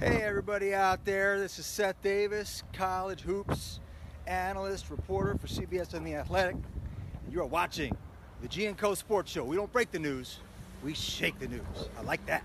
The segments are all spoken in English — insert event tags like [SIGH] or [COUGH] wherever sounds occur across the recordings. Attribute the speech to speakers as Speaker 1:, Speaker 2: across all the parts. Speaker 1: Hey, everybody out there. This is Seth Davis, college hoops analyst, reporter for CBS and The Athletic. And you are watching the G and Co Sports Show. We don't break the news, we shake the news. I like that.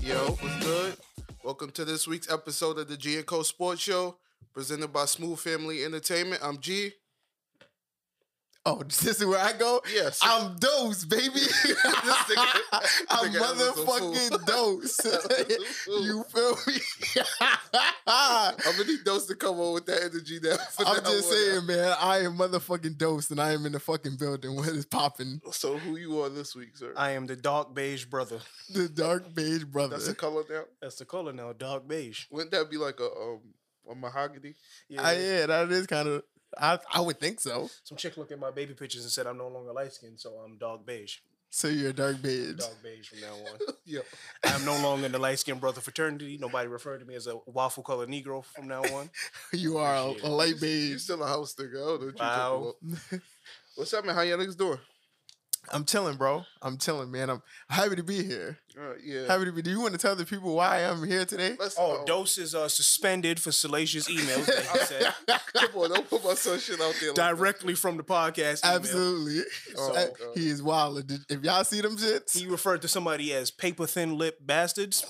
Speaker 2: Yo, what's good? Welcome to this week's episode of the G and Co Sports Show, presented by Smooth Family Entertainment. I'm G.
Speaker 3: Oh, [LAUGHS] this is where I go?
Speaker 2: Yes.
Speaker 3: I'm dose, baby.
Speaker 2: [LAUGHS] nigga-
Speaker 3: I'm
Speaker 2: nigga Adams a fool.
Speaker 3: motherfucking
Speaker 2: [LAUGHS]
Speaker 3: dose.
Speaker 2: fool.
Speaker 3: you feel me?
Speaker 2: I'm gonna need those to come on with that energy now. [LAUGHS] for
Speaker 3: I'm
Speaker 2: now
Speaker 3: just
Speaker 2: on
Speaker 3: saying, man, I am motherfucking dose and I am in the fucking building. What is popping?
Speaker 2: out. So who you are this week, sir?
Speaker 4: I am the dark beige brother.
Speaker 3: The dark beige brother.
Speaker 2: That's the color now.
Speaker 4: That's the color now, dark beige.
Speaker 2: Wouldn't that be like a um a mahogany?
Speaker 4: Yeah.
Speaker 3: Ah, yeah, that is kind of. I, I would think so.
Speaker 4: Some chick looked at my baby pictures and said I'm no longer light skinned, so I'm dark beige.
Speaker 3: So you're a dark beige.
Speaker 4: Dark beige from now on.
Speaker 2: Yeah.
Speaker 4: I'm no longer in the light skinned brother fraternity. Nobody referred to me as a waffle color Negro from now
Speaker 3: [LAUGHS]
Speaker 4: on.
Speaker 3: [LAUGHS] You are a, a light
Speaker 2: You
Speaker 3: beige.
Speaker 2: still a house nigga. I don't know what you
Speaker 4: Wow.
Speaker 2: talking about. What's up, man? How y'all niggas doing?
Speaker 3: I'm chilling, bro. I'm chilling, man. I'm happy to be here.
Speaker 2: Uh, yeah.
Speaker 3: Happy to be. Do you want to tell the people why I'm here today?
Speaker 2: Let's,
Speaker 4: Oh, dose is uh, suspended for salacious emails that he
Speaker 3: [LAUGHS]
Speaker 4: said
Speaker 2: Come on, don't put my son shit out there. Like that.
Speaker 4: directly from the podcast. Email.
Speaker 3: Absolutely.
Speaker 2: [LAUGHS] Oh,
Speaker 3: Uh,
Speaker 2: God.
Speaker 3: he is wild. Did- If y'all see them shits,
Speaker 4: He referred to somebody as paper thin lip bastards.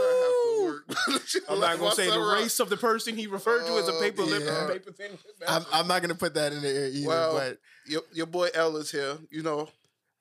Speaker 2: My son have to work. [LAUGHS]
Speaker 4: I'm not gonna
Speaker 2: My
Speaker 4: say
Speaker 2: son
Speaker 4: the
Speaker 2: rock.
Speaker 4: race of the person he referred to as a
Speaker 2: Oh,
Speaker 4: paper lip
Speaker 3: uh, yeah.
Speaker 4: and paper thin lip
Speaker 3: I'm,
Speaker 4: bastard.
Speaker 3: I'm not gonna put that in the air either.
Speaker 2: Well-
Speaker 3: but
Speaker 2: Your, your boy L is here. You know,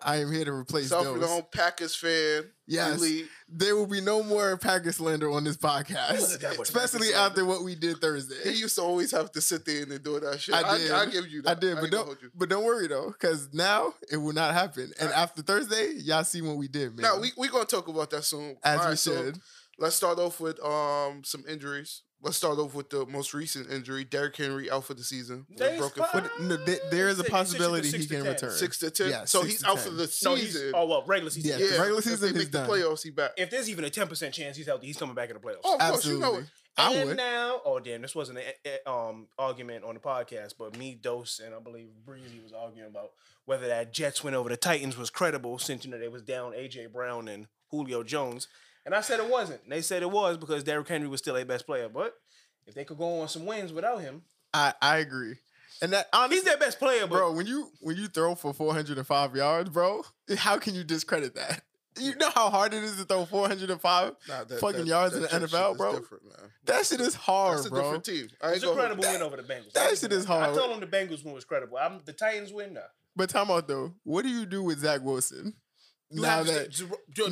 Speaker 3: I am here to replace
Speaker 2: South
Speaker 3: those.
Speaker 2: Carolina Packers fan.
Speaker 3: Yes.
Speaker 2: Elite.
Speaker 3: There will be no more Packer slander on this
Speaker 4: Look at
Speaker 3: podcast,
Speaker 4: what
Speaker 3: especially
Speaker 4: Packer slander.
Speaker 3: after what we
Speaker 2: He
Speaker 3: did Thursday.
Speaker 2: used to always have to sit there and endure that shit.
Speaker 3: I
Speaker 2: I,
Speaker 3: did.
Speaker 2: I, give you
Speaker 3: I
Speaker 2: that.
Speaker 3: did, but
Speaker 2: ain't gonna
Speaker 3: don't
Speaker 2: hold you.
Speaker 3: but don't worry though, because now it will not happen. And after Thursday, y'all see what we did, man.
Speaker 2: Now we we gonna talk about that soon.
Speaker 3: as we
Speaker 2: Alright, so
Speaker 3: should.
Speaker 2: let's start off with um some injuries. Let's start off with the most recent injury: Derrick Henry out for the season with a
Speaker 4: They
Speaker 2: broken
Speaker 4: spot-
Speaker 2: foot,
Speaker 3: But no, th- there is a
Speaker 4: Six- six to-
Speaker 3: possibility
Speaker 4: six
Speaker 3: he
Speaker 4: to
Speaker 3: can
Speaker 4: ten.
Speaker 3: return.
Speaker 2: six to ten.
Speaker 3: Yeah,
Speaker 2: so
Speaker 3: six
Speaker 2: he's
Speaker 3: to
Speaker 2: out
Speaker 3: 10.
Speaker 2: for the
Speaker 4: No, he's
Speaker 2: season.
Speaker 4: oh well, regular season.
Speaker 3: Yeah, the regular
Speaker 2: if
Speaker 3: season
Speaker 2: they make
Speaker 3: is done.
Speaker 2: The playoffs, he back.
Speaker 4: If there's even a ten percent chance he's healthy, he's coming back in the playoffs.
Speaker 2: oh, of course, you
Speaker 3: Absolutely.
Speaker 2: know it.
Speaker 3: I
Speaker 4: and
Speaker 3: would.
Speaker 4: now, oh damn, this wasn't an um argument on the podcast, but me, Dose, and I believe Breezy was arguing about whether that Jets win over the Titans was credible, since you know they was down AJ Brown and Julio Jones, and I said it wasn't. And they said it was because Derrick Henry was still a best player, but if they could go on some wins without him,
Speaker 3: I, I agree. And that honestly,
Speaker 4: he's their best player, but
Speaker 3: bro. When you when you throw for 405 yards, bro, how can you discredit that? You know how hard it is to throw 405.
Speaker 2: Nah, that-
Speaker 3: Fucking
Speaker 2: that-
Speaker 3: yards in
Speaker 2: that
Speaker 3: the
Speaker 2: shit
Speaker 3: NFL,
Speaker 2: is
Speaker 3: bro.
Speaker 2: Different, man.
Speaker 3: That shit is hard,
Speaker 2: That's a
Speaker 3: bro.
Speaker 2: different team. I ain't
Speaker 4: it's a
Speaker 2: gonna.
Speaker 4: credible win over the Bengals.
Speaker 3: that shit is
Speaker 4: I
Speaker 3: hard.
Speaker 4: told him the Bengals win was credible. I'm the Titans win now.
Speaker 3: But time out though. What do you do with Zach Wilson now that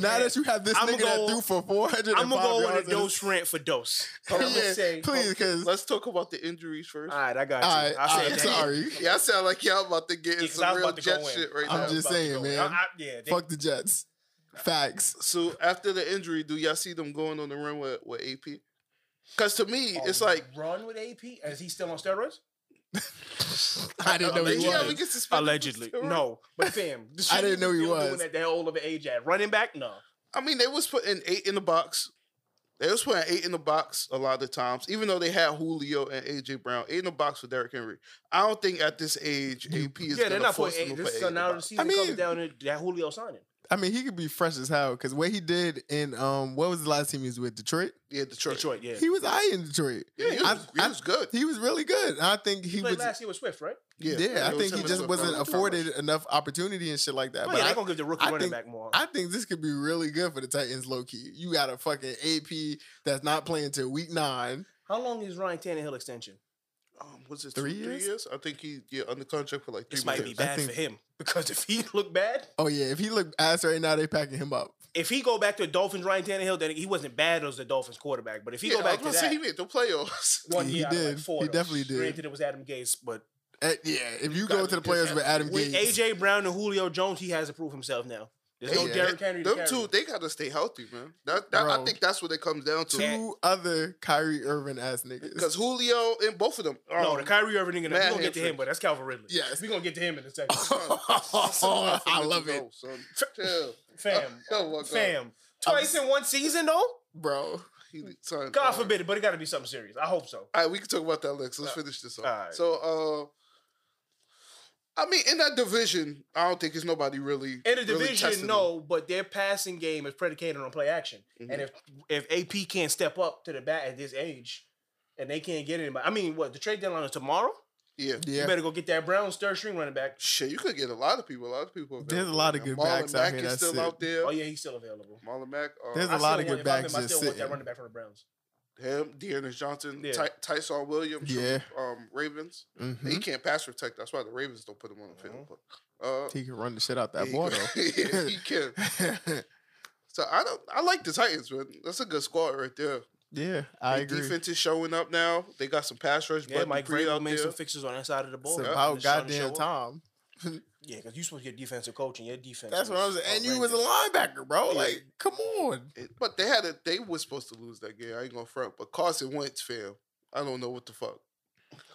Speaker 3: now that you have this
Speaker 4: I'ma
Speaker 3: nigga that
Speaker 4: go-
Speaker 3: threw for 405
Speaker 4: I'm gonna go on
Speaker 3: yards?
Speaker 4: a dose rant for dose.
Speaker 3: [LAUGHS] and-
Speaker 4: And I'm
Speaker 3: yeah,
Speaker 4: gonna say, oh,
Speaker 3: please, because
Speaker 2: Let's talk about the injuries first.
Speaker 4: all right, I got you.
Speaker 3: I,
Speaker 4: I said
Speaker 3: am
Speaker 4: that.
Speaker 3: sorry.
Speaker 2: [LAUGHS] Yeah, I sound like y'all about to get in
Speaker 4: Yeah, 'cause I
Speaker 2: some
Speaker 4: was
Speaker 2: real
Speaker 4: about to go
Speaker 2: jet
Speaker 4: in.
Speaker 2: shit right
Speaker 3: I'm
Speaker 2: now.
Speaker 3: just
Speaker 4: About to
Speaker 3: saying,
Speaker 4: go.
Speaker 3: man.
Speaker 4: I- I- yeah, they-
Speaker 3: Fuck the Jets.
Speaker 2: [LAUGHS]
Speaker 3: Facts.
Speaker 2: So after the injury, do y'all see them going on the run with, with AP? Because to me,
Speaker 4: a
Speaker 2: it's like
Speaker 4: Oh, run with AP. Is he still on steroids?
Speaker 3: I
Speaker 2: uh,
Speaker 3: didn't know he
Speaker 2: yeah,
Speaker 3: was.
Speaker 2: we get suspended.
Speaker 4: [LAUGHS] Allegedly, no. But
Speaker 3: [LAUGHS]
Speaker 4: fam, the
Speaker 3: I
Speaker 4: shit
Speaker 3: didn't know he
Speaker 4: still
Speaker 3: was.
Speaker 4: doing that the hell over age at running back. No,
Speaker 2: I mean, they was putting eight in the box. They was putting eight in the box a lot of times, even though they had Julio and AJ Brown eight in the box with Derrick Henry. I don't think at this age AP is
Speaker 4: yeah, they're
Speaker 2: gonna
Speaker 4: not
Speaker 2: force
Speaker 4: putting.
Speaker 2: them
Speaker 4: eight-
Speaker 2: to
Speaker 4: This
Speaker 2: put
Speaker 4: is
Speaker 2: eight in the
Speaker 4: now the
Speaker 2: box.
Speaker 4: season
Speaker 3: I mean-
Speaker 4: comes down to that Julio signing.
Speaker 3: I mean, he could be fresh as hell because what he did in um, what was the last team he was with? Detroit.
Speaker 2: Yeah, Detroit.
Speaker 4: Detroit, yeah.
Speaker 3: He was high in Detroit.
Speaker 2: Yeah, he was,
Speaker 3: I-
Speaker 2: he
Speaker 3: I-
Speaker 2: was good.
Speaker 3: He was really good. And I think he,
Speaker 4: He
Speaker 3: was.
Speaker 4: played last year with Swift, right?
Speaker 3: yeah,
Speaker 2: it
Speaker 3: I
Speaker 2: was
Speaker 3: think
Speaker 2: him
Speaker 3: he
Speaker 2: and
Speaker 3: just
Speaker 2: Swift.
Speaker 3: wasn't
Speaker 2: Brown.
Speaker 3: afforded enough opportunity and shit like that.
Speaker 4: Oh,
Speaker 3: but
Speaker 4: yeah,
Speaker 3: I,
Speaker 4: they're gonna give the rookie
Speaker 3: I
Speaker 4: running
Speaker 3: think-
Speaker 4: back more.
Speaker 3: I think this could be really good for the Titans, low key. You got a fucking AP that's not playing till week nine.
Speaker 4: How long is Ryan Tannehill extension?
Speaker 2: Um, was it
Speaker 3: Three
Speaker 2: three, three
Speaker 3: years?
Speaker 2: years? I think he yeah under contract for like three
Speaker 4: This might
Speaker 2: years.
Speaker 4: be bad
Speaker 3: think-
Speaker 4: for him because if he [LAUGHS] look bad,
Speaker 3: Oh yeah, if he look ass right now, they packing him up.
Speaker 4: if he go back to the Dolphins, Ryan Tannehill, then he wasn't bad as the Dolphins quarterback. But if he
Speaker 2: yeah,
Speaker 4: go back
Speaker 2: I
Speaker 4: to
Speaker 2: was gonna
Speaker 4: that,
Speaker 2: say he made the playoffs.
Speaker 4: [LAUGHS] one
Speaker 3: He
Speaker 4: year, out of, like,
Speaker 3: did.
Speaker 4: four
Speaker 3: He
Speaker 4: of those.
Speaker 3: definitely did.
Speaker 4: Granted, it was Adam Gates, but
Speaker 3: Uh, yeah, if you go
Speaker 2: gotta
Speaker 3: to the
Speaker 2: get
Speaker 3: players
Speaker 2: that-
Speaker 3: with Adam
Speaker 4: with
Speaker 3: Gates,
Speaker 4: AJ Brown and Julio Jones, he has to prove himself now. There's no
Speaker 2: They-
Speaker 4: Derrick Henry. to
Speaker 2: Them
Speaker 4: carry
Speaker 2: two,
Speaker 4: him.
Speaker 2: they gotta stay healthy, man. That, that I
Speaker 3: Bro.
Speaker 2: think that's what it comes down to.
Speaker 3: Two other Kyrie Irving ass niggas. [LAUGHS]
Speaker 2: Because Julio and both of them. Um,
Speaker 4: No, the Kyrie Irving nigga. We're
Speaker 2: Matt
Speaker 4: gonna get to him,
Speaker 2: Hamtramck.
Speaker 4: but that's Calvin Ridley.
Speaker 3: Yes.
Speaker 4: we're gonna get to him in
Speaker 2: [LAUGHS]
Speaker 4: a second.
Speaker 3: Oh, [LAUGHS] I love it,
Speaker 2: Son. Chill.
Speaker 4: Fam,
Speaker 2: [LAUGHS] Oh, my God.
Speaker 4: fam. Twice in one season though?
Speaker 3: bro.
Speaker 2: He, son,
Speaker 4: God
Speaker 2: all right.
Speaker 4: forbid, it, but it got to be something serious. I hope so.
Speaker 2: All right, we can talk about that next. Let's finish this up.
Speaker 4: all right.
Speaker 2: So, uh, I mean, in that division, I don't think it's nobody really
Speaker 4: In the
Speaker 2: really
Speaker 4: division,
Speaker 2: testing them.
Speaker 4: no, but their passing game is predicated on play action.
Speaker 3: Mm-hmm.
Speaker 4: And if if AP can't step up to the bat at this age, and they can't get anybody, I mean, what the trade deadline is tomorrow?
Speaker 2: Yeah.
Speaker 3: Yeah,
Speaker 4: You better go get that Brown third string running back.
Speaker 2: Shit, you could get a lot of people. A lot of people.
Speaker 3: There's a
Speaker 2: available
Speaker 3: lot of
Speaker 2: now.
Speaker 3: good
Speaker 2: Marlon
Speaker 3: backs out
Speaker 2: Mack
Speaker 3: here
Speaker 2: is
Speaker 3: that's
Speaker 2: still
Speaker 3: sitting.
Speaker 2: out there.
Speaker 4: Oh yeah, he's still available.
Speaker 2: Marlon Mack. Uh,
Speaker 3: There's a
Speaker 4: I
Speaker 3: lot
Speaker 4: still
Speaker 3: of good
Speaker 4: want- if I'm him,
Speaker 3: backs
Speaker 4: I
Speaker 3: just
Speaker 4: still want that
Speaker 3: sitting.
Speaker 4: running back for the Browns.
Speaker 2: him, Dearness Johnson,
Speaker 4: Yeah.
Speaker 2: Ty- Tyson Williams, from,
Speaker 3: Yeah.
Speaker 2: um, Ravens.
Speaker 3: Mhm.
Speaker 2: He can't pass protect. That's why the Ravens don't put him on the field.
Speaker 4: Mm-hmm.
Speaker 2: But, uh,
Speaker 3: he can run the shit out that
Speaker 2: he-
Speaker 3: ball
Speaker 2: [LAUGHS] yeah, he can.
Speaker 3: though. [LAUGHS]
Speaker 2: So I don't. I like the Titans, man. That's a good squad right there.
Speaker 3: yeah, I
Speaker 2: Their
Speaker 3: agree.
Speaker 2: Defense is showing up now. They got some pass rush.
Speaker 4: Yeah,
Speaker 2: Bud
Speaker 4: Mike
Speaker 2: Dupree
Speaker 4: Vrabel
Speaker 2: out
Speaker 4: made
Speaker 2: there.
Speaker 4: some fixes on that side of the ball.
Speaker 3: It's
Speaker 4: Yeah.
Speaker 3: about
Speaker 4: Just trying to
Speaker 3: goddamn
Speaker 4: show up.
Speaker 3: time.
Speaker 4: Yeah, because you're supposed to get defensive coaching. Your defense.
Speaker 3: That's what I was. And you was a
Speaker 4: horrendous.
Speaker 3: linebacker, bro.
Speaker 4: Yeah.
Speaker 3: Like, come on.
Speaker 2: It- but they had a. They were supposed to lose that game. I ain't gonna front. But Carson Wentz failed. I don't know what the fuck.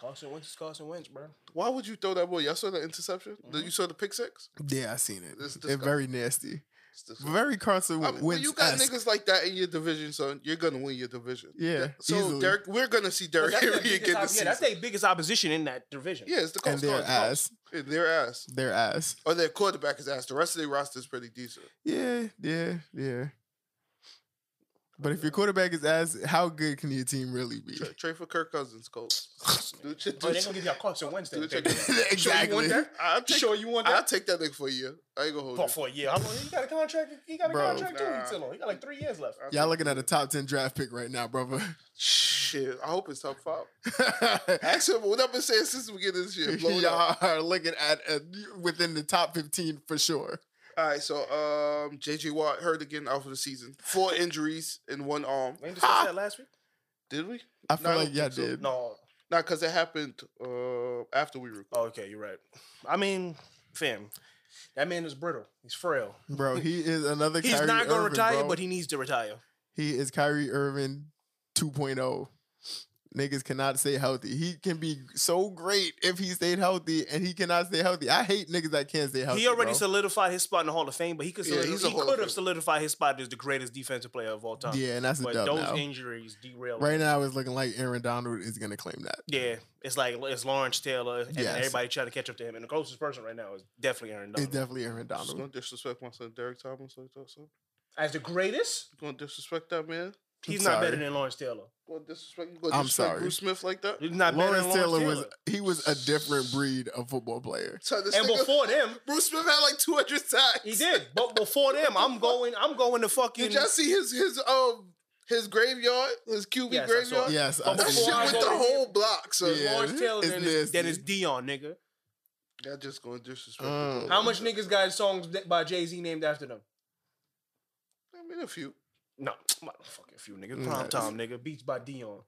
Speaker 4: Carson Wentz is Carson Wentz, bro.
Speaker 3: [LAUGHS]
Speaker 2: Why would you throw that ball? Y'all saw the interception. The-
Speaker 4: Mm-hmm.
Speaker 2: You saw the pick six.
Speaker 3: Yeah, I seen it.
Speaker 2: It's
Speaker 3: It's very nasty.
Speaker 2: It's just-
Speaker 3: Very Carson
Speaker 2: I mean, when
Speaker 3: Wentz.
Speaker 2: you got niggas like that in your division, son, you're gonna win your division.
Speaker 3: Yeah,
Speaker 2: So
Speaker 3: easily.
Speaker 2: Derek, we're gonna see
Speaker 4: But
Speaker 2: Derek
Speaker 4: that's their
Speaker 2: Henry
Speaker 4: biggest
Speaker 2: again
Speaker 4: op-
Speaker 2: this
Speaker 4: yeah,
Speaker 2: season.
Speaker 4: that's their biggest opposition in that division.
Speaker 2: yeah, it's the
Speaker 3: and
Speaker 2: Colts.
Speaker 3: their
Speaker 2: Colts, Colts.
Speaker 3: ass.
Speaker 2: Yeah, Their ass.
Speaker 3: Their ass.
Speaker 2: Or their quarterback is ass. The rest of their roster is pretty decent.
Speaker 3: Yeah, yeah, yeah. But if your quarterback is ass, how good can your team really be?
Speaker 2: Tra- Trade for Kirk Cousins,
Speaker 3: [LAUGHS]
Speaker 2: Colts. Dude, ch-
Speaker 4: Oh, they're
Speaker 2: dude,
Speaker 4: gonna give y'all Carson Wentz then.
Speaker 2: dude,
Speaker 4: baby.
Speaker 2: check it
Speaker 4: Sure you want
Speaker 3: exactly.
Speaker 4: that?
Speaker 2: I'll
Speaker 4: You
Speaker 2: take,
Speaker 4: sure you want
Speaker 2: I'll
Speaker 4: that?
Speaker 2: take that nigga for a year. I ain't gonna hold
Speaker 4: For,
Speaker 2: you.
Speaker 4: for a year. How long? He got a contract. He got a
Speaker 3: Bro.
Speaker 4: contract too.
Speaker 2: Nah.
Speaker 4: He's still on. He got like three years left.
Speaker 2: I'll
Speaker 3: Y'all
Speaker 2: take-
Speaker 3: looking at a top ten draft pick right now, brother.
Speaker 2: Shit, I hope it's top
Speaker 4: [LAUGHS]
Speaker 2: five. [LAUGHS]
Speaker 3: [LAUGHS]
Speaker 2: Ask him what I've been saying since the beginning of this year. Blow it up.
Speaker 3: Y'all are looking at uh within the top fifteen for sure.
Speaker 2: All right, so um, JJ Watt hurt again out for the season. Four injuries in one arm.
Speaker 4: We ain't discussed that last week.
Speaker 2: Did we?
Speaker 3: I feel
Speaker 2: I don't
Speaker 3: like y'all
Speaker 2: think so.
Speaker 3: did.
Speaker 4: No.
Speaker 2: Nah, because it happened uh, after we recorded.
Speaker 4: Oh, okay, you're right. I mean, fam, that man is brittle. He's frail.
Speaker 3: Bro, he is another.
Speaker 4: He's
Speaker 3: Kyrie
Speaker 4: not gonna
Speaker 3: Irving,
Speaker 4: retire,
Speaker 3: bro.
Speaker 4: but he needs to retire.
Speaker 3: He is Kyrie Irving 2.0. Niggas cannot stay healthy. He can be so great if he stayed healthy, and he cannot stay healthy. I hate niggas that can't stay healthy.
Speaker 4: he already
Speaker 3: bro.
Speaker 4: solidified his spot in the Hall of Fame, but he could
Speaker 2: Yeah,
Speaker 4: solidi-
Speaker 2: he's a
Speaker 4: he
Speaker 2: Hall of
Speaker 4: could have
Speaker 2: Famer.
Speaker 4: solidified his spot as the greatest defensive player of all time.
Speaker 3: Yeah, and that's a
Speaker 4: but
Speaker 3: dub
Speaker 4: those
Speaker 3: now.
Speaker 4: injuries derailed.
Speaker 3: Right now, it's looking like Aaron Donald is gonna claim that.
Speaker 4: Yeah, it's like it's Lawrence Taylor and
Speaker 3: Yes.
Speaker 4: everybody trying to catch up to him. And the closest person right now is definitely Aaron
Speaker 3: It's
Speaker 4: Donald.
Speaker 3: definitely Aaron
Speaker 2: Just gonna
Speaker 3: Donald.
Speaker 2: disrespect my son Derek Thomas like that, son.
Speaker 4: As the greatest,
Speaker 2: You gonna disrespect that man?
Speaker 4: he's
Speaker 3: I'm
Speaker 4: not better
Speaker 3: sorry.
Speaker 4: than Lawrence Taylor.
Speaker 2: You gonna disrespect? You gonna
Speaker 3: I'm
Speaker 2: disrespect
Speaker 3: sorry.
Speaker 2: Bruce Smith like that?
Speaker 4: He's not
Speaker 3: Lawrence
Speaker 4: better than
Speaker 3: Taylor
Speaker 4: Lawrence
Speaker 3: was
Speaker 4: Taylor.
Speaker 3: he was a different breed of football player.
Speaker 2: Son, this
Speaker 4: And
Speaker 2: nigga-
Speaker 4: before them,
Speaker 2: [LAUGHS] Bruce Smith had like 200 sacks.
Speaker 4: he did. But before them,
Speaker 3: [LAUGHS]
Speaker 4: I'm going. I'm going to fucking.
Speaker 2: Did y'all see his his um his graveyard, his QB
Speaker 4: Yes, I saw
Speaker 2: graveyard?
Speaker 4: it.
Speaker 3: Yes,
Speaker 4: But
Speaker 3: I
Speaker 2: That
Speaker 4: before
Speaker 3: see.
Speaker 2: shit
Speaker 4: I
Speaker 2: with
Speaker 4: go
Speaker 2: the
Speaker 4: to
Speaker 2: whole block, so
Speaker 3: Yeah.
Speaker 4: Lawrence Taylor,
Speaker 3: it's
Speaker 4: then it's, then it's
Speaker 3: nasty.
Speaker 4: Dion, nigga.
Speaker 2: y'all just gonna disrespect.
Speaker 3: Mm.
Speaker 2: the
Speaker 4: How
Speaker 2: Bills.
Speaker 4: much niggas got songs that- by Jay Z named after them?
Speaker 2: I mean, a few,
Speaker 4: No, motherfucking few niggas.
Speaker 3: Mm.
Speaker 4: Prime time, nigga. Beats by Dion.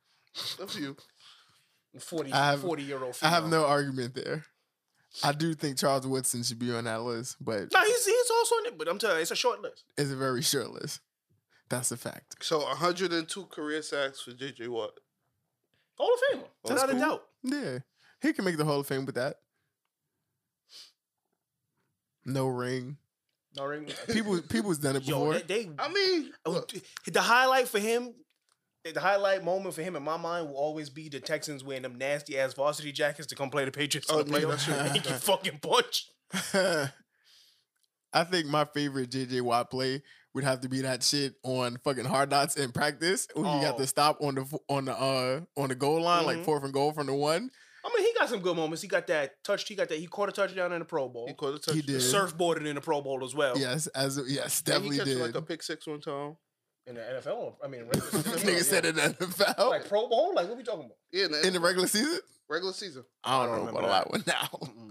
Speaker 2: a few.
Speaker 4: 40,
Speaker 3: I have-
Speaker 4: 40 year old.
Speaker 3: I have no argument there. I do think Charles Woodson should be on that list, but
Speaker 4: No, he's he's also in it, but I'm telling you, it's a short list.
Speaker 3: it's a very short list. That's a fact.
Speaker 2: So 102 career sacks for JJ Watt.
Speaker 4: Hall of Famer,
Speaker 3: That's
Speaker 4: without
Speaker 3: cool.
Speaker 4: a doubt.
Speaker 3: Yeah, he can make the Hall of Fame with that. No ring.
Speaker 4: No ring.
Speaker 3: People, people's done it
Speaker 4: [LAUGHS] Yo,
Speaker 3: before.
Speaker 4: they, they
Speaker 2: I mean,
Speaker 4: Oh,
Speaker 2: look,
Speaker 4: d- the highlight for him, the highlight moment for him in my mind will always be the Texans wearing them nasty ass varsity jackets to come play the Patriots
Speaker 2: Oh,
Speaker 4: in the
Speaker 2: nigga,
Speaker 3: [LAUGHS]
Speaker 4: playoffs.
Speaker 3: that
Speaker 4: They
Speaker 3: shit-
Speaker 4: get fucking punched.
Speaker 3: [LAUGHS] I think my favorite JJ Watt play would have to be that shit on fucking hard knots in practice when you got
Speaker 4: Oh.
Speaker 3: the stop on the f- on the uh on the goal line,
Speaker 4: Mhm.
Speaker 3: like fourth and goal from the one.
Speaker 4: I mean, he got some good moments. He got that touch. He got that. He caught a touchdown in the Pro Bowl.
Speaker 2: he caught a touchdown.
Speaker 3: He did.
Speaker 4: Surfboarded in the Pro Bowl as well.
Speaker 3: Yes, as yes,
Speaker 2: And he
Speaker 3: definitely
Speaker 2: catch,
Speaker 3: did. [LAUGHS]
Speaker 4: [LAUGHS]
Speaker 2: like a pick six one time.
Speaker 4: In the NFL, I mean, regular season,
Speaker 3: Nigga said it Oh. in the NFL
Speaker 4: like Pro Bowl. Like, what we talking about?
Speaker 2: Yeah, in the,
Speaker 3: in the regular season.
Speaker 2: regular season.
Speaker 3: I don't,
Speaker 4: don't
Speaker 3: know
Speaker 4: remember
Speaker 3: about that one now.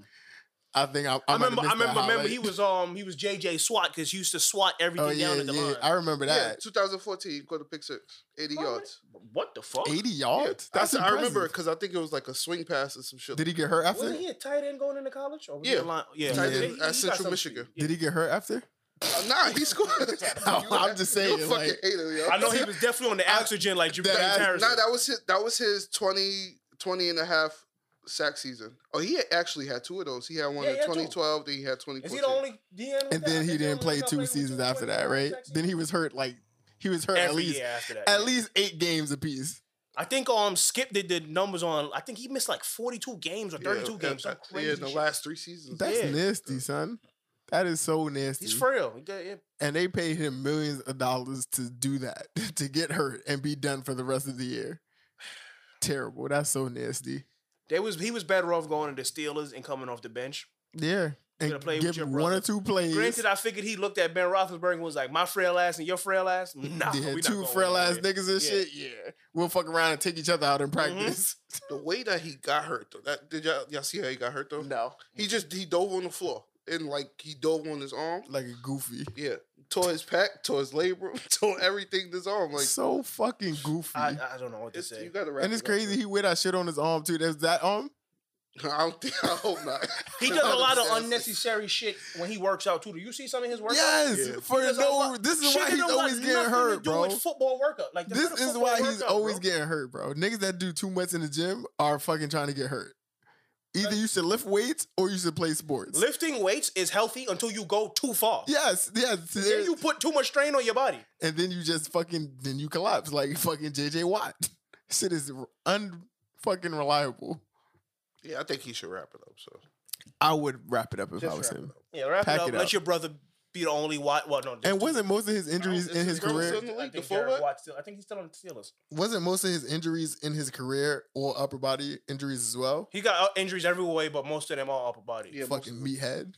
Speaker 3: I think I, I,
Speaker 4: I
Speaker 3: might have
Speaker 4: remember.
Speaker 3: missed
Speaker 4: I
Speaker 3: that
Speaker 4: remember. Remember,
Speaker 3: highlight.
Speaker 4: he was um he was JJ Swat because he used to swat everything
Speaker 3: Oh yeah,
Speaker 4: down at the
Speaker 3: yeah.
Speaker 4: line.
Speaker 3: I remember
Speaker 2: Yeah,
Speaker 3: that.
Speaker 2: 2014, he caught a pick six, 80
Speaker 4: All right.
Speaker 2: yards.
Speaker 4: What the fuck?
Speaker 3: Eighty
Speaker 2: Yeah,
Speaker 3: yards.
Speaker 2: I,
Speaker 3: Oh, That's
Speaker 2: said- I remember
Speaker 3: impressive.
Speaker 2: because I think it was like a swing pass or some shit.
Speaker 3: Did he get hurt after?
Speaker 4: Wasn't he a tight end going into college? Or was
Speaker 2: Yeah.
Speaker 4: he a line? Yeah,
Speaker 3: Tight end
Speaker 4: he- he- he
Speaker 2: at
Speaker 4: got
Speaker 2: Central
Speaker 4: some-
Speaker 2: Michigan.
Speaker 4: Yeah.
Speaker 3: Did he get hurt after?
Speaker 2: nah, he
Speaker 3: [LAUGHS]
Speaker 2: scored. [LAUGHS]
Speaker 3: I'm just saying,
Speaker 2: you
Speaker 3: like-
Speaker 2: fucking hater, yo.
Speaker 4: I know he was definitely on the oxygen like Jermaine
Speaker 3: that-
Speaker 4: Harrison.
Speaker 2: [LAUGHS] Nah, that was his. That was his 20, 20 and a half sack season. Oh, he had actually had two of those. He had one
Speaker 4: Yeah,
Speaker 2: in
Speaker 4: he had two.
Speaker 2: twenty twelve. Then he had twenty
Speaker 4: Is he the
Speaker 2: fourteen.
Speaker 4: only DN?
Speaker 3: and then he didn't play two seasons after that, right? Then he was hurt like he was hurt
Speaker 4: every
Speaker 3: at least
Speaker 4: year after that.
Speaker 3: at
Speaker 4: yeah.
Speaker 3: least eight games apiece.
Speaker 4: I think um Skip did the numbers on. I think he missed like forty two games or thirty two
Speaker 2: yeah,
Speaker 4: games. Some
Speaker 2: uh,
Speaker 4: crazy
Speaker 2: Yeah, in the
Speaker 4: shit.
Speaker 2: last three seasons.
Speaker 3: That's
Speaker 4: Yeah.
Speaker 3: nasty, son. That is so nasty.
Speaker 4: He's frail. He got- yeah.
Speaker 3: and they paid him millions of dollars to do that, [LAUGHS] to get hurt and be done for the rest of the year. Terrible. That's so nasty.
Speaker 4: They was he was better off going to the Steelers and coming off the bench.
Speaker 3: Yeah.
Speaker 4: Coulda
Speaker 3: And
Speaker 4: played with
Speaker 3: give
Speaker 4: your
Speaker 3: him one or
Speaker 4: brother.
Speaker 3: two plays.
Speaker 4: Granted, I figured he looked at Ben Roethlisberger and was like, "My frail ass and your frail ass, nah,
Speaker 3: they
Speaker 4: we
Speaker 3: had
Speaker 4: not
Speaker 3: two
Speaker 4: going
Speaker 3: frail ass
Speaker 4: nowhere."
Speaker 3: niggas and
Speaker 4: Yeah. Mm-hmm.
Speaker 3: shit. Yeah. We'll fuck around and take each other out in practice.
Speaker 2: The way that he got hurt though. That did y'all, y'all see how he got hurt though?
Speaker 3: No.
Speaker 2: He just he dove on the floor and like he dove on his arm.
Speaker 3: Like a goofy.
Speaker 2: Yeah, tore his pack, tore his [LAUGHS] labrum, tore everything in his arm. Like
Speaker 3: so fucking goofy.
Speaker 4: I, I don't know what to
Speaker 2: it's, you
Speaker 4: say.
Speaker 2: gotta wrap
Speaker 3: and it's
Speaker 2: it up,
Speaker 3: crazy he wear that shit on his arm too. There's that arm.
Speaker 2: man. [LAUGHS] I don't think. [LAUGHS] I hope not.
Speaker 4: [LAUGHS] He does a lot of
Speaker 2: That's-
Speaker 4: unnecessary shit when he works out too. Do you see some of his workouts?
Speaker 3: Yes,
Speaker 2: Yeah.
Speaker 3: for
Speaker 4: He does a
Speaker 3: no.
Speaker 4: lot-
Speaker 3: This is
Speaker 4: Shit
Speaker 3: why
Speaker 4: that
Speaker 3: he's
Speaker 4: don't got
Speaker 3: always getting
Speaker 4: nothing to
Speaker 3: hurt,
Speaker 4: do
Speaker 3: bro.
Speaker 4: with football workout. Like, that's
Speaker 3: This
Speaker 4: not a
Speaker 3: is
Speaker 4: football
Speaker 3: why he's
Speaker 4: workout,
Speaker 3: always
Speaker 4: bro.
Speaker 3: getting hurt, bro. Niggas that do too much in the gym are fucking trying to get hurt. Either you should lift weights or you should play sports.
Speaker 4: Lifting weights is healthy until you go too far.
Speaker 3: Yes, yes.
Speaker 4: Then you put too much strain on your body.
Speaker 3: and then you just fucking then you collapse like fucking JJ Watt. [LAUGHS] Shit is un fucking reliable.
Speaker 2: Yeah, I think he should wrap it up. So
Speaker 3: I would wrap it up if I
Speaker 2: Just
Speaker 3: was
Speaker 2: wrap it
Speaker 3: him.
Speaker 2: up.
Speaker 4: Yeah, wrap
Speaker 3: Pack
Speaker 4: it up.
Speaker 3: it
Speaker 4: Let
Speaker 3: up.
Speaker 4: your brother be the only white. Well, no.
Speaker 3: And wasn't most of his injuries
Speaker 2: this
Speaker 3: in
Speaker 2: is
Speaker 3: his
Speaker 2: Gross
Speaker 3: career
Speaker 2: in the league,
Speaker 4: I
Speaker 2: the
Speaker 4: think Jared
Speaker 2: fullback?
Speaker 4: Watt still. I think he's still on the Steelers.
Speaker 3: wasn't most of his injuries in his career all upper body injuries as well?
Speaker 4: He got uh, injuries every way, but most of them are upper body.
Speaker 2: yeah, most
Speaker 3: fucking
Speaker 2: of
Speaker 3: meathead.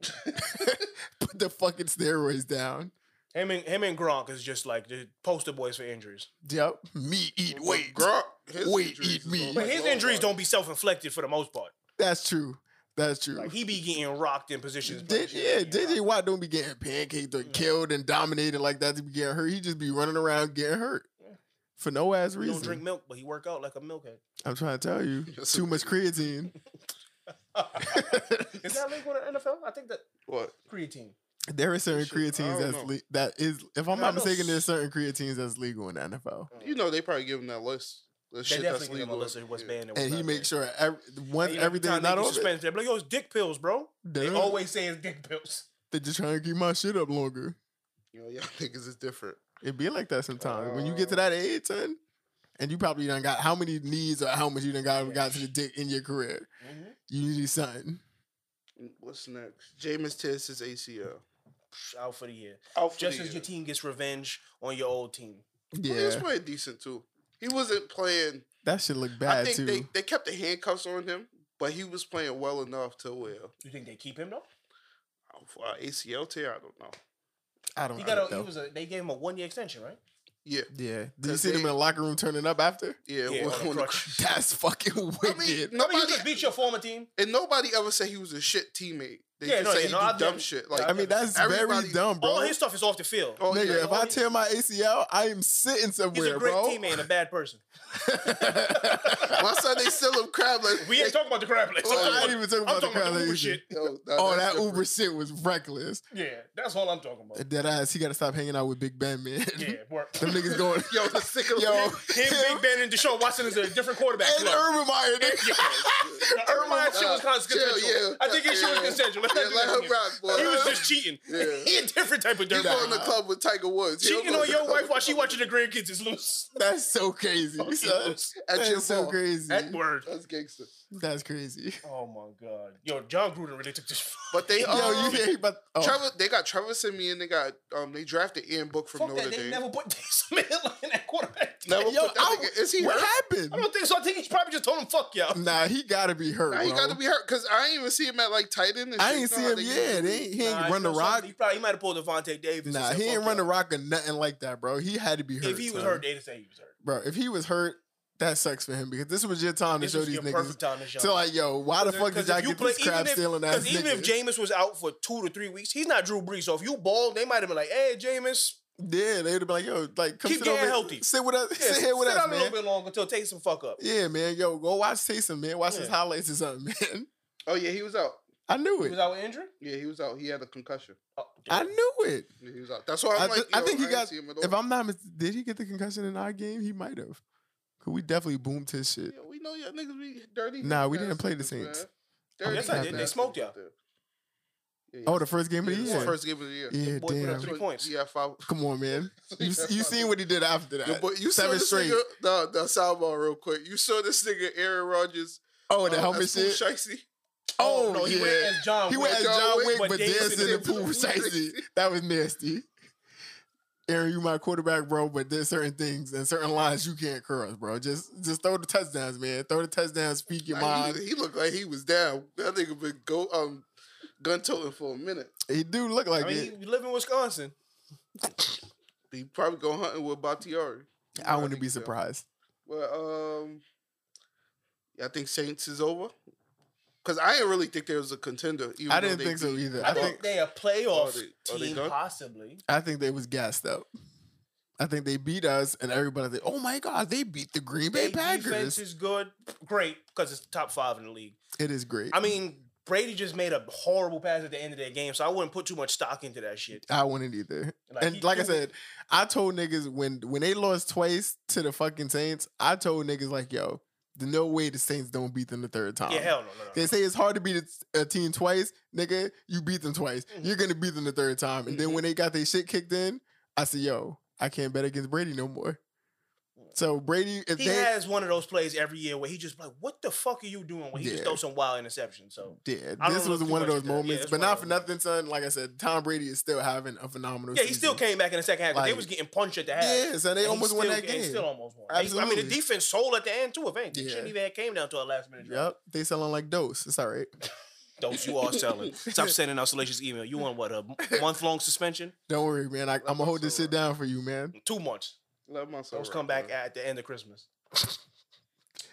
Speaker 3: [LAUGHS] Put the fucking steroids down.
Speaker 4: Him and him and Gronk is just like the poster boys for injuries.
Speaker 3: Yep. Me eat
Speaker 2: Well,
Speaker 3: weight.
Speaker 2: Gronk, his
Speaker 3: Wait,
Speaker 2: injuries
Speaker 3: eat
Speaker 2: is
Speaker 3: me.
Speaker 2: all
Speaker 4: But
Speaker 2: like
Speaker 4: his
Speaker 2: low
Speaker 4: injuries
Speaker 2: body.
Speaker 4: don't be self inflicted for the most part.
Speaker 3: That's true. That's true.
Speaker 4: Like he be getting rocked in positions. by
Speaker 3: Did,
Speaker 4: shit
Speaker 3: yeah,
Speaker 4: that he ain't
Speaker 3: JJ Watt don't be getting pancaked or killed and dominated like that to be getting hurt. He just be running around getting hurt for no ass
Speaker 4: like. He
Speaker 3: reason.
Speaker 4: don't drink milk, but he work out like a milkhead.
Speaker 3: I'm trying to tell you,
Speaker 2: Yes,
Speaker 3: too
Speaker 2: it
Speaker 3: much creatine.
Speaker 4: [LAUGHS] Is that legal in the NFL? I think that
Speaker 2: What?
Speaker 4: creatine.
Speaker 3: there are certain
Speaker 2: Shit, I
Speaker 3: creatines
Speaker 2: don't
Speaker 3: that's
Speaker 2: know.
Speaker 3: le- that is. If I'm
Speaker 4: Yeah, I
Speaker 3: not
Speaker 4: know
Speaker 3: mistaken,
Speaker 4: s-
Speaker 3: there's certain creatines that's legal in the NFL,
Speaker 2: You know they probably give him that list. The
Speaker 4: They
Speaker 2: shit that's
Speaker 4: definitely give him a
Speaker 2: legal.
Speaker 4: list of what's
Speaker 2: Yeah.
Speaker 4: banned what's
Speaker 3: and he
Speaker 4: not
Speaker 3: makes
Speaker 4: banned.
Speaker 3: sure every, once
Speaker 4: And you know,
Speaker 3: everything
Speaker 4: every
Speaker 3: is
Speaker 4: time
Speaker 3: not
Speaker 4: they get
Speaker 3: on it,
Speaker 4: suspended, they're like, yo, it's dick pills, bro. They
Speaker 3: Dude.
Speaker 4: always say it's dick pills.
Speaker 3: they're just trying to keep my shit up longer.
Speaker 2: You know, y'all [LAUGHS] niggas is different.
Speaker 3: It be like that sometimes. when you get
Speaker 4: Oh.
Speaker 3: to that age, son, and you probably done got how many knees or how much you done got, got to the dick in your career, you need something.
Speaker 2: Mm, What's next? Jameis tears his ACL.
Speaker 4: Psh, Out for the year.
Speaker 2: Out for
Speaker 4: Just
Speaker 2: the
Speaker 4: as
Speaker 2: year.
Speaker 4: your team gets revenge on your old team.
Speaker 2: Well, He was
Speaker 3: Yeah,
Speaker 2: playing decent too. He wasn't playing.
Speaker 3: that should look
Speaker 2: I
Speaker 3: bad
Speaker 2: think
Speaker 3: too.
Speaker 2: they, they kept the handcuffs on him, but he was playing well enough to well.
Speaker 4: You think they keep him though?
Speaker 2: For our ACL tear, I don't know.
Speaker 3: I don't
Speaker 4: He
Speaker 3: know.
Speaker 4: got a,
Speaker 3: though.
Speaker 4: he was a, they gave him a one year extension, right?
Speaker 2: Yeah,
Speaker 3: yeah, did you
Speaker 2: 'cause
Speaker 3: see them in
Speaker 2: they-
Speaker 3: the locker room turning up after? [LAUGHS]
Speaker 2: yeah. [LAUGHS]
Speaker 4: Yeah,
Speaker 2: on-
Speaker 4: on a
Speaker 2: on the
Speaker 4: crutch.
Speaker 2: cr-
Speaker 3: That's fucking
Speaker 2: I
Speaker 3: wicked.
Speaker 2: mean,
Speaker 4: I mean, you
Speaker 2: nobody
Speaker 4: just beat your former team.
Speaker 2: and nobody ever said he was a shit teammate. They
Speaker 4: Yeah,
Speaker 2: just
Speaker 4: no,
Speaker 2: say
Speaker 4: yeah,
Speaker 2: he
Speaker 4: no,
Speaker 2: do
Speaker 4: I've
Speaker 2: dumb
Speaker 4: never-
Speaker 2: shit.
Speaker 4: I've
Speaker 2: Like
Speaker 3: I mean, that's very
Speaker 2: everybody-
Speaker 3: dumb, bro.
Speaker 4: All his [LAUGHS] stuff is off the field.
Speaker 2: Oh,
Speaker 3: Nigga,
Speaker 2: yeah.
Speaker 3: if I tear my ACL, I am sitting
Speaker 4: He's
Speaker 3: somewhere,
Speaker 4: a great
Speaker 3: bro. [LAUGHS]
Speaker 4: teammate [LAUGHS] and a bad person.
Speaker 2: my son, they still him crab like
Speaker 4: We ain't talking about the crap.
Speaker 3: [LAUGHS]
Speaker 4: Like,
Speaker 2: Oh,
Speaker 3: I ain't even talking about
Speaker 4: I'm
Speaker 3: the
Speaker 4: talking about the
Speaker 3: crowd.
Speaker 4: Uber shit.
Speaker 2: Yo, nah,
Speaker 3: Oh,
Speaker 2: that's
Speaker 3: that
Speaker 2: different.
Speaker 3: Uber shit was reckless.
Speaker 4: Yeah, that's all I'm
Speaker 3: [LAUGHS]
Speaker 4: talking about.
Speaker 3: Dead ass, he got to stop hanging out with Big Ben, man.
Speaker 4: Yeah,
Speaker 3: [LAUGHS]
Speaker 4: work.
Speaker 3: Them
Speaker 4: Him,
Speaker 3: niggas going,
Speaker 2: [LAUGHS] Yo, the sick of
Speaker 3: yo,
Speaker 4: [LAUGHS] Big Ben, and Deshaun Watson is a different quarterback.
Speaker 3: and Urban Meyer, nigga.
Speaker 4: Urban Meyer shit was
Speaker 2: Nah,
Speaker 4: kind of
Speaker 2: chill,
Speaker 4: consensual.
Speaker 2: yeah.
Speaker 4: I think his shit was
Speaker 2: Yeah.
Speaker 4: consensual. Let's
Speaker 2: Yeah,
Speaker 4: not do
Speaker 2: let
Speaker 4: that to
Speaker 2: him
Speaker 4: him.
Speaker 2: rock, boy.
Speaker 4: He was just cheating. [LAUGHS]
Speaker 2: Yeah.
Speaker 4: He a different type of
Speaker 2: He
Speaker 4: dirt.
Speaker 2: go in the
Speaker 4: bag.
Speaker 2: club with Tiger Woods. He
Speaker 4: Cheating
Speaker 2: don't go
Speaker 4: on
Speaker 2: in
Speaker 4: your
Speaker 2: the
Speaker 4: wife
Speaker 2: club
Speaker 4: while she watching the grandkids is
Speaker 3: [LAUGHS]
Speaker 4: loose.
Speaker 3: [LAUGHS] That's so crazy. son.
Speaker 2: at
Speaker 3: That
Speaker 2: your
Speaker 3: is so
Speaker 2: ball.
Speaker 3: crazy.
Speaker 4: That word.
Speaker 2: That's gangster. [LAUGHS]
Speaker 3: That's crazy.
Speaker 4: Oh my god. Yo, John Gruden really took this. [LAUGHS]
Speaker 2: But they um,
Speaker 3: Yo, you hear about oh,
Speaker 2: Trevor, they got Trevor Simeon. They got um, they drafted Ian Book from
Speaker 4: Fuck
Speaker 2: Notre
Speaker 4: that. They
Speaker 2: Dame.
Speaker 4: never put [LAUGHS] Taysom Hill in that quarterback. team.
Speaker 2: Never
Speaker 3: Yo,
Speaker 2: put that
Speaker 3: I-
Speaker 2: nigga- Is he
Speaker 3: What
Speaker 2: hurt?
Speaker 4: I
Speaker 3: happened?
Speaker 4: don't think so. I think he probably just told him
Speaker 2: [LAUGHS]
Speaker 4: fuck y'all.
Speaker 3: Nah, he gotta be hurt.
Speaker 2: Now he
Speaker 3: bro.
Speaker 2: got to be hurt because I ain't even see him at like tight end. and
Speaker 3: I
Speaker 2: shit.
Speaker 3: ain't
Speaker 2: You
Speaker 3: see
Speaker 2: know how
Speaker 3: him.
Speaker 2: they
Speaker 3: Yeah,
Speaker 2: get-
Speaker 3: they ain't, he
Speaker 4: Nah,
Speaker 3: ain't
Speaker 4: I
Speaker 3: run the
Speaker 4: know
Speaker 3: rock.
Speaker 4: something. He probably he might have pulled Devontae Davis. and
Speaker 3: Nah,
Speaker 4: said,
Speaker 3: he ain't
Speaker 4: "Fuck
Speaker 3: run the
Speaker 4: y'all."
Speaker 3: rock or nothing like that, bro. He had to be hurt.
Speaker 4: If he was
Speaker 3: son.
Speaker 4: hurt, they'd say he was hurt.
Speaker 3: bro, if he was hurt, that sucks for him because this was your time
Speaker 4: This
Speaker 3: to show
Speaker 4: was
Speaker 3: these
Speaker 4: your perfect
Speaker 3: niggas.
Speaker 4: time to show.
Speaker 3: So like, yo, why the fuck did
Speaker 4: Because
Speaker 3: y'all
Speaker 4: if you
Speaker 3: get
Speaker 4: play,
Speaker 3: this
Speaker 4: even
Speaker 3: crap
Speaker 4: if,
Speaker 3: stealing ass
Speaker 4: because
Speaker 3: nigga?
Speaker 4: even if Jameis was out for two to three weeks, he's not Drew Brees. So if you balled, they might have been like, "Hey, Jameis,
Speaker 3: yeah, they would have been like, yo, like come
Speaker 4: Keep
Speaker 3: sit
Speaker 4: getting
Speaker 3: over,
Speaker 4: healthy.
Speaker 3: sit with us,
Speaker 4: yeah,
Speaker 3: sit here with
Speaker 4: sit
Speaker 3: us,
Speaker 4: out a little
Speaker 3: man.
Speaker 4: bit longer until take some fuck up."
Speaker 3: Yeah, man, yo, go watch Taysom, man. Watch his
Speaker 4: Yeah.
Speaker 3: highlights or something, [LAUGHS] man.
Speaker 2: Oh yeah, he was out.
Speaker 3: I knew
Speaker 4: He was
Speaker 3: it.
Speaker 4: out with injury.
Speaker 2: Yeah, he was out. He had a concussion.
Speaker 4: Oh,
Speaker 3: I knew it.
Speaker 2: He was out. That's why I'm
Speaker 3: I,
Speaker 2: like,
Speaker 3: th- I
Speaker 2: yo,
Speaker 3: think he
Speaker 2: ain't
Speaker 3: got.
Speaker 2: see him at
Speaker 3: If
Speaker 2: all.
Speaker 3: I'm not, mis- did he get the concussion in our game? He might have. Cause we definitely boomed his shit.
Speaker 2: Yeah, we know y'all niggas be dirty.
Speaker 3: Nah, we
Speaker 2: bastard,
Speaker 3: didn't play the
Speaker 2: man.
Speaker 3: Saints.
Speaker 2: Dirty
Speaker 3: Yes, I did. They
Speaker 2: bastard
Speaker 4: smoked y'all.
Speaker 2: out there. Yeah,
Speaker 3: Oh, the first game
Speaker 2: yeah,
Speaker 3: of the
Speaker 2: this is
Speaker 3: year.
Speaker 2: first game of the year.
Speaker 3: yeah,
Speaker 4: boy put up
Speaker 3: damn.
Speaker 4: three points.
Speaker 2: Yeah, five.
Speaker 3: Come on, man. You,
Speaker 2: Yeah,
Speaker 3: you
Speaker 2: five.
Speaker 3: seen what he did after that?
Speaker 2: Yo, boy, you saw
Speaker 3: Seven
Speaker 2: this
Speaker 3: straight.
Speaker 2: nigga, the, the soundball real quick. You saw this nigga Aaron Rodgers.
Speaker 3: Oh, the
Speaker 2: uh,
Speaker 3: helmet
Speaker 2: as Pooh
Speaker 3: shit.
Speaker 2: Shiesty?
Speaker 3: oh,
Speaker 4: no, he
Speaker 3: yeah.
Speaker 4: went as John.
Speaker 3: He went
Speaker 4: Wick.
Speaker 3: as John Wick, but danced in the
Speaker 2: pool.
Speaker 3: pool.
Speaker 4: [LAUGHS]
Speaker 3: Shiesty. That was nasty. Aaron, you my quarterback, bro, but there's certain things and certain lines you can't cross, bro. Just just throw the touchdowns, man. Throw the touchdowns, speak your
Speaker 2: Nah,
Speaker 3: mind.
Speaker 2: he, he looked like he was down. That nigga been go um gun toting for a minute.
Speaker 3: He do look
Speaker 4: I
Speaker 3: like
Speaker 4: mean,
Speaker 3: it.
Speaker 4: you live in Wisconsin.
Speaker 2: He probably go hunting with Bakhtiari. I
Speaker 3: I wouldn't
Speaker 2: think
Speaker 3: be
Speaker 2: so.
Speaker 3: surprised.
Speaker 2: Well, um, I think Saints is over because I didn't really think there was a contender. Even
Speaker 3: I
Speaker 2: though
Speaker 3: didn't
Speaker 2: they
Speaker 3: think so
Speaker 2: beat-
Speaker 3: either.
Speaker 4: I,
Speaker 3: I
Speaker 4: think,
Speaker 3: think
Speaker 4: they a playoff
Speaker 2: Are they- are they
Speaker 4: team,
Speaker 2: done?
Speaker 4: possibly.
Speaker 3: I think they was gassed up. I think they beat us, and everybody like, oh my god, they beat the Green Bay
Speaker 4: Their defense
Speaker 3: Packers.
Speaker 4: is good, great, because it's top five in the league.
Speaker 3: It is great.
Speaker 4: I mean, Brady just made a horrible pass at the end of that game, so I wouldn't put too much stock into that shit.
Speaker 3: I wouldn't either.
Speaker 4: he
Speaker 3: and like I
Speaker 4: threw-
Speaker 3: said, I told niggas when when they lost twice to the fucking Saints, I told niggas like, yo, the no way the Saints don't beat them the third time.
Speaker 4: yeah, hell no, no, no.
Speaker 3: They say it's hard to beat a a team twice, nigga. You beat them twice.
Speaker 4: Mm-hmm.
Speaker 3: You're gonna beat them the third time. And then when they got their shit kicked in, I said, yo, I can't bet against Brady no more. So Brady, if
Speaker 4: he
Speaker 3: they
Speaker 4: has one of those plays every year where he just like, what the fuck are you doing? When he just
Speaker 3: Yeah.
Speaker 4: throws some wild interception. So
Speaker 3: yeah,
Speaker 4: I don't
Speaker 3: this
Speaker 4: know
Speaker 3: was
Speaker 4: too
Speaker 3: one of
Speaker 4: much
Speaker 3: those
Speaker 4: of that. Yeah,
Speaker 3: moments,
Speaker 4: it's
Speaker 3: but
Speaker 4: one of
Speaker 3: not for
Speaker 4: those
Speaker 3: nothing, son. Like I said, Tom Brady is still having a phenomenal.
Speaker 4: yeah, he still
Speaker 3: season.
Speaker 4: came back in the second half. 'cause they
Speaker 3: Like-
Speaker 4: was getting punched at the half.
Speaker 3: Yeah, so they
Speaker 4: and he
Speaker 3: almost won
Speaker 4: still-
Speaker 3: that
Speaker 4: and he
Speaker 3: game.
Speaker 4: still almost won. They- I mean, the
Speaker 3: Absolutely.
Speaker 4: defense sold at the end too. If anything,
Speaker 3: Yeah.
Speaker 4: it shouldn't even have came down to a last minute. drive.
Speaker 3: Yep, they selling like dose. It's all right.
Speaker 4: Those you are selling. Stop sending out salacious email. You want what a month long suspension?
Speaker 3: Don't worry, man. I, I'm gonna hold this shit down for you, man.
Speaker 4: Two months.
Speaker 2: Let my soul
Speaker 4: Those
Speaker 2: rest,
Speaker 4: come back
Speaker 2: man.
Speaker 4: at the end of Christmas.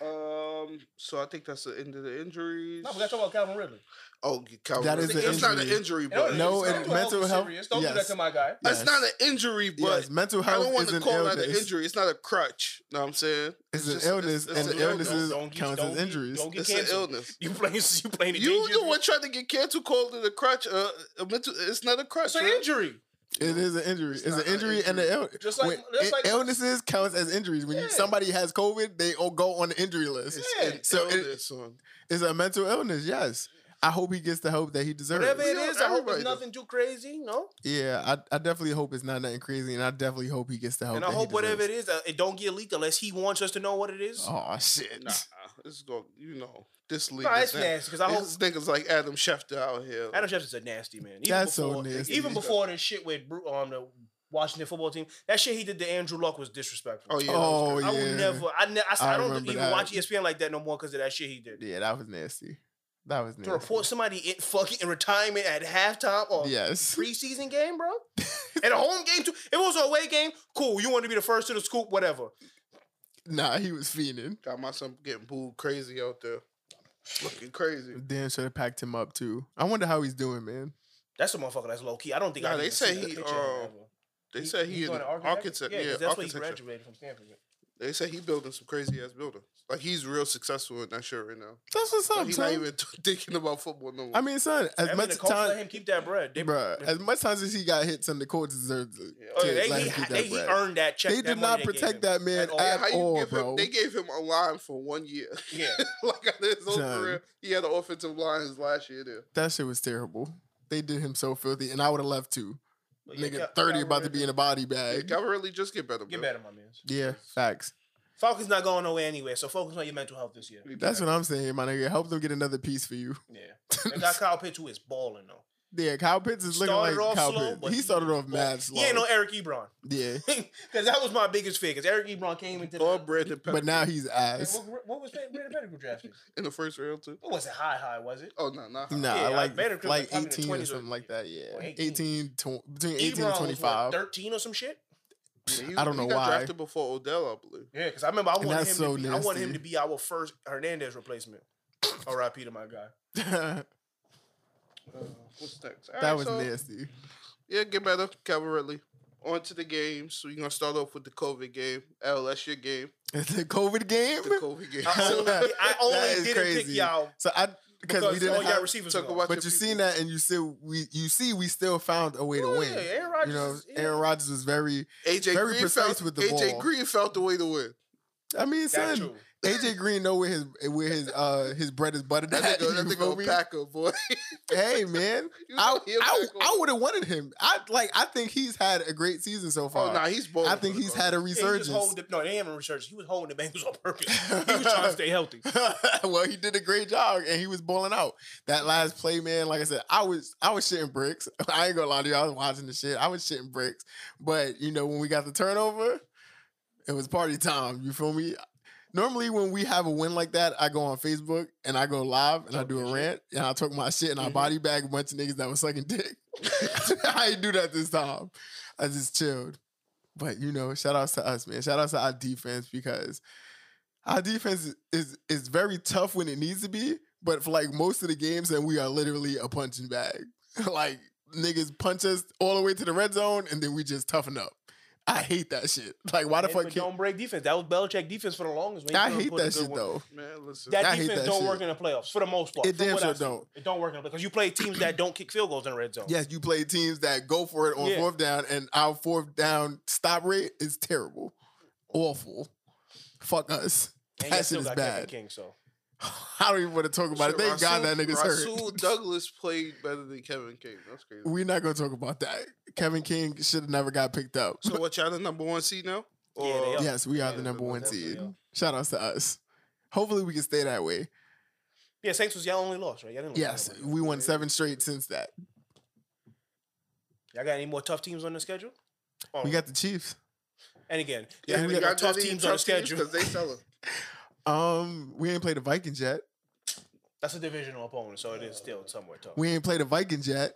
Speaker 2: Um, so I think that's the end of the injuries.
Speaker 4: No, we got to talk about Calvin Ridley.
Speaker 2: oh, Calvin.
Speaker 3: That is
Speaker 2: Ridley.
Speaker 4: an
Speaker 2: It's not an
Speaker 3: injury.
Speaker 2: injury,
Speaker 4: And
Speaker 2: but
Speaker 4: don't-
Speaker 3: No,
Speaker 4: don't
Speaker 3: and
Speaker 4: do it, I'll be
Speaker 3: mental health-
Speaker 4: serious. Don't do that
Speaker 3: yes.
Speaker 4: to my guy.
Speaker 2: it's not an injury, but
Speaker 3: yes, mental
Speaker 2: I
Speaker 3: health
Speaker 2: don't want
Speaker 3: is
Speaker 2: to
Speaker 3: an
Speaker 2: call that an
Speaker 3: illness.
Speaker 2: injury. It's not a crutch. You know what I'm saying?
Speaker 3: It's an illness,
Speaker 2: it's,
Speaker 3: and
Speaker 2: an
Speaker 3: the illness
Speaker 2: illness.
Speaker 3: is counts as injuries.
Speaker 4: Don't get
Speaker 2: It's an
Speaker 4: canceled.
Speaker 2: illness.
Speaker 4: You playing? [LAUGHS] You playing?
Speaker 2: You
Speaker 4: injury.
Speaker 2: the one trying to get canceled, called it a crutch. Uh, a mental, it's not a crutch.
Speaker 4: It's an
Speaker 2: right?
Speaker 4: injury.
Speaker 3: It is an injury. It's,
Speaker 2: not
Speaker 3: an
Speaker 2: an
Speaker 3: injury, and
Speaker 2: injury.
Speaker 3: an illness.
Speaker 4: Just like- just like-
Speaker 3: illnesses counts as injuries. When you,
Speaker 4: Yeah.
Speaker 3: somebody has COVID, they all go on the injury list.
Speaker 4: Yeah.
Speaker 2: An
Speaker 3: So it-
Speaker 2: illness, son.
Speaker 3: It's a mental illness. Yes, I hope he gets the help that he deserves.
Speaker 4: Whatever it
Speaker 2: We don't-
Speaker 4: is, I hope it's
Speaker 2: everybody does.
Speaker 4: nothing too crazy. No,
Speaker 3: Yeah, I, I definitely hope it's not nothing crazy, and I definitely hope he gets the help.
Speaker 4: and I hope whatever it is, uh, it don't get leaked unless he wants us to know what it is.
Speaker 3: Oh shit!
Speaker 2: Nah, this is going. You know, this league.
Speaker 4: No,
Speaker 2: is
Speaker 4: it's
Speaker 2: that-
Speaker 4: nasty because I hope
Speaker 2: These niggas like Adam Schefter out here.
Speaker 4: Adam Jefferson's a nasty man. Even
Speaker 3: That's so
Speaker 4: before,
Speaker 3: nasty.
Speaker 4: Even before this shit with Bru- on the Washington football team, that shit he did to Andrew Luck was disrespectful.
Speaker 2: oh yeah. that was
Speaker 3: [LAUGHS] oh
Speaker 2: crazy.
Speaker 3: yeah.
Speaker 4: I will never. I, ne- I, I,
Speaker 3: I
Speaker 4: don't
Speaker 3: remember
Speaker 4: even
Speaker 3: that.
Speaker 4: watch E ESPN like that no more because of that shit he did.
Speaker 3: Yeah, that was nasty. That was nasty.
Speaker 4: To report somebody in fucking in retirement at halftime or
Speaker 3: yes.
Speaker 4: preseason
Speaker 3: [LAUGHS]
Speaker 4: game, bro, and a home game too. If it was a away game, cool. You want to be the first to the scoop, whatever.
Speaker 3: Nah, he was fiending.
Speaker 2: Got my son getting booed crazy out there. Looking crazy.
Speaker 3: Dan should have packed him up too. I wonder how he's doing, man.
Speaker 4: That's a motherfucker that's low key. I don't think.
Speaker 2: Nah,
Speaker 4: I've
Speaker 2: they
Speaker 4: even
Speaker 2: say
Speaker 4: seen a
Speaker 2: he,
Speaker 4: picture of him
Speaker 2: uh,
Speaker 3: um,
Speaker 4: ever.
Speaker 2: They
Speaker 4: He-
Speaker 2: said
Speaker 4: he's
Speaker 2: he, in
Speaker 4: going
Speaker 2: the
Speaker 4: to
Speaker 2: architect. Yeah,
Speaker 4: 'cause that's where he
Speaker 2: architecture.
Speaker 4: graduated from Stanford. with.
Speaker 2: They say he building some crazy ass buildings. Like he's real successful in that shit right now.
Speaker 3: That's what's up,
Speaker 2: he's
Speaker 3: son.
Speaker 2: not even [LAUGHS] thinking about football no more.
Speaker 3: I mean, son, as
Speaker 4: I mean, the
Speaker 3: much
Speaker 4: coach let
Speaker 3: time,
Speaker 4: him keep that bread. They,
Speaker 3: bruh, as much times as he got hit, son, the Colts deserved to,
Speaker 2: Yeah.
Speaker 4: Oh,
Speaker 3: to
Speaker 4: yeah, they,
Speaker 3: let
Speaker 4: he,
Speaker 3: him get
Speaker 4: they,
Speaker 3: that
Speaker 4: he
Speaker 3: bread.
Speaker 4: earned that check.
Speaker 3: They
Speaker 4: that
Speaker 3: did
Speaker 4: money
Speaker 3: not
Speaker 4: they gave
Speaker 3: protect
Speaker 4: him.
Speaker 3: that man
Speaker 4: all.
Speaker 2: yeah,
Speaker 3: at
Speaker 2: how you
Speaker 3: all,
Speaker 2: give him,
Speaker 3: bro.
Speaker 2: they gave him a line for one year.
Speaker 4: Yeah.
Speaker 2: [LAUGHS] like out of his whole
Speaker 3: Son.
Speaker 2: career, he had an offensive line his last year there.
Speaker 3: That shit was terrible. They did him so filthy, and I would have left too.
Speaker 4: But yeah,
Speaker 3: Nigga,
Speaker 4: Cal-
Speaker 3: thirty
Speaker 4: Calvin
Speaker 3: about to
Speaker 4: Ridley-
Speaker 3: be in a body
Speaker 2: Yeah,
Speaker 3: bag.
Speaker 2: Calvin Ridley just get better.
Speaker 4: Get
Speaker 2: bro.
Speaker 4: better, my man.
Speaker 3: Yeah, facts.
Speaker 4: Falcons not going nowhere anyway, so focus on your mental health this year.
Speaker 2: Get
Speaker 3: That's
Speaker 2: better.
Speaker 3: what I'm saying, my nigga. Help them get another piece for you.
Speaker 4: Yeah. They got Kyle Pitts who is balling though.
Speaker 3: [LAUGHS] Yeah, Kyle Pitts is looking
Speaker 4: Started
Speaker 3: like
Speaker 4: off
Speaker 3: Kyle
Speaker 4: slow, but
Speaker 3: Pitts. He
Speaker 4: he-
Speaker 3: started off
Speaker 4: Ball.
Speaker 3: mad slow.
Speaker 4: He ain't no Eric Ebron. [LAUGHS]
Speaker 3: yeah,
Speaker 4: Because that was my biggest fear. Because Eric Ebron came into the.
Speaker 2: Or Brandon Pepper
Speaker 3: but now he's
Speaker 4: Hey,
Speaker 3: ass.
Speaker 4: What, what was Brandon Pettigrew drafted?
Speaker 2: in the first round too.
Speaker 4: It wasn't high, high, was it?
Speaker 2: Oh no, nah, nah.
Speaker 3: Nah,
Speaker 4: Yeah, like,
Speaker 3: like
Speaker 4: Vanderbilt was
Speaker 3: like
Speaker 4: probably in the
Speaker 3: 18 or
Speaker 4: 20s or-
Speaker 3: something like that. Yeah,
Speaker 4: or 18.
Speaker 3: 18, tw- between 18
Speaker 4: Ebron
Speaker 3: and
Speaker 4: was, what,
Speaker 3: 25.
Speaker 4: 13 or some shit?
Speaker 2: Yeah, he-
Speaker 3: I don't
Speaker 2: he
Speaker 3: know
Speaker 2: got
Speaker 3: why.
Speaker 2: Drafted before Odell, I believe.
Speaker 4: Yeah, because I remember I wanted
Speaker 3: that's
Speaker 4: him
Speaker 3: so
Speaker 4: to be, I wanted him
Speaker 3: nasty.
Speaker 4: to be our first Hernandez replacement. R.I.P. to my guy.
Speaker 3: [LAUGHS] that
Speaker 2: Uh, what's next? All right,
Speaker 3: was
Speaker 2: so,
Speaker 3: nasty. [LAUGHS]
Speaker 2: Yeah, get better, Calvin Ridley. On to the games. So you're gonna start off with the COVID game. L, that's your game.
Speaker 3: the COVID game. [LAUGHS]
Speaker 2: The COVID game.
Speaker 4: I only, I
Speaker 3: [LAUGHS] That [LAUGHS]
Speaker 4: only
Speaker 3: is
Speaker 4: didn't pick
Speaker 3: crazy.
Speaker 4: y'all
Speaker 3: So I because we didn't.
Speaker 4: all y'all
Speaker 3: Have,
Speaker 4: receivers
Speaker 2: talk
Speaker 4: were gone.
Speaker 2: about-
Speaker 3: but you seen that, and you still we you see we still found a way to
Speaker 4: Oh, Yeah,
Speaker 3: win.
Speaker 4: Aaron Rodgers
Speaker 3: you know,
Speaker 4: is- yeah.
Speaker 3: Aaron Rodgers was very.
Speaker 2: AJ
Speaker 3: Very
Speaker 2: Green
Speaker 3: precise
Speaker 2: felt
Speaker 3: with the
Speaker 2: AJ
Speaker 3: ball.
Speaker 2: Green felt the way to win.
Speaker 3: I mean,
Speaker 4: That's
Speaker 3: son,
Speaker 4: true.
Speaker 3: AJ Green know where his where his uh his bread is
Speaker 4: [LAUGHS]
Speaker 3: buttered. [LAUGHS]
Speaker 2: That
Speaker 3: at,
Speaker 2: nigga, that
Speaker 3: you
Speaker 2: nigga
Speaker 3: feel
Speaker 2: a
Speaker 3: me?
Speaker 2: packer, boy. [LAUGHS]
Speaker 3: Hey man,
Speaker 2: You
Speaker 3: I
Speaker 2: know he a
Speaker 3: I,
Speaker 2: packer.
Speaker 3: I would have wanted him. I like I think he's had a great season so far.
Speaker 2: Oh, nah, he's bold.
Speaker 3: I think he's had a
Speaker 4: Yeah, he was
Speaker 3: resurgence.
Speaker 4: holding the- no, they haven't resurgence. He was holding
Speaker 3: [LAUGHS]
Speaker 4: the Bengals on purpose. He was trying to stay healthy.
Speaker 3: well, he did a great job and he was balling out. That last play, man, like I said, I was I was shitting bricks. [LAUGHS] I ain't gonna lie to you, I was watching the shit. I was shitting bricks. But you know, when we got the turnover, it was party time. You feel me? Normally when we have a win like that, I go on Facebook and I go live and I do a rant and I talk my shit and I
Speaker 4: Mhm.
Speaker 3: body bag a bunch of niggas that was sucking dick. [LAUGHS] I ain't do that this time. I just chilled. But you know, shout outs to us, man. Shout outs to our defense because our defense is, is is very tough when it needs to be, but for like most of the games, and we are literally a punching bag. [LAUGHS] like niggas punch us all the way to the red zone, and then we just toughen up. I hate that shit. Like why the
Speaker 4: And-
Speaker 3: fuck?
Speaker 4: but
Speaker 3: can't-
Speaker 4: don't break defense. That was Belichick defense for the longest. when he
Speaker 3: I
Speaker 4: couldn't
Speaker 3: hate
Speaker 4: put a
Speaker 3: that
Speaker 4: good
Speaker 3: shit
Speaker 4: one-
Speaker 3: though.
Speaker 2: Man, listen.
Speaker 4: That
Speaker 3: I hate
Speaker 4: defense
Speaker 3: that
Speaker 4: don't
Speaker 3: shit.
Speaker 4: work in the playoffs for the most part.
Speaker 3: It
Speaker 4: From
Speaker 3: damn
Speaker 4: what
Speaker 3: sure
Speaker 4: I've seen,
Speaker 3: don't.
Speaker 4: It don't work in the playoffs because you play teams that don't kick field goals in the red zone.
Speaker 3: Yes, you play teams that go for it on
Speaker 4: Yeah.
Speaker 3: fourth down, and our fourth down stop rate is terrible, awful. Fuck us.
Speaker 4: and
Speaker 3: that
Speaker 4: you
Speaker 3: shit
Speaker 4: still
Speaker 3: is
Speaker 4: got
Speaker 3: bad.
Speaker 4: Kevin King. So
Speaker 3: [SIGHS] I don't even want to talk about it.
Speaker 2: Shit,
Speaker 3: Thank God that nigga's
Speaker 2: Rasul
Speaker 3: hurt.
Speaker 2: Douglas played better than Kevin King. That's crazy.
Speaker 3: We're not gonna talk about that. Kevin King should have never got picked up.
Speaker 2: So what? Y'all the number one seed now?
Speaker 4: Yeah, they are.
Speaker 3: yes, we are
Speaker 4: Yeah,
Speaker 3: the number one
Speaker 4: definitely
Speaker 3: seed.
Speaker 4: are.
Speaker 3: Shout outs to us. Hopefully we can stay that way.
Speaker 4: yeah, Saints was y'all only lost, right? Y'all didn't lose
Speaker 3: Yes,
Speaker 4: nobody.
Speaker 3: we won seven straight since that.
Speaker 4: Y'all got any more tough teams on the schedule? Oh,
Speaker 3: We got the Chiefs.
Speaker 4: And again,
Speaker 3: Yeah,
Speaker 4: yeah,
Speaker 3: we
Speaker 4: we
Speaker 3: got
Speaker 4: got tough teams on the schedule.
Speaker 2: because they sell
Speaker 4: [LAUGHS]
Speaker 2: them.
Speaker 3: Um, we ain't played the Vikings yet.
Speaker 4: That's a divisional opponent, so it is still somewhat tough.
Speaker 3: We ain't played the Vikings yet.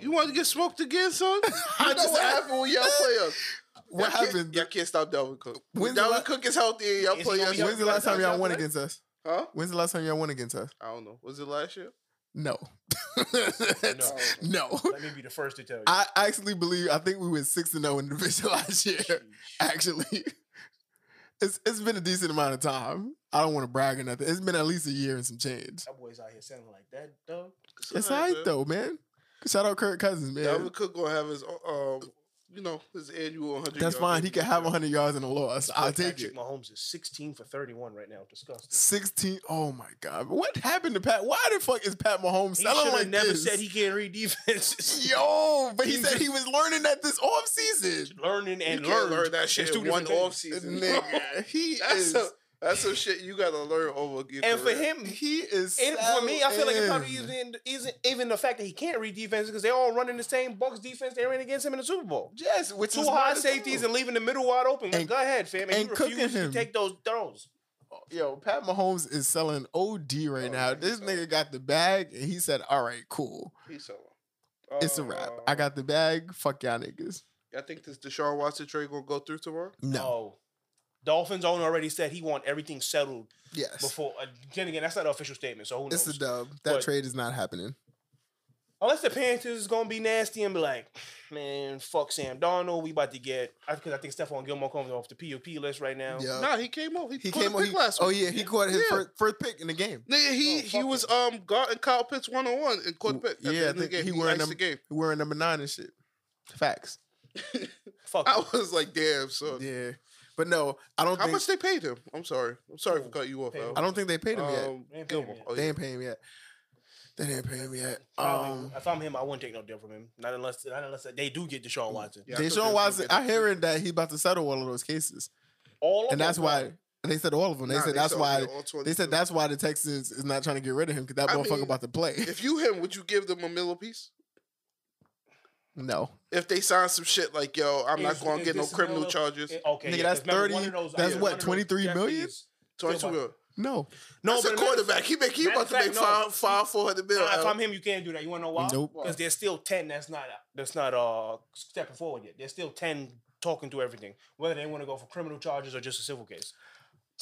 Speaker 2: You want to get smoked again, son?
Speaker 3: [LAUGHS]
Speaker 2: You
Speaker 3: I
Speaker 2: know
Speaker 3: just-
Speaker 2: what happened when y'all play us?
Speaker 3: [LAUGHS] What
Speaker 2: Y'all can't-
Speaker 3: happened?
Speaker 2: Y'all can't stop Dalvin Cook. When
Speaker 3: When's the
Speaker 2: Dalvin
Speaker 3: la-
Speaker 2: Cook is healthy, and y'all
Speaker 4: Is he
Speaker 2: play
Speaker 4: gonna
Speaker 2: us.
Speaker 4: be
Speaker 3: When's the last time y'all won
Speaker 2: played?
Speaker 3: against us?
Speaker 2: Huh?
Speaker 3: When's the last time y'all won against us?
Speaker 2: I don't know. Was it last year?
Speaker 3: No.
Speaker 4: No.
Speaker 3: [LAUGHS] no.
Speaker 4: Let me be the first to tell you.
Speaker 3: I actually believe I think we went six and zero in the division [LAUGHS] last year. Actually, it's it's been a decent amount of time. I don't want to brag or nothing. It's been at least a year and some change.
Speaker 4: that boy's out here sounding like that, though.
Speaker 3: It's
Speaker 2: all
Speaker 3: alright
Speaker 2: man.
Speaker 3: though, man. Shout out Kirk Cousins, man.
Speaker 2: Dalvin Cook gonna have his, um, you know, his annual 100. yard
Speaker 3: That's fine. He
Speaker 2: game.
Speaker 3: can have 100 yards and a loss. I'll take
Speaker 4: Patrick
Speaker 3: it.
Speaker 4: Mahomes is 16 for 31 right now. Disgusting.
Speaker 3: 16. Oh my God. What happened to Pat? Why the fuck is Pat Mahomes
Speaker 4: He
Speaker 3: selling
Speaker 4: should have
Speaker 3: like
Speaker 4: never
Speaker 3: this?
Speaker 4: said he can't read [LAUGHS]
Speaker 3: [LAUGHS]
Speaker 4: defenses.
Speaker 3: Yo, but he
Speaker 4: He
Speaker 3: said he was learning that this offseason.
Speaker 4: Learning
Speaker 2: You
Speaker 4: and
Speaker 2: can't
Speaker 4: learn.
Speaker 2: learn that shit in one off season.
Speaker 3: Nigga, he
Speaker 2: That's
Speaker 3: is.
Speaker 2: some that's some shit you gotta learn over. your
Speaker 4: [LAUGHS] And for
Speaker 2: career.
Speaker 4: him,
Speaker 3: he is.
Speaker 4: and for me, I feel like it probably
Speaker 3: in.
Speaker 4: isn't, isn't even the fact that he can't read defenses because they're all running the same Bucks defense they ran against him in the Super Bowl.
Speaker 3: Yes, which
Speaker 4: Two
Speaker 3: is
Speaker 4: high
Speaker 3: not as
Speaker 4: safeties
Speaker 3: cool.
Speaker 4: and leaving the middle wide open. Like,
Speaker 3: And-
Speaker 4: go ahead, fam. And,
Speaker 3: and
Speaker 4: he
Speaker 3: cooking
Speaker 4: refused to
Speaker 3: him.
Speaker 4: take those throws.
Speaker 3: Yo, Pat Mahomes is selling OD
Speaker 4: Oh
Speaker 3: right now. This nigga got the bag and he said, "All right, cool,
Speaker 2: he's solo.
Speaker 3: it's a wrap. I got the bag. Fuck y'all niggas."
Speaker 2: I think this Deshaun Watson trade gonna go through tomorrow.
Speaker 3: No,
Speaker 4: Oh. Dolphins owner already said he want everything settled
Speaker 3: yes,
Speaker 4: before. Uh, then again, that's not an official statement, so who knows?
Speaker 3: it's a dub. That
Speaker 4: But-
Speaker 3: trade is not happening.
Speaker 4: Unless the Panthers is gonna be nasty and be like, man, fuck Sam Darnold. We about to get because I think Stephon Gilmore comes off the POP list right now.
Speaker 3: Yeah,
Speaker 2: nah, he came off. He,
Speaker 3: he
Speaker 2: caught
Speaker 3: came
Speaker 2: a
Speaker 3: on.
Speaker 2: pick
Speaker 3: He,
Speaker 2: last
Speaker 3: oh
Speaker 2: week.
Speaker 3: yeah, he caught his
Speaker 2: Yeah.
Speaker 3: first, first pick in the game.
Speaker 2: Nigga, he
Speaker 4: Oh,
Speaker 2: he
Speaker 4: fuck
Speaker 2: was
Speaker 4: him.
Speaker 2: um guarding Kyle Pitts one on one and caught the pick. At
Speaker 3: Yeah,
Speaker 2: the
Speaker 3: I
Speaker 2: end of the
Speaker 3: think
Speaker 2: game.
Speaker 3: he
Speaker 2: he, iced
Speaker 3: wearing them-
Speaker 2: the
Speaker 3: [LAUGHS]
Speaker 2: game.
Speaker 3: Wearing number nine and shit. Facts.
Speaker 4: Fuck.
Speaker 2: I
Speaker 4: him.
Speaker 2: was like, damn.
Speaker 4: Uh,
Speaker 2: So
Speaker 3: Yeah, but no, I don't.
Speaker 2: how
Speaker 3: think,
Speaker 2: much they paid him? I'm sorry. I'm sorry for cutting you off.
Speaker 4: Paid
Speaker 2: Al.
Speaker 4: him.
Speaker 3: I don't think they paid him yet.
Speaker 2: Um,
Speaker 4: They ain't paying him
Speaker 2: Gilmore.
Speaker 4: yet.
Speaker 2: Oh,
Speaker 3: They
Speaker 2: yeah.
Speaker 3: ain't pay him yet. They didn't pay him yet.
Speaker 4: If I were-
Speaker 3: Um,
Speaker 4: if I'm him, I wouldn't take no deal from him. Not unless, not unless they do get Deshaun Watson.
Speaker 2: Yeah, I thought they was
Speaker 3: Deshaun
Speaker 2: gonna
Speaker 3: Watson,
Speaker 2: get
Speaker 3: I
Speaker 2: him.
Speaker 3: hearing that he about to settle all of those cases,
Speaker 4: All of
Speaker 3: and that's
Speaker 4: them,
Speaker 3: why they said all of them. They
Speaker 2: Nah,
Speaker 3: said that's
Speaker 2: sold
Speaker 3: why
Speaker 2: him all
Speaker 3: they
Speaker 2: 22.
Speaker 3: said that's why the Texans is not trying to get rid of him because that
Speaker 2: I
Speaker 3: motherfucker
Speaker 2: mean,
Speaker 3: about to play.
Speaker 2: If you him, would you give them a mill apiece?
Speaker 3: [LAUGHS] no,
Speaker 2: If they sign some shit like, yo, I'm not
Speaker 4: Is-
Speaker 2: going to
Speaker 4: is
Speaker 2: get no
Speaker 4: this
Speaker 2: criminal
Speaker 4: mill-
Speaker 2: charges.
Speaker 4: it- eh, oh, okay,
Speaker 3: Nigga,
Speaker 4: yeah,
Speaker 3: that's
Speaker 4: 'cause remember,
Speaker 3: 30
Speaker 4: one of those-
Speaker 3: that's
Speaker 4: yeah,
Speaker 3: what,
Speaker 4: one of those
Speaker 3: 23
Speaker 4: Jack
Speaker 3: million?
Speaker 4: Reed's-
Speaker 2: 22
Speaker 4: Still
Speaker 2: million.
Speaker 3: no,
Speaker 4: No,
Speaker 2: That's a
Speaker 4: but imagine-
Speaker 2: quarterback. He make he
Speaker 4: matter
Speaker 2: about
Speaker 4: of
Speaker 2: to make
Speaker 4: fact, no.
Speaker 2: five five four hundred mil.
Speaker 4: Nah, if
Speaker 2: Al.
Speaker 4: I'm him, you can't do that. You want to know why?
Speaker 3: Nope.
Speaker 4: Because there's still ten that's not that's not uh stepping forward yet. There's still ten talking through everything, whether they want to go for criminal charges or just a civil case.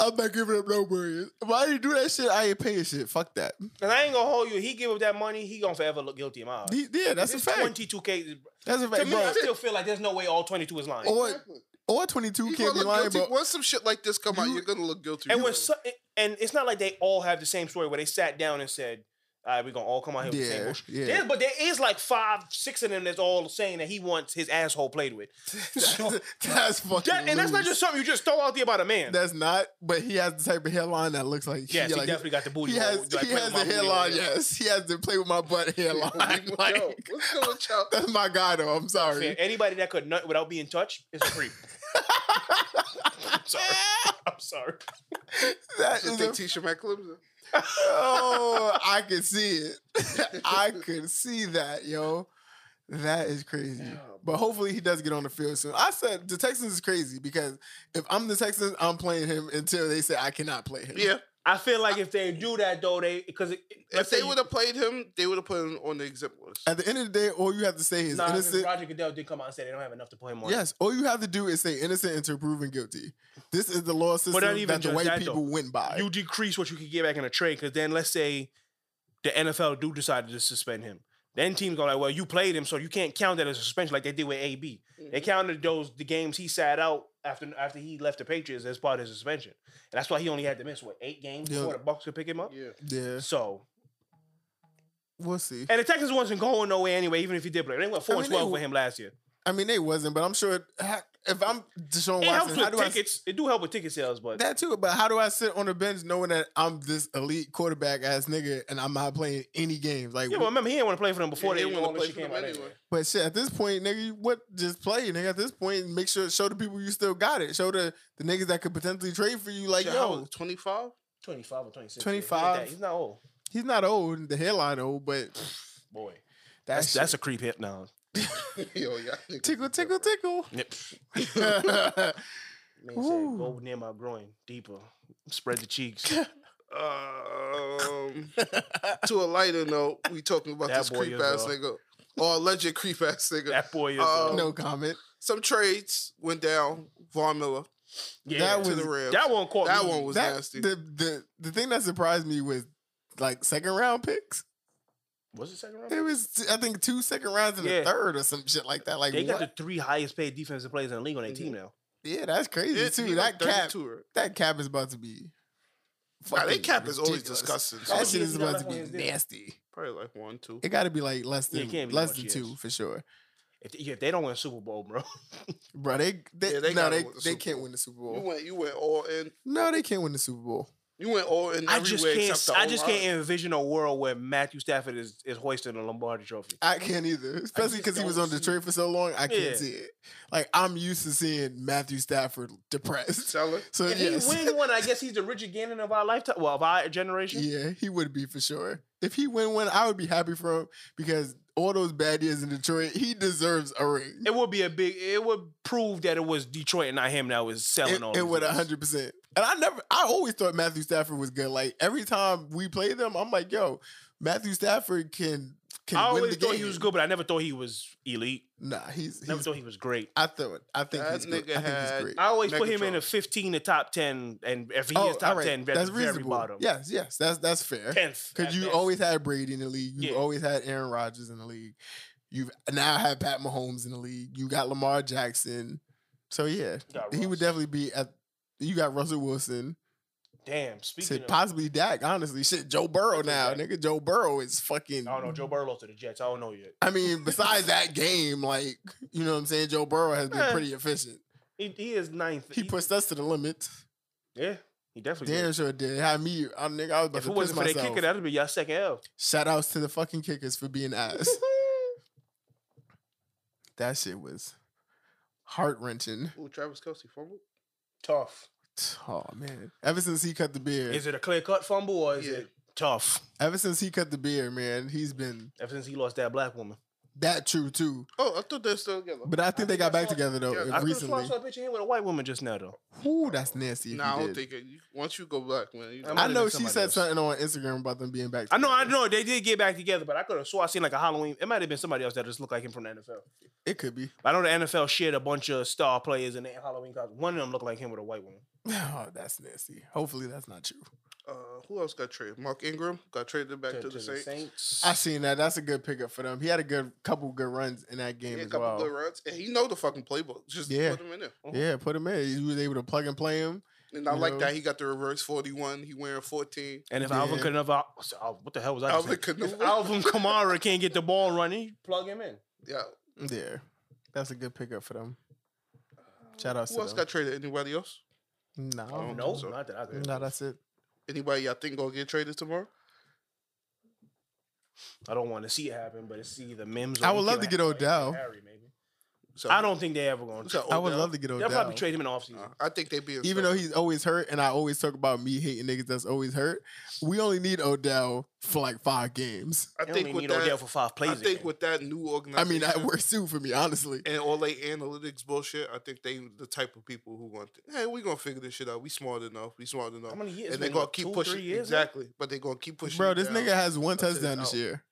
Speaker 3: I'm not giving up no millions. If I didn't do that shit, I ain't paying shit. Fuck that.
Speaker 4: And I ain't gonna hold you. He give up that money, he gonna forever look guilty in my eyes.
Speaker 3: He- yeah, that's a fact.
Speaker 4: Twenty two cases.
Speaker 3: That's a
Speaker 4: To
Speaker 3: fact,
Speaker 4: me, I
Speaker 3: bro.
Speaker 4: still feel like there's no way all twenty two is lying.
Speaker 3: Or
Speaker 2: Exactly.
Speaker 3: or 22
Speaker 2: You
Speaker 3: can't
Speaker 2: gonna
Speaker 3: be
Speaker 2: look
Speaker 3: lying,
Speaker 2: guilty.
Speaker 3: but
Speaker 2: Once some shit like this come out,
Speaker 3: You-
Speaker 2: you're gonna look guilty.
Speaker 4: And
Speaker 2: You
Speaker 4: when
Speaker 2: know.
Speaker 4: so, and it's not like they all have the same story where they sat down and said, "All right, we're gonna all come out here with the same
Speaker 3: Yeah,
Speaker 4: bullshit."
Speaker 3: yeah.
Speaker 4: There- but there is like five, six of them that's all saying that he wants his asshole
Speaker 3: [LAUGHS]
Speaker 4: played with. So,
Speaker 3: that's, that's fucking.
Speaker 4: that- and that's not
Speaker 3: loose.
Speaker 4: just something you just throw out there about a man.
Speaker 3: That's not. But he has the type of hairline that looks like.
Speaker 4: yes,
Speaker 3: yeah,
Speaker 4: he
Speaker 3: like,
Speaker 4: definitely got the booty.
Speaker 3: He
Speaker 4: hole,
Speaker 3: has,
Speaker 4: like, play
Speaker 3: he
Speaker 4: with
Speaker 3: has
Speaker 4: my
Speaker 3: the
Speaker 4: booty hole,
Speaker 3: hairline,
Speaker 4: yeah.
Speaker 3: yes. He has to play with
Speaker 2: [LAUGHS]
Speaker 3: my butt hairline. [LAUGHS]
Speaker 2: Yo,
Speaker 3: like,
Speaker 2: what's good with y'all?
Speaker 3: that's [LAUGHS] my guy, though. I'm
Speaker 4: Yeah,
Speaker 3: sorry.
Speaker 4: Anybody that could nut without being touched is a [LAUGHS] creep. I'm [LAUGHS] sorry. I'm sorry.
Speaker 3: That
Speaker 2: Just
Speaker 3: is [LAUGHS]
Speaker 2: they
Speaker 3: a
Speaker 2: teach you my Clemson.
Speaker 3: oh, I could see
Speaker 4: [LAUGHS]
Speaker 3: it. I could see that, yo. That is crazy. but hopefully he does get on the field soon. I said the Texans is crazy because if I'm the Texans, I'm playing him until they say I cannot play him.
Speaker 2: Yeah,
Speaker 4: I feel like if they do that though, they because
Speaker 2: if they would have played him, they would have put him on the exempt list.
Speaker 3: At the end of the day, all you have to say is
Speaker 4: Nah, 'cause
Speaker 3: innocent.
Speaker 4: Roger Goodell did come out and say they don't have enough to put him on.
Speaker 3: Yes, all you have to do is say innocent until proven guilty. This is the law system
Speaker 4: not even
Speaker 3: that the
Speaker 4: just
Speaker 3: white
Speaker 4: that,
Speaker 3: people
Speaker 4: though.
Speaker 3: went by.
Speaker 4: you decrease what you could get back in a trade. Because then, let's say the NFL do decide to suspend him, then teams go like, "Well, you played him, so you can't count that as a suspension, like they did with AB. They counted those the games he sat out after after he left the Patriots as part of his suspension, and that's why he only had to miss what eight games
Speaker 3: Yeah.
Speaker 4: before the Bucks could pick him up.
Speaker 2: Yeah,
Speaker 3: yeah,
Speaker 4: So,
Speaker 3: we'll see.
Speaker 4: and the Texans wasn't going nowhere anyway. Even if he did play, they went four
Speaker 3: mean,
Speaker 4: and
Speaker 3: they
Speaker 4: twelve
Speaker 3: w-
Speaker 4: with him last year.
Speaker 3: I mean, they wasn't, but I'm sure it- ha- if I'm Deshaun
Speaker 4: It helps
Speaker 3: Watson, how
Speaker 4: with
Speaker 3: do I
Speaker 4: tickets. It do help with ticket sales, but
Speaker 3: That too, but how do I sit on the bench knowing that I'm this elite quarterback ass nigga and I'm not playing any games? Like,
Speaker 4: yeah, but remember he didn't want to play for them before
Speaker 2: Yeah,
Speaker 4: they
Speaker 2: he didn't
Speaker 4: all
Speaker 2: wanna
Speaker 4: this
Speaker 2: play for them
Speaker 4: shit came out
Speaker 2: anyway.
Speaker 4: anyway.
Speaker 3: but shit, at this point, nigga, you- what? Just play, nigga. At this point, make sure show the people you still got it. Show the the niggas that could potentially trade for you. Like, yo,
Speaker 2: twenty five.
Speaker 4: Twenty five or twenty six.
Speaker 3: 25.
Speaker 4: He's not old.
Speaker 3: he's not old, the hairline old, but
Speaker 4: Boy,
Speaker 3: that's
Speaker 4: that's a creep hip now.
Speaker 2: [LAUGHS] Yo, yeah. I think-
Speaker 3: tickle, tickle, tickle.
Speaker 4: [LAUGHS] Man
Speaker 3: Ooh.
Speaker 4: said, go near my groin, deeper, spread the cheeks.
Speaker 2: Um, to a lighter note, we talking about
Speaker 4: That
Speaker 2: this
Speaker 4: boy
Speaker 2: creep
Speaker 4: is
Speaker 2: ass
Speaker 4: a-
Speaker 2: nigga or alleged creep ass nigga.
Speaker 4: that boy is.
Speaker 2: Uh,
Speaker 4: uh,
Speaker 3: Oh, no comment.
Speaker 2: Some trades went down. Vaughn Miller
Speaker 4: yeah,
Speaker 3: that was-
Speaker 2: to the Rams.
Speaker 4: that one caught
Speaker 2: That
Speaker 4: me.
Speaker 2: one was
Speaker 3: That-
Speaker 2: nasty.
Speaker 3: The the the thing that surprised me was like second round picks.
Speaker 4: was it second round.
Speaker 3: There was I think two second rounds and
Speaker 4: Yeah.
Speaker 3: a third or some shit like that. Like
Speaker 4: they
Speaker 3: what?
Speaker 4: got the three highest paid defensive players in the league on their team now.
Speaker 3: Yeah, that's crazy
Speaker 2: It- he
Speaker 3: too.
Speaker 2: like
Speaker 3: That cap,
Speaker 2: 32, right?
Speaker 3: that cap is about to be.
Speaker 2: Nah, they
Speaker 3: fucking
Speaker 2: cap is always
Speaker 3: ridiculous.
Speaker 2: disgusting. so
Speaker 3: That
Speaker 4: How
Speaker 3: shit
Speaker 4: many
Speaker 3: is
Speaker 4: years he got
Speaker 3: about to
Speaker 4: left on his
Speaker 3: be
Speaker 4: deal?
Speaker 3: nasty.
Speaker 2: probably like one, two.
Speaker 3: It got to be like less
Speaker 4: Yeah, it
Speaker 3: than
Speaker 4: can't be
Speaker 3: less
Speaker 4: much,
Speaker 3: than
Speaker 4: yes.
Speaker 3: two for sure,
Speaker 4: If, yeah, if they don't win a Super Bowl, bro.
Speaker 3: bro. They, they,
Speaker 2: Yeah, they
Speaker 3: no,
Speaker 2: gotta
Speaker 3: they,
Speaker 2: win the
Speaker 3: they
Speaker 2: Super
Speaker 3: can't
Speaker 2: Bowl.
Speaker 3: win the Super
Speaker 2: You
Speaker 3: Bowl.
Speaker 2: went, you went all in.
Speaker 3: No, they can't win the Super Bowl.
Speaker 2: You went all in.
Speaker 4: I
Speaker 2: every
Speaker 4: just
Speaker 2: way
Speaker 4: can't.
Speaker 2: except the
Speaker 4: I just
Speaker 2: O-line.
Speaker 4: can't envision a world where Matthew Stafford is, is hoisting a Lombardi Trophy.
Speaker 3: I can't either, especially
Speaker 2: just
Speaker 3: because he was
Speaker 2: don't
Speaker 3: on
Speaker 2: see-
Speaker 3: Detroit for so long. I can't
Speaker 4: Yeah.
Speaker 3: see it. Like I'm used to seeing Matthew Stafford depressed. [LAUGHS]
Speaker 2: Sell it.
Speaker 3: So
Speaker 4: If
Speaker 3: yes,
Speaker 4: he win one, I guess he's the Richard Gannon of our lifetime. Well, of our
Speaker 3: [LAUGHS]
Speaker 4: generation.
Speaker 3: Yeah, he would be for sure. If he win one, I would be happy for him because all those bad years in Detroit, he deserves a ring.
Speaker 4: It would be a big. It would prove that it was Detroit and not him that was selling
Speaker 3: It,
Speaker 4: all.
Speaker 3: it
Speaker 4: these
Speaker 3: would
Speaker 4: things.
Speaker 3: hundred percent. And I never, I always thought Matthew Stafford was good. Like every time we play them, I'm like, yo, Matthew Stafford can can
Speaker 4: I
Speaker 3: win
Speaker 4: always
Speaker 3: the
Speaker 4: thought
Speaker 3: game.
Speaker 4: he was good, but I never thought he was elite.
Speaker 3: Nah, he's, he's
Speaker 4: Never thought he was great.
Speaker 3: I thought I think
Speaker 2: That
Speaker 3: he's good.
Speaker 2: nigga
Speaker 3: I think
Speaker 2: had-
Speaker 3: he's great.
Speaker 4: I always put him in
Speaker 2: Megatron.
Speaker 4: a 15 to top 10, and if he is
Speaker 3: Oh, all
Speaker 4: top
Speaker 3: right,
Speaker 4: 10, that's very bottom.
Speaker 3: Yes, yes, that's that's fair.
Speaker 4: 10th. at
Speaker 3: Because you
Speaker 4: best.
Speaker 3: always had Brady in the league. You've
Speaker 4: Yeah.
Speaker 3: always had Aaron Rodgers in the league. You've now had Pat Mahomes in the league. You got Lamar Jackson. So yeah,
Speaker 4: Got
Speaker 3: he
Speaker 4: Russ.
Speaker 3: would definitely be at. You got Russell Wilson,
Speaker 4: Damn, speaking
Speaker 3: shit,
Speaker 4: of.
Speaker 3: possibly Dak. Honestly, shit, Joe Burrow
Speaker 4: Look at
Speaker 3: now,
Speaker 4: that.
Speaker 3: nigga. Joe Burrow is fucking.
Speaker 4: I don't know. Joe Burrow lost to the Jets. I don't know yet.
Speaker 3: I mean, besides that game, like you know what I'm saying, Joe Burrow has been
Speaker 4: Eh.
Speaker 3: pretty
Speaker 4: [LAUGHS]
Speaker 3: efficient.
Speaker 4: He, he is ninth.
Speaker 3: He pushed us to the limit.
Speaker 4: Yeah, he definitely
Speaker 3: Damn
Speaker 4: did.
Speaker 3: sure did. Had me, I, nigga, I was about
Speaker 4: If
Speaker 3: to
Speaker 4: it
Speaker 3: piss
Speaker 4: wasn't for that
Speaker 3: myself.
Speaker 4: kicker, that'd be your second L.
Speaker 3: Shout outs to the fucking kickers for being
Speaker 4: [LAUGHS]
Speaker 3: ass. that shit was heart wrenching.
Speaker 2: Ooh, Travis Kelsey fumbled.
Speaker 4: Tough.
Speaker 3: Oh man. Ever since he cut the beard.
Speaker 4: Is it a clear cut fumble or is
Speaker 2: Yeah.
Speaker 4: it tough?
Speaker 3: ever since he cut the beard, man, he's been
Speaker 4: Ever since he lost that black woman.
Speaker 3: that true too.
Speaker 2: Oh, I thought they're still together.
Speaker 3: But I think they
Speaker 4: think I
Speaker 3: got back
Speaker 4: saw-
Speaker 3: together though
Speaker 2: yeah,
Speaker 3: uh,
Speaker 2: I
Speaker 4: I could have sworn I
Speaker 3: recently.
Speaker 4: saw a picture of him with a white woman just now, though.
Speaker 3: Ooh, that's nasty. if
Speaker 2: nah, I
Speaker 3: he
Speaker 2: don't
Speaker 3: did.
Speaker 2: think it, you- once you go black, man. You
Speaker 4: I'm
Speaker 2: know,
Speaker 3: I
Speaker 4: Might have
Speaker 3: know
Speaker 4: been
Speaker 3: she
Speaker 4: somebody
Speaker 3: said
Speaker 4: else.
Speaker 3: something on Instagram about them being back.
Speaker 4: I know, I
Speaker 3: together.
Speaker 4: know. They did get back together, but I could have swore I seen like a Halloween. It might have been somebody else that just looked like him from the NFL.
Speaker 3: It could be. [LAUGHS]
Speaker 4: I know the NFL shared a bunch of star players in their Halloween costume. One of them looked like him with a white woman.
Speaker 3: Oh, that's nasty. Hopefully that's not true.
Speaker 2: Uh, who else got traded? Mark Ingram got traded back to, the Saints.
Speaker 4: Saints.
Speaker 3: I seen that. That's a good pickup for them. He had a good couple good runs in that
Speaker 2: He
Speaker 3: game
Speaker 2: had a
Speaker 3: as
Speaker 2: couple
Speaker 3: well.
Speaker 2: good runs, and he know the fucking playbook. Just
Speaker 3: Yeah.
Speaker 2: put him in there.
Speaker 3: Yeah, put him in. He was able to plug and play him.
Speaker 2: And I
Speaker 3: You
Speaker 2: like
Speaker 3: know?
Speaker 2: that he got the reverse forty-one. He wearing fourteen.
Speaker 4: And if
Speaker 3: Yeah.
Speaker 4: Alvin Kamara, so, Al- what the hell was I? just
Speaker 2: Alvin
Speaker 4: saying? If
Speaker 2: Kamara.
Speaker 4: Alvin Kamara can't get the ball running, you plug him in.
Speaker 2: Yeah.
Speaker 3: Yeah, that's a good pickup for them. Shout out
Speaker 2: Who
Speaker 3: to
Speaker 2: else
Speaker 3: them.
Speaker 2: got traded? Anybody else?
Speaker 3: No,
Speaker 2: Oh,
Speaker 3: no,
Speaker 4: No,
Speaker 2: so.
Speaker 4: not that I could.
Speaker 3: that's it.
Speaker 2: Anybody y'all think gonna get traded tomorrow?
Speaker 4: I don't want to see it happen, but it's either Mims.
Speaker 3: I would love to get Odell.
Speaker 4: Harry, maybe.
Speaker 2: So,
Speaker 4: I don't think they ever going to.
Speaker 2: So,
Speaker 3: I would love to get
Speaker 4: They'll
Speaker 3: Odell.
Speaker 4: probably trade him in the offseason.
Speaker 2: uh, I think they be
Speaker 3: Even though he's always hurt, and I always talk about me hating niggas that's always hurt. We only need Odell for like five games.
Speaker 2: I
Speaker 4: they
Speaker 2: think
Speaker 4: only
Speaker 2: with
Speaker 4: need
Speaker 2: that,
Speaker 4: Odell for five plays.
Speaker 2: I think
Speaker 4: again.
Speaker 2: with that new
Speaker 3: I
Speaker 2: organization.
Speaker 3: mean, that works too for me, honestly.
Speaker 2: and all they analytics bullshit. I think they the type of people who want. To, hey, we gonna figure this shit out. We smart enough. We smart enough.
Speaker 4: how many years?
Speaker 2: and they're
Speaker 4: Been,
Speaker 2: gonna
Speaker 4: what,
Speaker 2: keep
Speaker 4: two,
Speaker 2: pushing
Speaker 4: three years now?
Speaker 2: exactly. But they're gonna keep pushing.
Speaker 3: Bro,
Speaker 2: it
Speaker 3: this
Speaker 2: down.
Speaker 3: nigga has one
Speaker 2: Until it's
Speaker 3: touchdown this
Speaker 2: out.
Speaker 3: year.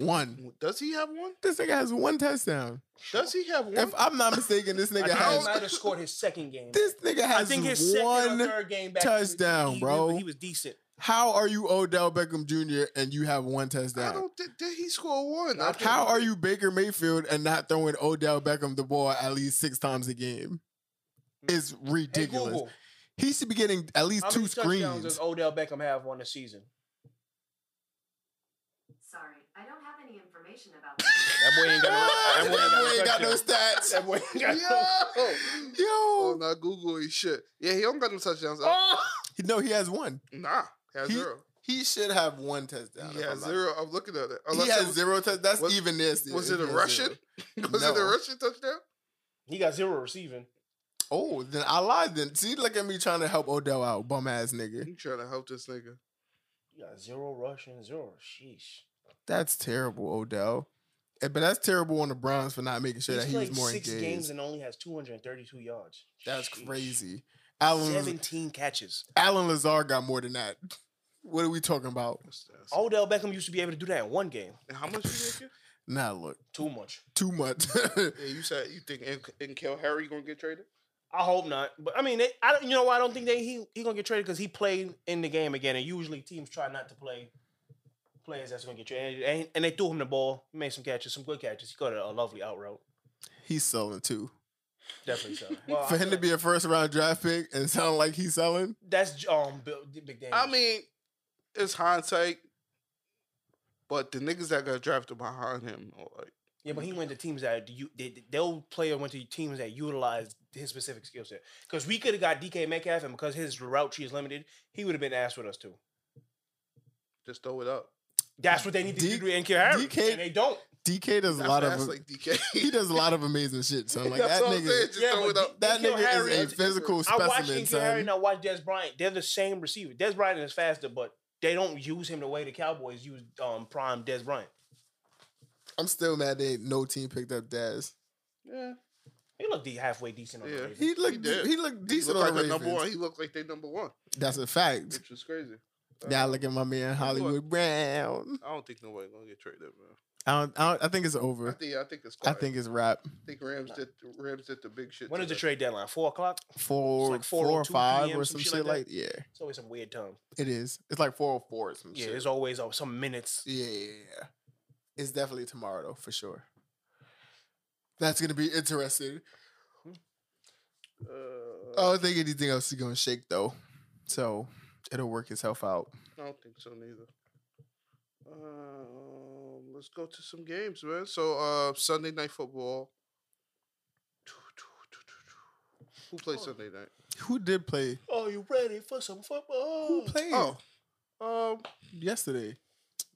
Speaker 3: One.
Speaker 2: Does he have one?
Speaker 3: Mm. This nigga has one touchdown.
Speaker 2: Does he have one?
Speaker 3: If I'm not mistaken, this nigga
Speaker 4: I think he
Speaker 3: has
Speaker 4: might have scored his second game.
Speaker 3: this nigga
Speaker 4: I
Speaker 3: has
Speaker 4: think his second or
Speaker 3: one.
Speaker 4: third game back. he was-
Speaker 3: touchdown,
Speaker 4: he
Speaker 3: bro.
Speaker 4: Was, he was decent.
Speaker 3: How are you Odell Beckham Jr. and you have one
Speaker 2: I
Speaker 3: touchdown?
Speaker 2: don't. Did, did he score one? I think- [LAUGHS]
Speaker 3: How are you Baker Mayfield and not throwing Odell Beckham the ball at least six times a game? It's
Speaker 4: Hey,
Speaker 3: ridiculous.
Speaker 4: Google,
Speaker 3: he should be getting at least
Speaker 4: how
Speaker 3: two
Speaker 4: many touchdowns
Speaker 3: screens.
Speaker 4: does Odell Beckham have on the season?
Speaker 5: Sorry, I don't have any information about that.
Speaker 4: That
Speaker 3: [LAUGHS]
Speaker 4: boy ain't got [LAUGHS]
Speaker 3: Ah,
Speaker 4: no.
Speaker 3: that boy ain't got no stats.
Speaker 4: [LAUGHS] That boy ain't got no.
Speaker 2: Yo. Oh,
Speaker 3: Yo,
Speaker 2: now Google his shit. Yeah, he don't got no touchdowns.
Speaker 4: Oh!
Speaker 3: no, he has one.
Speaker 2: Nah, he has
Speaker 3: He-
Speaker 2: zero.
Speaker 3: He should have one touchdown.
Speaker 2: He
Speaker 3: if
Speaker 2: has
Speaker 3: I'm not-
Speaker 2: zero. I'm looking at it.
Speaker 3: He
Speaker 2: Unless it
Speaker 3: has
Speaker 2: was,
Speaker 3: zero touchdowns. That's
Speaker 2: was-
Speaker 3: even nasty.
Speaker 2: was
Speaker 3: if
Speaker 2: it a
Speaker 3: he has
Speaker 2: Russian?
Speaker 3: zero.
Speaker 2: [LAUGHS] Was it a
Speaker 3: No.
Speaker 2: Russian touchdown?
Speaker 4: He got zero receiving.
Speaker 3: Oh, then I lied. Then see, look at me trying to help Odell out, bum ass nigga.
Speaker 2: You trying to help this nigga?
Speaker 4: He got zero rushing, zero. Sheesh.
Speaker 3: That's terrible, Odell. Eh, But that's terrible on the Browns for not making sure
Speaker 4: He's
Speaker 3: that he was
Speaker 4: played
Speaker 3: more
Speaker 4: six
Speaker 3: engaged.
Speaker 4: games and only has 232 yards.
Speaker 3: That's
Speaker 4: Sheesh.
Speaker 3: crazy. Alan,
Speaker 4: 17 catches.
Speaker 3: Alan Lazar got more than that. What are we talking about?
Speaker 2: That's- that's-
Speaker 4: Odell Beckham used to be able to do that in one game.
Speaker 2: And how much you making?
Speaker 3: Nah, look,
Speaker 4: Too much.
Speaker 3: too much. [LAUGHS]
Speaker 2: Yeah, you said you think and, and Kel Harry gonna get traded?
Speaker 4: I hope not. But I mean, they, I don't. You know, why I don't think they he he gonna get traded because he played in the game again, and usually teams try not to play players that's gonna get traded. And, and they threw him the ball, He made some catches, some good catches. He got a, a lovely out route.
Speaker 3: he's selling too. [LAUGHS]
Speaker 4: Definitely so. Well,
Speaker 3: For him to be a first round draft pick and sound like he's selling,
Speaker 4: that's um Bill, Big Dan.
Speaker 2: I mean, it's hindsight, but the niggas that got drafted behind him, like,
Speaker 4: yeah, but he went to teams that you they, they'll player went to teams that utilized his specific skill set. Because we could have got DK Metcalf, and because his route tree is limited, he would have been asked with us too.
Speaker 2: just throw it up.
Speaker 4: That's what they need to
Speaker 3: D-
Speaker 4: do to NK Harry,
Speaker 3: DK
Speaker 4: and they don't.
Speaker 3: DK does a
Speaker 2: That's
Speaker 3: lot of
Speaker 2: that's like DK.
Speaker 3: [LAUGHS]
Speaker 2: [LAUGHS]
Speaker 3: he does a lot of amazing shit. So like
Speaker 2: That's
Speaker 3: that
Speaker 2: what I'm saying.
Speaker 3: nigga,
Speaker 2: Just
Speaker 4: Yeah,
Speaker 2: throw
Speaker 4: but
Speaker 2: it up.
Speaker 3: that
Speaker 4: DK
Speaker 3: nigga
Speaker 4: Harry
Speaker 3: is a
Speaker 4: is-
Speaker 3: physical
Speaker 4: I watched
Speaker 3: specimen,
Speaker 4: Nikhil Harry
Speaker 3: son.
Speaker 4: and I watched Des Bryant. They're the same receiver. Des Bryant is faster, but they don't use him the way the Cowboys use um, prime Des Bryant.
Speaker 3: I'm still mad they no team picked up Daz.
Speaker 2: Yeah,
Speaker 4: He looked de- halfway decent on
Speaker 2: Yeah.
Speaker 4: the Ravens.
Speaker 3: He looked
Speaker 2: did.
Speaker 3: he, looked
Speaker 2: he
Speaker 3: decent
Speaker 2: looked like
Speaker 3: on the
Speaker 2: a number one.
Speaker 3: Ravens.
Speaker 2: He looked like they number one,
Speaker 3: That's a fact.
Speaker 2: which is crazy.
Speaker 3: [LAUGHS]
Speaker 2: Uh,
Speaker 3: Now look at my man Hollywood Brown.
Speaker 2: I don't think nobody gonna get traded, man.
Speaker 3: I don't, I, don't, I think it's
Speaker 2: I
Speaker 3: over.
Speaker 2: think I think it's.
Speaker 3: I
Speaker 2: Quiet.
Speaker 3: think it's wrap.
Speaker 2: I think Rams did Rams did the big shit.
Speaker 4: When is the
Speaker 2: today.
Speaker 4: trade deadline? Four o'clock?
Speaker 3: Four,
Speaker 4: like
Speaker 2: oh
Speaker 3: four or
Speaker 4: 4:02
Speaker 3: five
Speaker 4: PM,
Speaker 3: or some, shit like, yeah.
Speaker 4: It's always some weird time.
Speaker 3: It is. It's like four or four or some
Speaker 4: Yeah,
Speaker 3: shit.
Speaker 4: there's always uh, some minutes.
Speaker 3: Yeah, yeah, yeah, yeah. It's definitely tomorrow though, for sure. That's gonna be interesting. I
Speaker 2: Uh,
Speaker 3: don't think anything else is gonna shake though, so it'll work itself out.
Speaker 2: I don't think so neither. Um, let's go to some games, man. So uh, Sunday night football. Who plays Sunday night?
Speaker 3: Who did play?
Speaker 4: Are you ready for some
Speaker 3: Who
Speaker 4: football?
Speaker 3: played
Speaker 2: Oh, um,
Speaker 3: yesterday?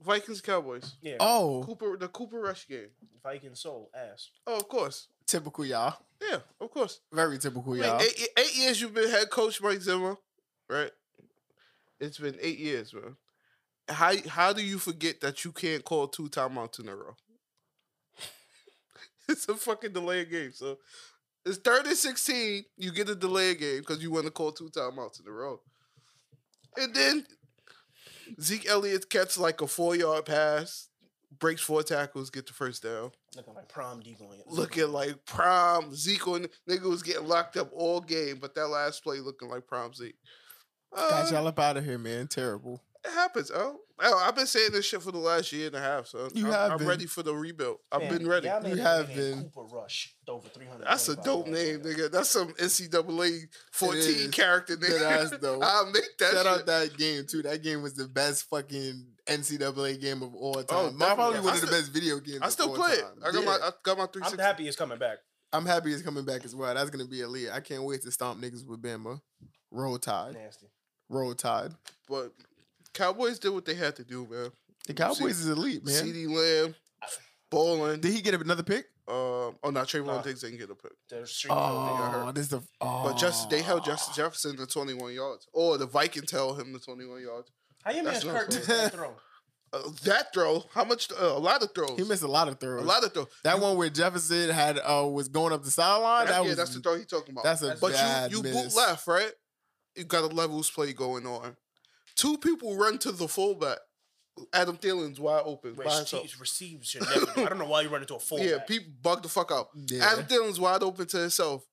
Speaker 2: Vikings Cowboys.
Speaker 4: Yeah,
Speaker 3: Oh,
Speaker 2: Cooper, the Cooper Rush game.
Speaker 4: Viking soul ass.
Speaker 2: Oh, of course.
Speaker 3: typical y'all.
Speaker 2: Yeah, of course.
Speaker 3: Very typical
Speaker 2: I mean,
Speaker 3: y'all.
Speaker 2: eight, eight years you've been head coach Mike Zimmer, right? It's been eight years, man. How how do you forget that you can't call two timeouts in a row? [LAUGHS] it's a fucking delay of game. So it's third and sixteen. You get a delay of game because you want to call two timeouts in a row, and then Zeke Elliott catches like a four yard pass, breaks four tackles, get the first down
Speaker 4: Looking like prom D going.
Speaker 2: looking like prime Zeke on nigga was getting locked up all game, but that last play looking like prime Zeke. Uh,
Speaker 3: Got y'all up out of here, man. Terrible.
Speaker 2: It happens, oh. oh. I've been saying this shit for the last year and a half, so
Speaker 3: You
Speaker 2: I'm,
Speaker 3: have
Speaker 2: I'm
Speaker 3: been.
Speaker 2: ready for the rebuild. I've
Speaker 4: Man,
Speaker 2: been ready.
Speaker 4: y'all made
Speaker 3: You
Speaker 4: it
Speaker 3: have
Speaker 4: in
Speaker 3: been.
Speaker 4: Cooper Rush over 300.
Speaker 2: That's a dope name, nigga. That's some NCAA 14
Speaker 3: is.
Speaker 2: character name.
Speaker 3: Deadass, though.
Speaker 2: [LAUGHS] I'll make that
Speaker 3: Shout
Speaker 2: shit.
Speaker 3: out that game too. That game was the best fucking NCAA game of
Speaker 2: Oh,
Speaker 3: all time. Mine
Speaker 2: definitely.
Speaker 3: probably one
Speaker 2: I
Speaker 3: of the
Speaker 2: still-
Speaker 3: best video games.
Speaker 2: I
Speaker 3: of
Speaker 2: still
Speaker 3: all
Speaker 2: play it.
Speaker 3: time.
Speaker 2: I got
Speaker 3: Yeah.
Speaker 2: my uh, I got my 360.
Speaker 4: I'm happy it's coming back.
Speaker 3: I'm happy it's coming back as well. That's gonna be elite. I can't wait to stomp niggas with Bama. Roll Tide.
Speaker 4: Nasty.
Speaker 3: Roll Tide.
Speaker 2: But Cowboys did what they had to do, man.
Speaker 3: The Cowboys is elite, man.
Speaker 2: CD Lamb, Bowling.
Speaker 3: Did he get another pick?
Speaker 2: Um, oh, no, Trayvon
Speaker 4: Nah.
Speaker 2: Diggs didn't get a pick.
Speaker 4: The street code nigga.
Speaker 3: Oh,
Speaker 2: hurt.
Speaker 3: this is the oh.
Speaker 2: But just they held Justin Jefferson to 21 yards. Or the Vikings held him to 21 yards.
Speaker 4: How you
Speaker 2: That's
Speaker 4: miss
Speaker 2: not
Speaker 4: Kirk
Speaker 2: fair.
Speaker 4: with that throw?
Speaker 2: Uh, that throw, how much? Uh, a lot of throws.
Speaker 3: He missed a lot of
Speaker 2: a
Speaker 3: throws.
Speaker 2: lot of throws.
Speaker 3: that one where Jefferson had uh was going up the sideline.
Speaker 2: That-
Speaker 3: Ah, That
Speaker 2: yeah,
Speaker 3: was
Speaker 2: that's the throw he talking about.
Speaker 3: that's a
Speaker 2: But
Speaker 3: bad
Speaker 2: you you boot
Speaker 3: miss.
Speaker 2: left, right? You got a levels play going on. Two people run to the fullback. Adam Thielen's wide open. by
Speaker 4: Which
Speaker 2: himself.
Speaker 4: teams receives should never. do. I don't know why you run into a full.
Speaker 2: [COUGHS] Yeah, people bug the fuck out.
Speaker 3: Yeah.
Speaker 2: Adam Thielen's wide open to himself.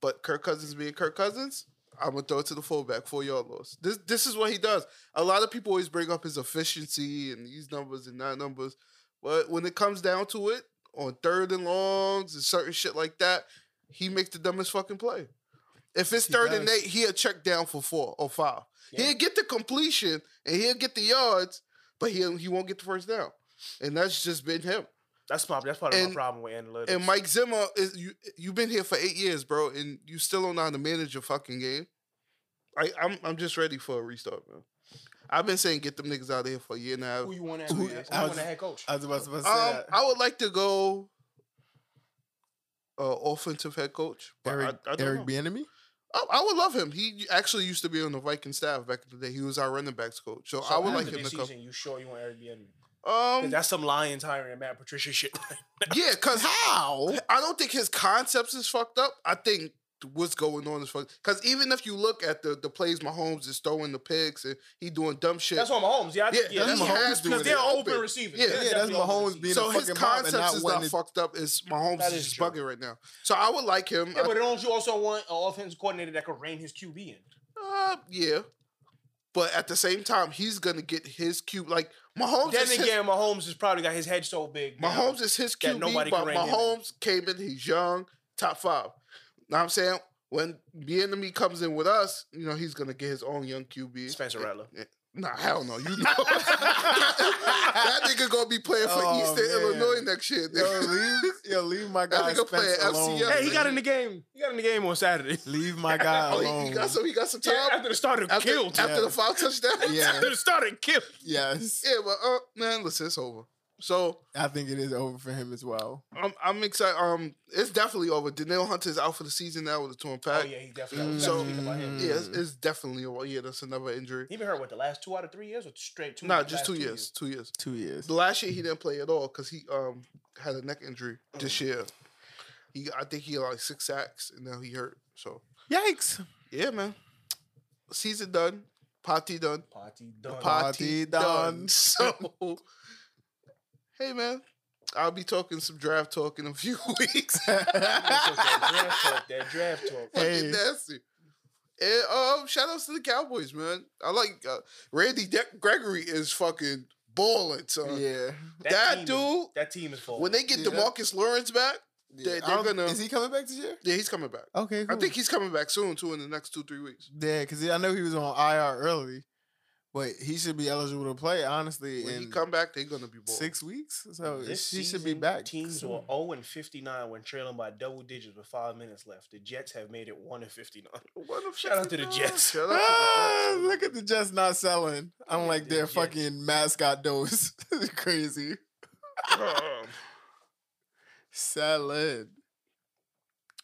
Speaker 2: But Kirk Cousins being Kirk Cousins, I'm gonna throw it to the fullback, four yard loss. This this is what he does. A lot of people always bring up his efficiency and these numbers and that numbers. But when it comes down to it, on third and longs and certain shit like that, he makes the dumbest fucking play. If it's
Speaker 3: He
Speaker 2: third and
Speaker 3: does.
Speaker 2: eight, he'll check down for four or five.
Speaker 4: Yeah.
Speaker 2: He'll get the completion and he'll get the yards, but he he won't get the first down. And that's just been him.
Speaker 4: That's my that's part of my
Speaker 2: And-
Speaker 4: problem with analytics.
Speaker 2: And Mike Zimmer is you you've been here for eight years, bro, and you still don't know how to manage your fucking game. I, I'm I'm just ready for a restart, man. I've been saying get them niggas out of here for a year now.
Speaker 4: who you want as
Speaker 3: Who-
Speaker 4: who you
Speaker 3: I
Speaker 4: want
Speaker 3: was-
Speaker 4: a head coach?
Speaker 3: I was about to say
Speaker 2: Um,
Speaker 3: that.
Speaker 2: I would like to go uh, offensive head coach. But
Speaker 3: Eric
Speaker 2: I, I, don't
Speaker 3: Eric
Speaker 2: know.
Speaker 3: Bieniemy.
Speaker 2: I, I would love him. He actually used to be on the Viking staff back in the day. He was our running backs coach, so, I would like him to come.
Speaker 4: Season, you sure you want Eric Bieniemy?
Speaker 2: Um,
Speaker 4: That's some Lions hiring Matt
Speaker 2: [LAUGHS]
Speaker 4: Patricia shit. [LAUGHS]
Speaker 2: yeah,
Speaker 3: [LAUGHS]
Speaker 2: because
Speaker 3: How?
Speaker 2: I don't think his concepts is fucked up. I think what's going on is fucked. Because even if you look at the the plays Mahomes is throwing the picks and he doing dumb shit.
Speaker 4: that's on Mahomes. Yeah, I think,
Speaker 2: Yeah,
Speaker 4: yeah,
Speaker 2: that's
Speaker 4: that's
Speaker 2: Mahomes doing
Speaker 4: because they're
Speaker 2: it.
Speaker 4: open
Speaker 2: Open.
Speaker 4: receivers.
Speaker 2: Yeah,
Speaker 4: They're
Speaker 3: yeah, that's
Speaker 4: definitely open
Speaker 3: Mahomes
Speaker 4: receivers.
Speaker 3: being a
Speaker 2: so his
Speaker 3: fucking mob and
Speaker 2: concepts
Speaker 3: not
Speaker 2: is
Speaker 3: wanting
Speaker 2: not
Speaker 3: to-
Speaker 2: fucked up. Is Mahomes
Speaker 4: That
Speaker 2: is
Speaker 4: is
Speaker 2: just
Speaker 4: true.
Speaker 2: bugging right now. So I would like him.
Speaker 4: Yeah,
Speaker 2: I-
Speaker 4: but don't you also want an offense coordinator that could rein his QB in?
Speaker 2: Uh, yeah. But at the same time, he's gonna get his cube. Like Mahomes,
Speaker 4: Then
Speaker 2: is his,
Speaker 4: again, Mahomes has probably got his head so big. now.
Speaker 2: Mahomes is his
Speaker 4: that
Speaker 2: QB,
Speaker 4: nobody
Speaker 2: but
Speaker 4: can rein him in.
Speaker 2: Mahomes came in. He's young, top five. Now I'm saying when the enemy comes in with us, you know he's gonna get his own young QB.
Speaker 4: Spencer Rattler.
Speaker 2: eh, Nah, hell no.
Speaker 4: [LAUGHS]
Speaker 2: You know [LAUGHS] that nigga gonna be playing for
Speaker 3: Oh,
Speaker 2: Eastern
Speaker 3: man.
Speaker 2: Illinois next year.
Speaker 3: Yo,
Speaker 2: nigga.
Speaker 3: leave, yo, leave my
Speaker 2: That
Speaker 3: guy
Speaker 2: nigga play
Speaker 3: Spence
Speaker 2: at
Speaker 3: alone.
Speaker 2: FCS,
Speaker 4: Hey, he got
Speaker 2: nigga.
Speaker 4: in the game. He got in the game on Saturday.
Speaker 3: Leave my
Speaker 2: [LAUGHS] [LAUGHS]
Speaker 3: guy
Speaker 2: Oh, he-
Speaker 3: alone.
Speaker 2: he, got some. He got some time.
Speaker 4: Yeah, [LAUGHS] after the starter
Speaker 2: after,
Speaker 4: killed.
Speaker 2: after
Speaker 3: yeah.
Speaker 2: the five touchdowns.
Speaker 3: Yeah.
Speaker 4: [LAUGHS] After the starter killed.
Speaker 3: yes,
Speaker 2: [LAUGHS] yeah, but uh, man, listen, it's over. So
Speaker 3: I think it is over for him as well.
Speaker 2: I'm I'm excited. Um, it's definitely over. Daniel Hunter's out for the season now with a torn
Speaker 4: Oh
Speaker 2: pad.
Speaker 4: yeah, he definitely.
Speaker 2: So-
Speaker 4: So, about him.
Speaker 2: yeah,
Speaker 3: Mm.
Speaker 2: it's, it's definitely over. Yeah, that's another injury.
Speaker 4: He been hurt what the last two out of three years or straight two?
Speaker 2: No, nah,
Speaker 4: out of the
Speaker 2: just
Speaker 4: last
Speaker 2: two years, Two years.
Speaker 3: Two years.
Speaker 2: The last year he didn't play at all because he um had a neck injury this year. He I think he had like six sacks and now he hurt. So
Speaker 3: Yikes. [LAUGHS]
Speaker 2: yeah, man. Season done. Party done.
Speaker 4: Party done.
Speaker 2: Party
Speaker 3: Party
Speaker 2: done.
Speaker 3: done.
Speaker 2: [LAUGHS] So hey man. I'll be talking some draft talk in a few [LAUGHS] weeks.
Speaker 4: that draft talk. That
Speaker 2: [LAUGHS]
Speaker 4: draft talk.
Speaker 2: Fucking
Speaker 3: Hey.
Speaker 2: nasty. And um, shout outs to the Cowboys, man. I like uh, Randy De- Gregory is fucking balling, son.
Speaker 3: Yeah.
Speaker 2: That
Speaker 4: team
Speaker 2: dude-
Speaker 4: Is, that team is full.
Speaker 2: When they get
Speaker 3: Yeah.
Speaker 2: Demarcus Lawrence back,
Speaker 3: Yeah,
Speaker 2: They-
Speaker 3: I
Speaker 2: they're
Speaker 3: don't-
Speaker 2: gonna-
Speaker 3: Is he coming back this year?
Speaker 2: yeah, he's coming back.
Speaker 3: Okay,
Speaker 2: I think he's coming back soon too in the next two three weeks.
Speaker 3: yeah, because I know he was on IR early, but he should be eligible to play honestly
Speaker 2: When he
Speaker 3: in
Speaker 2: come back, they're gonna be balling.
Speaker 3: six weeks.
Speaker 2: Oh,
Speaker 3: So
Speaker 4: This
Speaker 3: he should be
Speaker 4: season,
Speaker 3: back.
Speaker 4: Teams
Speaker 3: soon.
Speaker 4: were 0 and 59 when trailing by double digits with five minutes left. The Jets have made it 1 and 59.
Speaker 2: What a
Speaker 4: Shout out to the
Speaker 2: fucking-
Speaker 3: [LAUGHS]
Speaker 4: Jets.
Speaker 2: Shout out
Speaker 3: [LAUGHS] Ah,
Speaker 2: to the Jets.
Speaker 3: look at the Jets not selling. I'm like
Speaker 4: the
Speaker 3: their
Speaker 4: Jets.
Speaker 3: fucking mascot dose. [LAUGHS] Crazy.
Speaker 2: [LAUGHS] Um,
Speaker 3: Salad.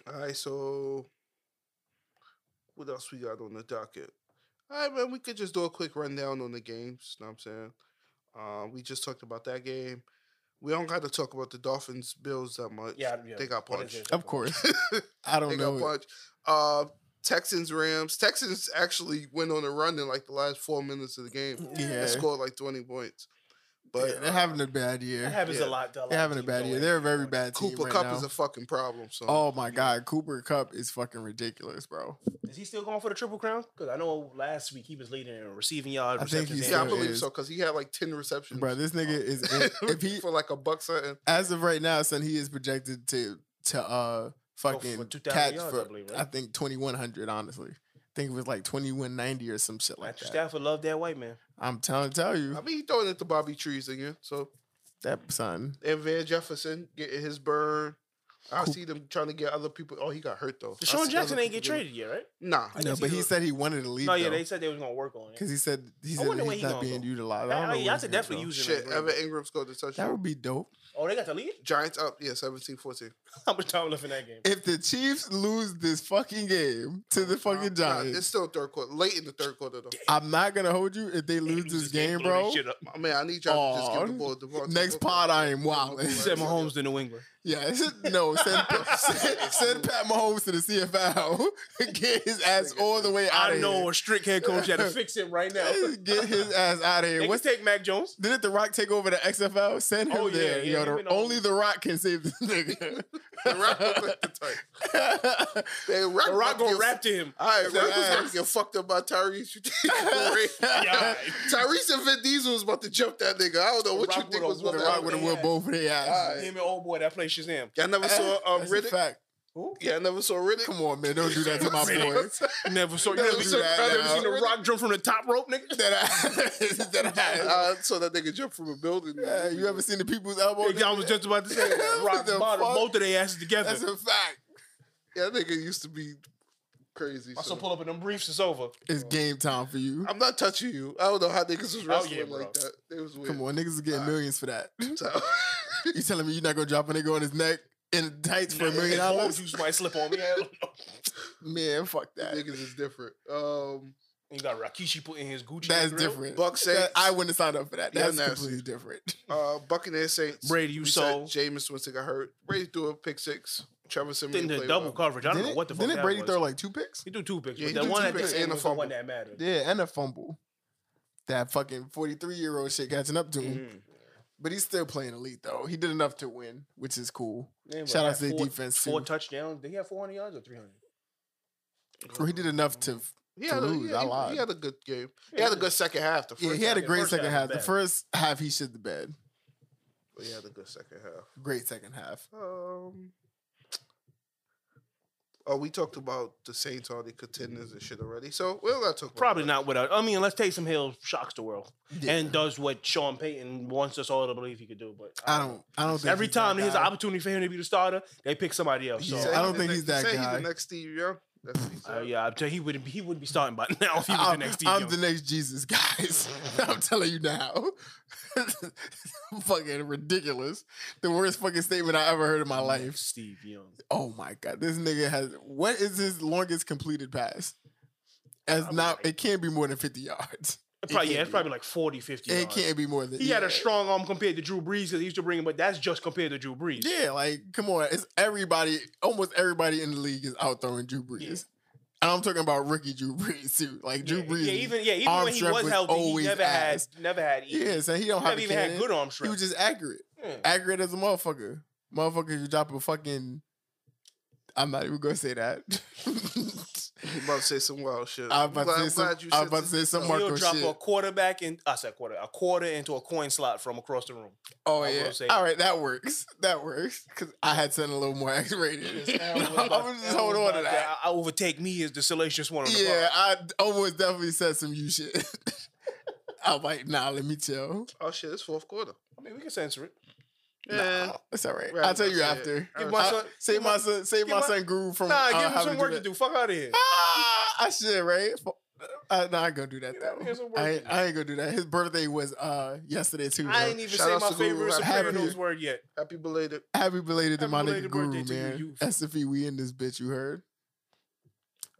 Speaker 2: All right, so what else we got on the docket? All right, man, we could just do a quick rundown on the games. You know what I'm saying? Uh, we just talked about that game. We don't got to talk about the Dolphins Bills that much.
Speaker 4: [LAUGHS] Yeah, yeah.
Speaker 2: they got
Speaker 4: What is
Speaker 2: punched.
Speaker 4: it?
Speaker 3: Of course. [LAUGHS] I
Speaker 2: They got
Speaker 3: don't know. it.
Speaker 2: punched. Uh, Texans Rams. Texans actually went on a run in like the last four minutes of the game.
Speaker 3: Mm, Yeah.
Speaker 2: and scored like 20 points. But
Speaker 3: Yeah, they're having a bad
Speaker 4: That
Speaker 3: year.
Speaker 4: happens
Speaker 2: Yeah.
Speaker 4: a lot. to lot
Speaker 3: They're having a
Speaker 4: of
Speaker 3: bad
Speaker 4: teams,
Speaker 3: year.
Speaker 4: though,
Speaker 3: They're a
Speaker 4: at this
Speaker 3: very
Speaker 4: point.
Speaker 3: bad team
Speaker 2: Cooper
Speaker 3: right
Speaker 2: Cup
Speaker 3: now.
Speaker 2: is a fucking problem. So
Speaker 3: oh my god, Cooper Cup is fucking ridiculous, bro.
Speaker 4: Is he still going for the triple crown? Because I know last week he was leading in receiving yards.
Speaker 3: I think
Speaker 4: receptions,
Speaker 3: he's
Speaker 4: and-
Speaker 2: yeah, I
Speaker 3: there
Speaker 2: believe
Speaker 3: is.
Speaker 2: so because he had like ten receptions.
Speaker 3: Bro, this nigga is
Speaker 2: [LAUGHS]
Speaker 3: if he
Speaker 2: for like a buck something.
Speaker 3: as of right now, son, he is projected to to uh
Speaker 4: Oh, for
Speaker 3: fucking
Speaker 4: 2,000
Speaker 3: catch
Speaker 4: yards,
Speaker 3: for
Speaker 4: I believe,
Speaker 3: I
Speaker 4: right?
Speaker 3: think twenty one hundred. Honestly, I think it was like twenty one ninety or some shit like
Speaker 4: Matthew
Speaker 3: that.
Speaker 4: Stafford loved that white man.
Speaker 3: I'm telling tell you
Speaker 2: I mean, he throwing it to Bobby Trees again. So
Speaker 3: that son.
Speaker 2: and Van Jefferson getting his burn. I
Speaker 3: Cool.
Speaker 2: see them trying to get other people. Oh, he got hurt though. I see
Speaker 4: Deshaun
Speaker 2: other
Speaker 4: Jackson ain't
Speaker 2: people
Speaker 4: get
Speaker 2: getting-
Speaker 4: traded yet, right?
Speaker 2: Nah,
Speaker 4: I
Speaker 3: No,
Speaker 4: guess
Speaker 3: but he
Speaker 4: was-
Speaker 3: said he wanted to leave.
Speaker 4: No, yeah, they said they was gonna work on it.
Speaker 3: because he said he
Speaker 4: I
Speaker 3: said
Speaker 4: wonder
Speaker 3: that
Speaker 4: where
Speaker 3: he's
Speaker 4: he
Speaker 3: not
Speaker 4: gonna
Speaker 3: being
Speaker 4: go.
Speaker 3: utilized. I
Speaker 4: I,
Speaker 3: don't know.
Speaker 4: I,
Speaker 3: where
Speaker 4: y'all
Speaker 3: he's
Speaker 4: could
Speaker 3: gonna
Speaker 4: definitely
Speaker 3: go.
Speaker 4: use him.
Speaker 2: shit.
Speaker 4: as a
Speaker 2: Evan
Speaker 4: running back.
Speaker 2: Ingram scored the touchdown.
Speaker 3: That would be dope.
Speaker 4: Oh, they got
Speaker 3: [LAUGHS]
Speaker 4: the lead.
Speaker 2: Giants up, yeah, 17-14.
Speaker 4: How much time left in that game?
Speaker 3: If the Chiefs lose this fucking game to the fucking
Speaker 2: Nah,
Speaker 3: Giants,
Speaker 2: it's still third quarter, late in the third quarter though.
Speaker 3: I'm not gonna hold you. If they lose this game, bro,
Speaker 2: I mean, I need y'all to just give the
Speaker 3: Aw,
Speaker 2: ball to Devontae
Speaker 3: next
Speaker 2: Booker.
Speaker 3: pod I am wilding.
Speaker 2: Devontae
Speaker 3: [LAUGHS]
Speaker 4: Said
Speaker 2: Booker.
Speaker 4: Mahomes to New England.
Speaker 3: Yeah, [LAUGHS] no, send,
Speaker 4: [LAUGHS]
Speaker 3: send, send Pat Mahomes to the CFL. [LAUGHS] Get his ass all the way out
Speaker 4: I
Speaker 3: of
Speaker 4: know
Speaker 3: here.
Speaker 4: a strict head coach that'll fix it right
Speaker 3: [LAUGHS]
Speaker 4: now.
Speaker 3: Get his ass out of here.
Speaker 4: Let's
Speaker 3: What's
Speaker 4: take Mac Jones.
Speaker 3: didn't The Rock take over the XFL? Send him
Speaker 4: Oh, yeah,
Speaker 3: there.
Speaker 4: yeah,
Speaker 3: Yo,
Speaker 4: him
Speaker 3: the-
Speaker 4: and all-
Speaker 3: only The Rock can save this
Speaker 4: [LAUGHS]
Speaker 3: nigga.
Speaker 2: [LAUGHS] The Rock looked like the type. Hey, Rock,
Speaker 4: The Rock gonna
Speaker 2: your-
Speaker 4: rap to him.
Speaker 2: All right, Rock was
Speaker 3: ass.
Speaker 2: about to get fucked up by Tyrese. [LAUGHS] You think
Speaker 3: [LAUGHS]
Speaker 2: it's great?
Speaker 4: Yeah.
Speaker 2: Tyrese and Vin Diesel was about to jump that nigga. I don't know what
Speaker 4: Rock
Speaker 2: you think
Speaker 4: would've
Speaker 2: was about
Speaker 4: whooped
Speaker 3: the
Speaker 2: to
Speaker 4: that
Speaker 3: Rock
Speaker 2: happen.
Speaker 3: would have
Speaker 4: Yeah.
Speaker 3: whipped both of their asses.
Speaker 4: Him and old boy that plays Shazam.
Speaker 2: Y'all
Speaker 3: [LAUGHS]
Speaker 2: never saw
Speaker 4: uh,
Speaker 2: um,
Speaker 3: That's a
Speaker 2: Riddick?
Speaker 3: fact.
Speaker 2: Y'all never saw Riddick? [LAUGHS]
Speaker 3: Come on, man. Don't do
Speaker 4: [LAUGHS]
Speaker 3: that to my boy.
Speaker 2: Riddick.
Speaker 4: [LAUGHS] Never saw. You
Speaker 2: Never
Speaker 4: never,
Speaker 2: saw-
Speaker 4: seen-
Speaker 3: I
Speaker 4: never
Speaker 3: know.
Speaker 4: seen a rock jump from the top rope,
Speaker 3: [LAUGHS]
Speaker 4: nigga.
Speaker 3: that ass. that ass.
Speaker 2: I saw that nigga jump from a building.
Speaker 3: Uh, you ever seen the people's elbow?
Speaker 4: I was just about to
Speaker 3: [LAUGHS]
Speaker 4: say that.
Speaker 3: What
Speaker 4: rock
Speaker 3: the
Speaker 4: bottom,
Speaker 3: fuck?
Speaker 4: both of their asses together.
Speaker 3: That's a fact.
Speaker 2: Yeah, that nigga used to be crazy.
Speaker 4: I
Speaker 2: so.
Speaker 4: saw pull up in them briefs. It's over.
Speaker 3: It's game time for you.
Speaker 2: I'm not touching you. I don't know how niggas was wrestling
Speaker 4: Oh, yeah, bro.
Speaker 2: like that. It was weird.
Speaker 3: Come on, niggas is getting millions for that.
Speaker 4: [LAUGHS]
Speaker 2: So-
Speaker 3: You telling me you're not gonna drop a nigga on his neck in tights for a million
Speaker 4: Orange
Speaker 3: dollars?
Speaker 4: juice might slip on me. I don't know.
Speaker 3: Man, fuck
Speaker 2: [LAUGHS]
Speaker 3: that.
Speaker 2: niggas is different. Um,
Speaker 4: You got Rakishi putting his Gucci.
Speaker 3: That's
Speaker 4: in the grill.
Speaker 3: different.
Speaker 2: Buck
Speaker 3: That-
Speaker 2: Saints.
Speaker 3: I wouldn't sign up for that.
Speaker 2: Yeah,
Speaker 3: That's
Speaker 2: nasty.
Speaker 3: completely different.
Speaker 2: uh, Buccaneer Saints.
Speaker 4: Brady, you
Speaker 2: We
Speaker 4: saw
Speaker 2: said Jameis Winston got hurt. Brady threw a pick six. Trevor Simeon
Speaker 4: in the
Speaker 2: played
Speaker 4: double
Speaker 2: well.
Speaker 4: coverage. I don't know
Speaker 3: Didn't-
Speaker 4: what the fuck
Speaker 3: Didn't
Speaker 4: that
Speaker 3: Brady
Speaker 4: was.
Speaker 3: throw like two picks?
Speaker 4: He threw two picks,
Speaker 2: Yeah, he
Speaker 4: but that
Speaker 2: threw
Speaker 4: one
Speaker 2: two
Speaker 4: at the
Speaker 2: picks
Speaker 4: end
Speaker 2: and a
Speaker 4: was the
Speaker 2: fumble.
Speaker 4: one that mattered.
Speaker 3: Yeah, and a fumble. That fucking 43 year old shit catching up to him.
Speaker 4: Mhm.
Speaker 3: But he's still playing elite though. He did enough to win, which is cool.
Speaker 4: Yeah, but
Speaker 3: Shout out
Speaker 4: had
Speaker 3: to the
Speaker 4: four-
Speaker 3: defense,
Speaker 4: Four
Speaker 3: too.
Speaker 4: touchdowns. Did he have 400 yards or 300?
Speaker 3: Or he did
Speaker 4: Mm-hmm.
Speaker 3: enough to
Speaker 2: He had, a,
Speaker 3: to lose.
Speaker 2: he,
Speaker 3: I
Speaker 2: had-
Speaker 3: lied.
Speaker 2: he had a good game. He had a good second half. The first
Speaker 3: Yeah, he had a
Speaker 2: half-
Speaker 3: great
Speaker 4: first
Speaker 3: second
Speaker 4: half was
Speaker 3: half. The
Speaker 4: bad.
Speaker 3: first half he shit the bed.
Speaker 2: he had a good second half.
Speaker 3: Great second half.
Speaker 2: Um, oh, we talked about the Saints, all the contenders and shit already. So we don't gotta talk. About
Speaker 4: Probably
Speaker 2: that.
Speaker 4: not without. I mean, unless Taysom Hill shocks the world
Speaker 3: Yeah.
Speaker 4: and does what Sean Payton wants us all to believe he could do. But
Speaker 3: I don't I don't think
Speaker 4: Every
Speaker 3: he's that
Speaker 4: time there's an
Speaker 3: guy.
Speaker 4: opportunity for him to be the starter, they pick somebody else. So
Speaker 3: Yeah,
Speaker 2: Say
Speaker 3: I don't
Speaker 2: the
Speaker 3: think
Speaker 2: next-
Speaker 3: he's that
Speaker 2: say
Speaker 3: guy.
Speaker 2: the next Steve Young. That's what he
Speaker 4: Uh,
Speaker 2: said.
Speaker 4: yeah, I'm tell- he would he wouldn't be starting by [LAUGHS] now if he was the
Speaker 3: I'm,
Speaker 4: next team.
Speaker 3: I'm the next Jesus, [LAUGHS] guys. I'm telling you now. [LAUGHS] fucking ridiculous. The worst fucking statement I ever heard in my
Speaker 4: Mm.
Speaker 3: life.
Speaker 4: Steve Young.
Speaker 3: Oh my god, this nigga has what is his longest completed pass? As
Speaker 4: Probably
Speaker 3: not,
Speaker 4: like-
Speaker 3: it can't be more than fifty yards.
Speaker 4: Probably, yeah,
Speaker 3: can't
Speaker 4: it's
Speaker 3: be.
Speaker 4: probably like 40, 50.
Speaker 3: It
Speaker 4: yards.
Speaker 3: can't be more than.
Speaker 4: He had
Speaker 3: yeah.
Speaker 4: a strong arm compared to Drew Brees because he used to bring him, but that's just compared to Drew Brees.
Speaker 3: Yeah, like come on, it's everybody. Almost everybody in the league is out throwing Drew Brees, and I'm talking about rookie Drew Brees too. Like Drew
Speaker 4: yeah,
Speaker 3: Brees,
Speaker 4: yeah, even yeah, even
Speaker 3: arm
Speaker 4: when he
Speaker 3: strength
Speaker 4: was
Speaker 3: was
Speaker 4: healthy, he
Speaker 3: always
Speaker 4: never
Speaker 3: ass.
Speaker 4: had never had either.
Speaker 3: yeah, so he don't
Speaker 4: He
Speaker 3: have
Speaker 4: never even had
Speaker 3: cannon.
Speaker 4: good arm
Speaker 3: He was
Speaker 4: strength. Hmm.
Speaker 3: just accurate.
Speaker 4: Yeah.
Speaker 3: accurate as a motherfucker. Motherfucker, you drop a fucking. I'm not even gonna
Speaker 2: [LAUGHS]
Speaker 3: say that.
Speaker 2: You about to say some wild shit.
Speaker 3: I'm
Speaker 2: glad-
Speaker 3: about to say
Speaker 2: I'm
Speaker 3: some.
Speaker 2: glad you
Speaker 3: I'm
Speaker 2: said
Speaker 3: about
Speaker 2: this.
Speaker 3: to say some
Speaker 4: He'll
Speaker 3: Marco
Speaker 4: drop a
Speaker 3: shit.
Speaker 4: quarterback in I said quarter, a quarter into a coin slot from across
Speaker 3: [LAUGHS]
Speaker 4: the room.
Speaker 3: Oh
Speaker 4: I will
Speaker 3: yeah.
Speaker 4: say
Speaker 3: All
Speaker 4: that.
Speaker 3: right, that works. [LAUGHS] That works. Cause I had something a little more [LAUGHS] X rated. [LAUGHS]
Speaker 4: Aaron
Speaker 3: I'm
Speaker 4: was about-
Speaker 3: gonna just
Speaker 4: Aaron
Speaker 3: hold
Speaker 4: was
Speaker 3: on to
Speaker 4: about
Speaker 3: that.
Speaker 4: I overtake me as the salacious one on the
Speaker 3: Yeah,
Speaker 4: pod.
Speaker 3: I d- almost definitely said some you shit. [LAUGHS] I'm like, nah, let me chill.
Speaker 2: Oh shit, it's fourth quarter.
Speaker 4: I mean, we can censor it.
Speaker 2: Yeah.
Speaker 3: Nah, it's all right.
Speaker 2: Right,
Speaker 3: I'll tell
Speaker 2: that's
Speaker 3: you
Speaker 2: it.
Speaker 3: after.
Speaker 2: Give
Speaker 3: I-
Speaker 4: my son-
Speaker 3: Save
Speaker 4: give
Speaker 3: my
Speaker 4: my-
Speaker 3: son. Save
Speaker 4: give
Speaker 3: my
Speaker 4: my-
Speaker 3: son Groove from.
Speaker 4: Nah,
Speaker 3: uh,
Speaker 4: give him
Speaker 3: having
Speaker 4: some work to do. Fuck out of here.
Speaker 3: Ah, I should, right? Fu- I, nah, I ain't gonna do that
Speaker 4: Yeah, it's a
Speaker 3: though.
Speaker 4: word
Speaker 3: I ain't,
Speaker 4: game.
Speaker 3: I ain't gonna do that. His birthday was uh yesterday too.
Speaker 4: I
Speaker 3: though.
Speaker 4: ain't even
Speaker 2: Shout
Speaker 4: say
Speaker 2: out
Speaker 4: my
Speaker 2: to Guru.
Speaker 4: favorite
Speaker 2: I'm
Speaker 3: happy.
Speaker 4: Sopranos word yet.
Speaker 2: Happy belated.
Speaker 3: Happy belated to
Speaker 4: Happy
Speaker 3: my nigga
Speaker 4: belated
Speaker 3: Guru,
Speaker 4: birthday to you,
Speaker 3: man.
Speaker 4: you-
Speaker 3: SFE, we in this bitch. You heard?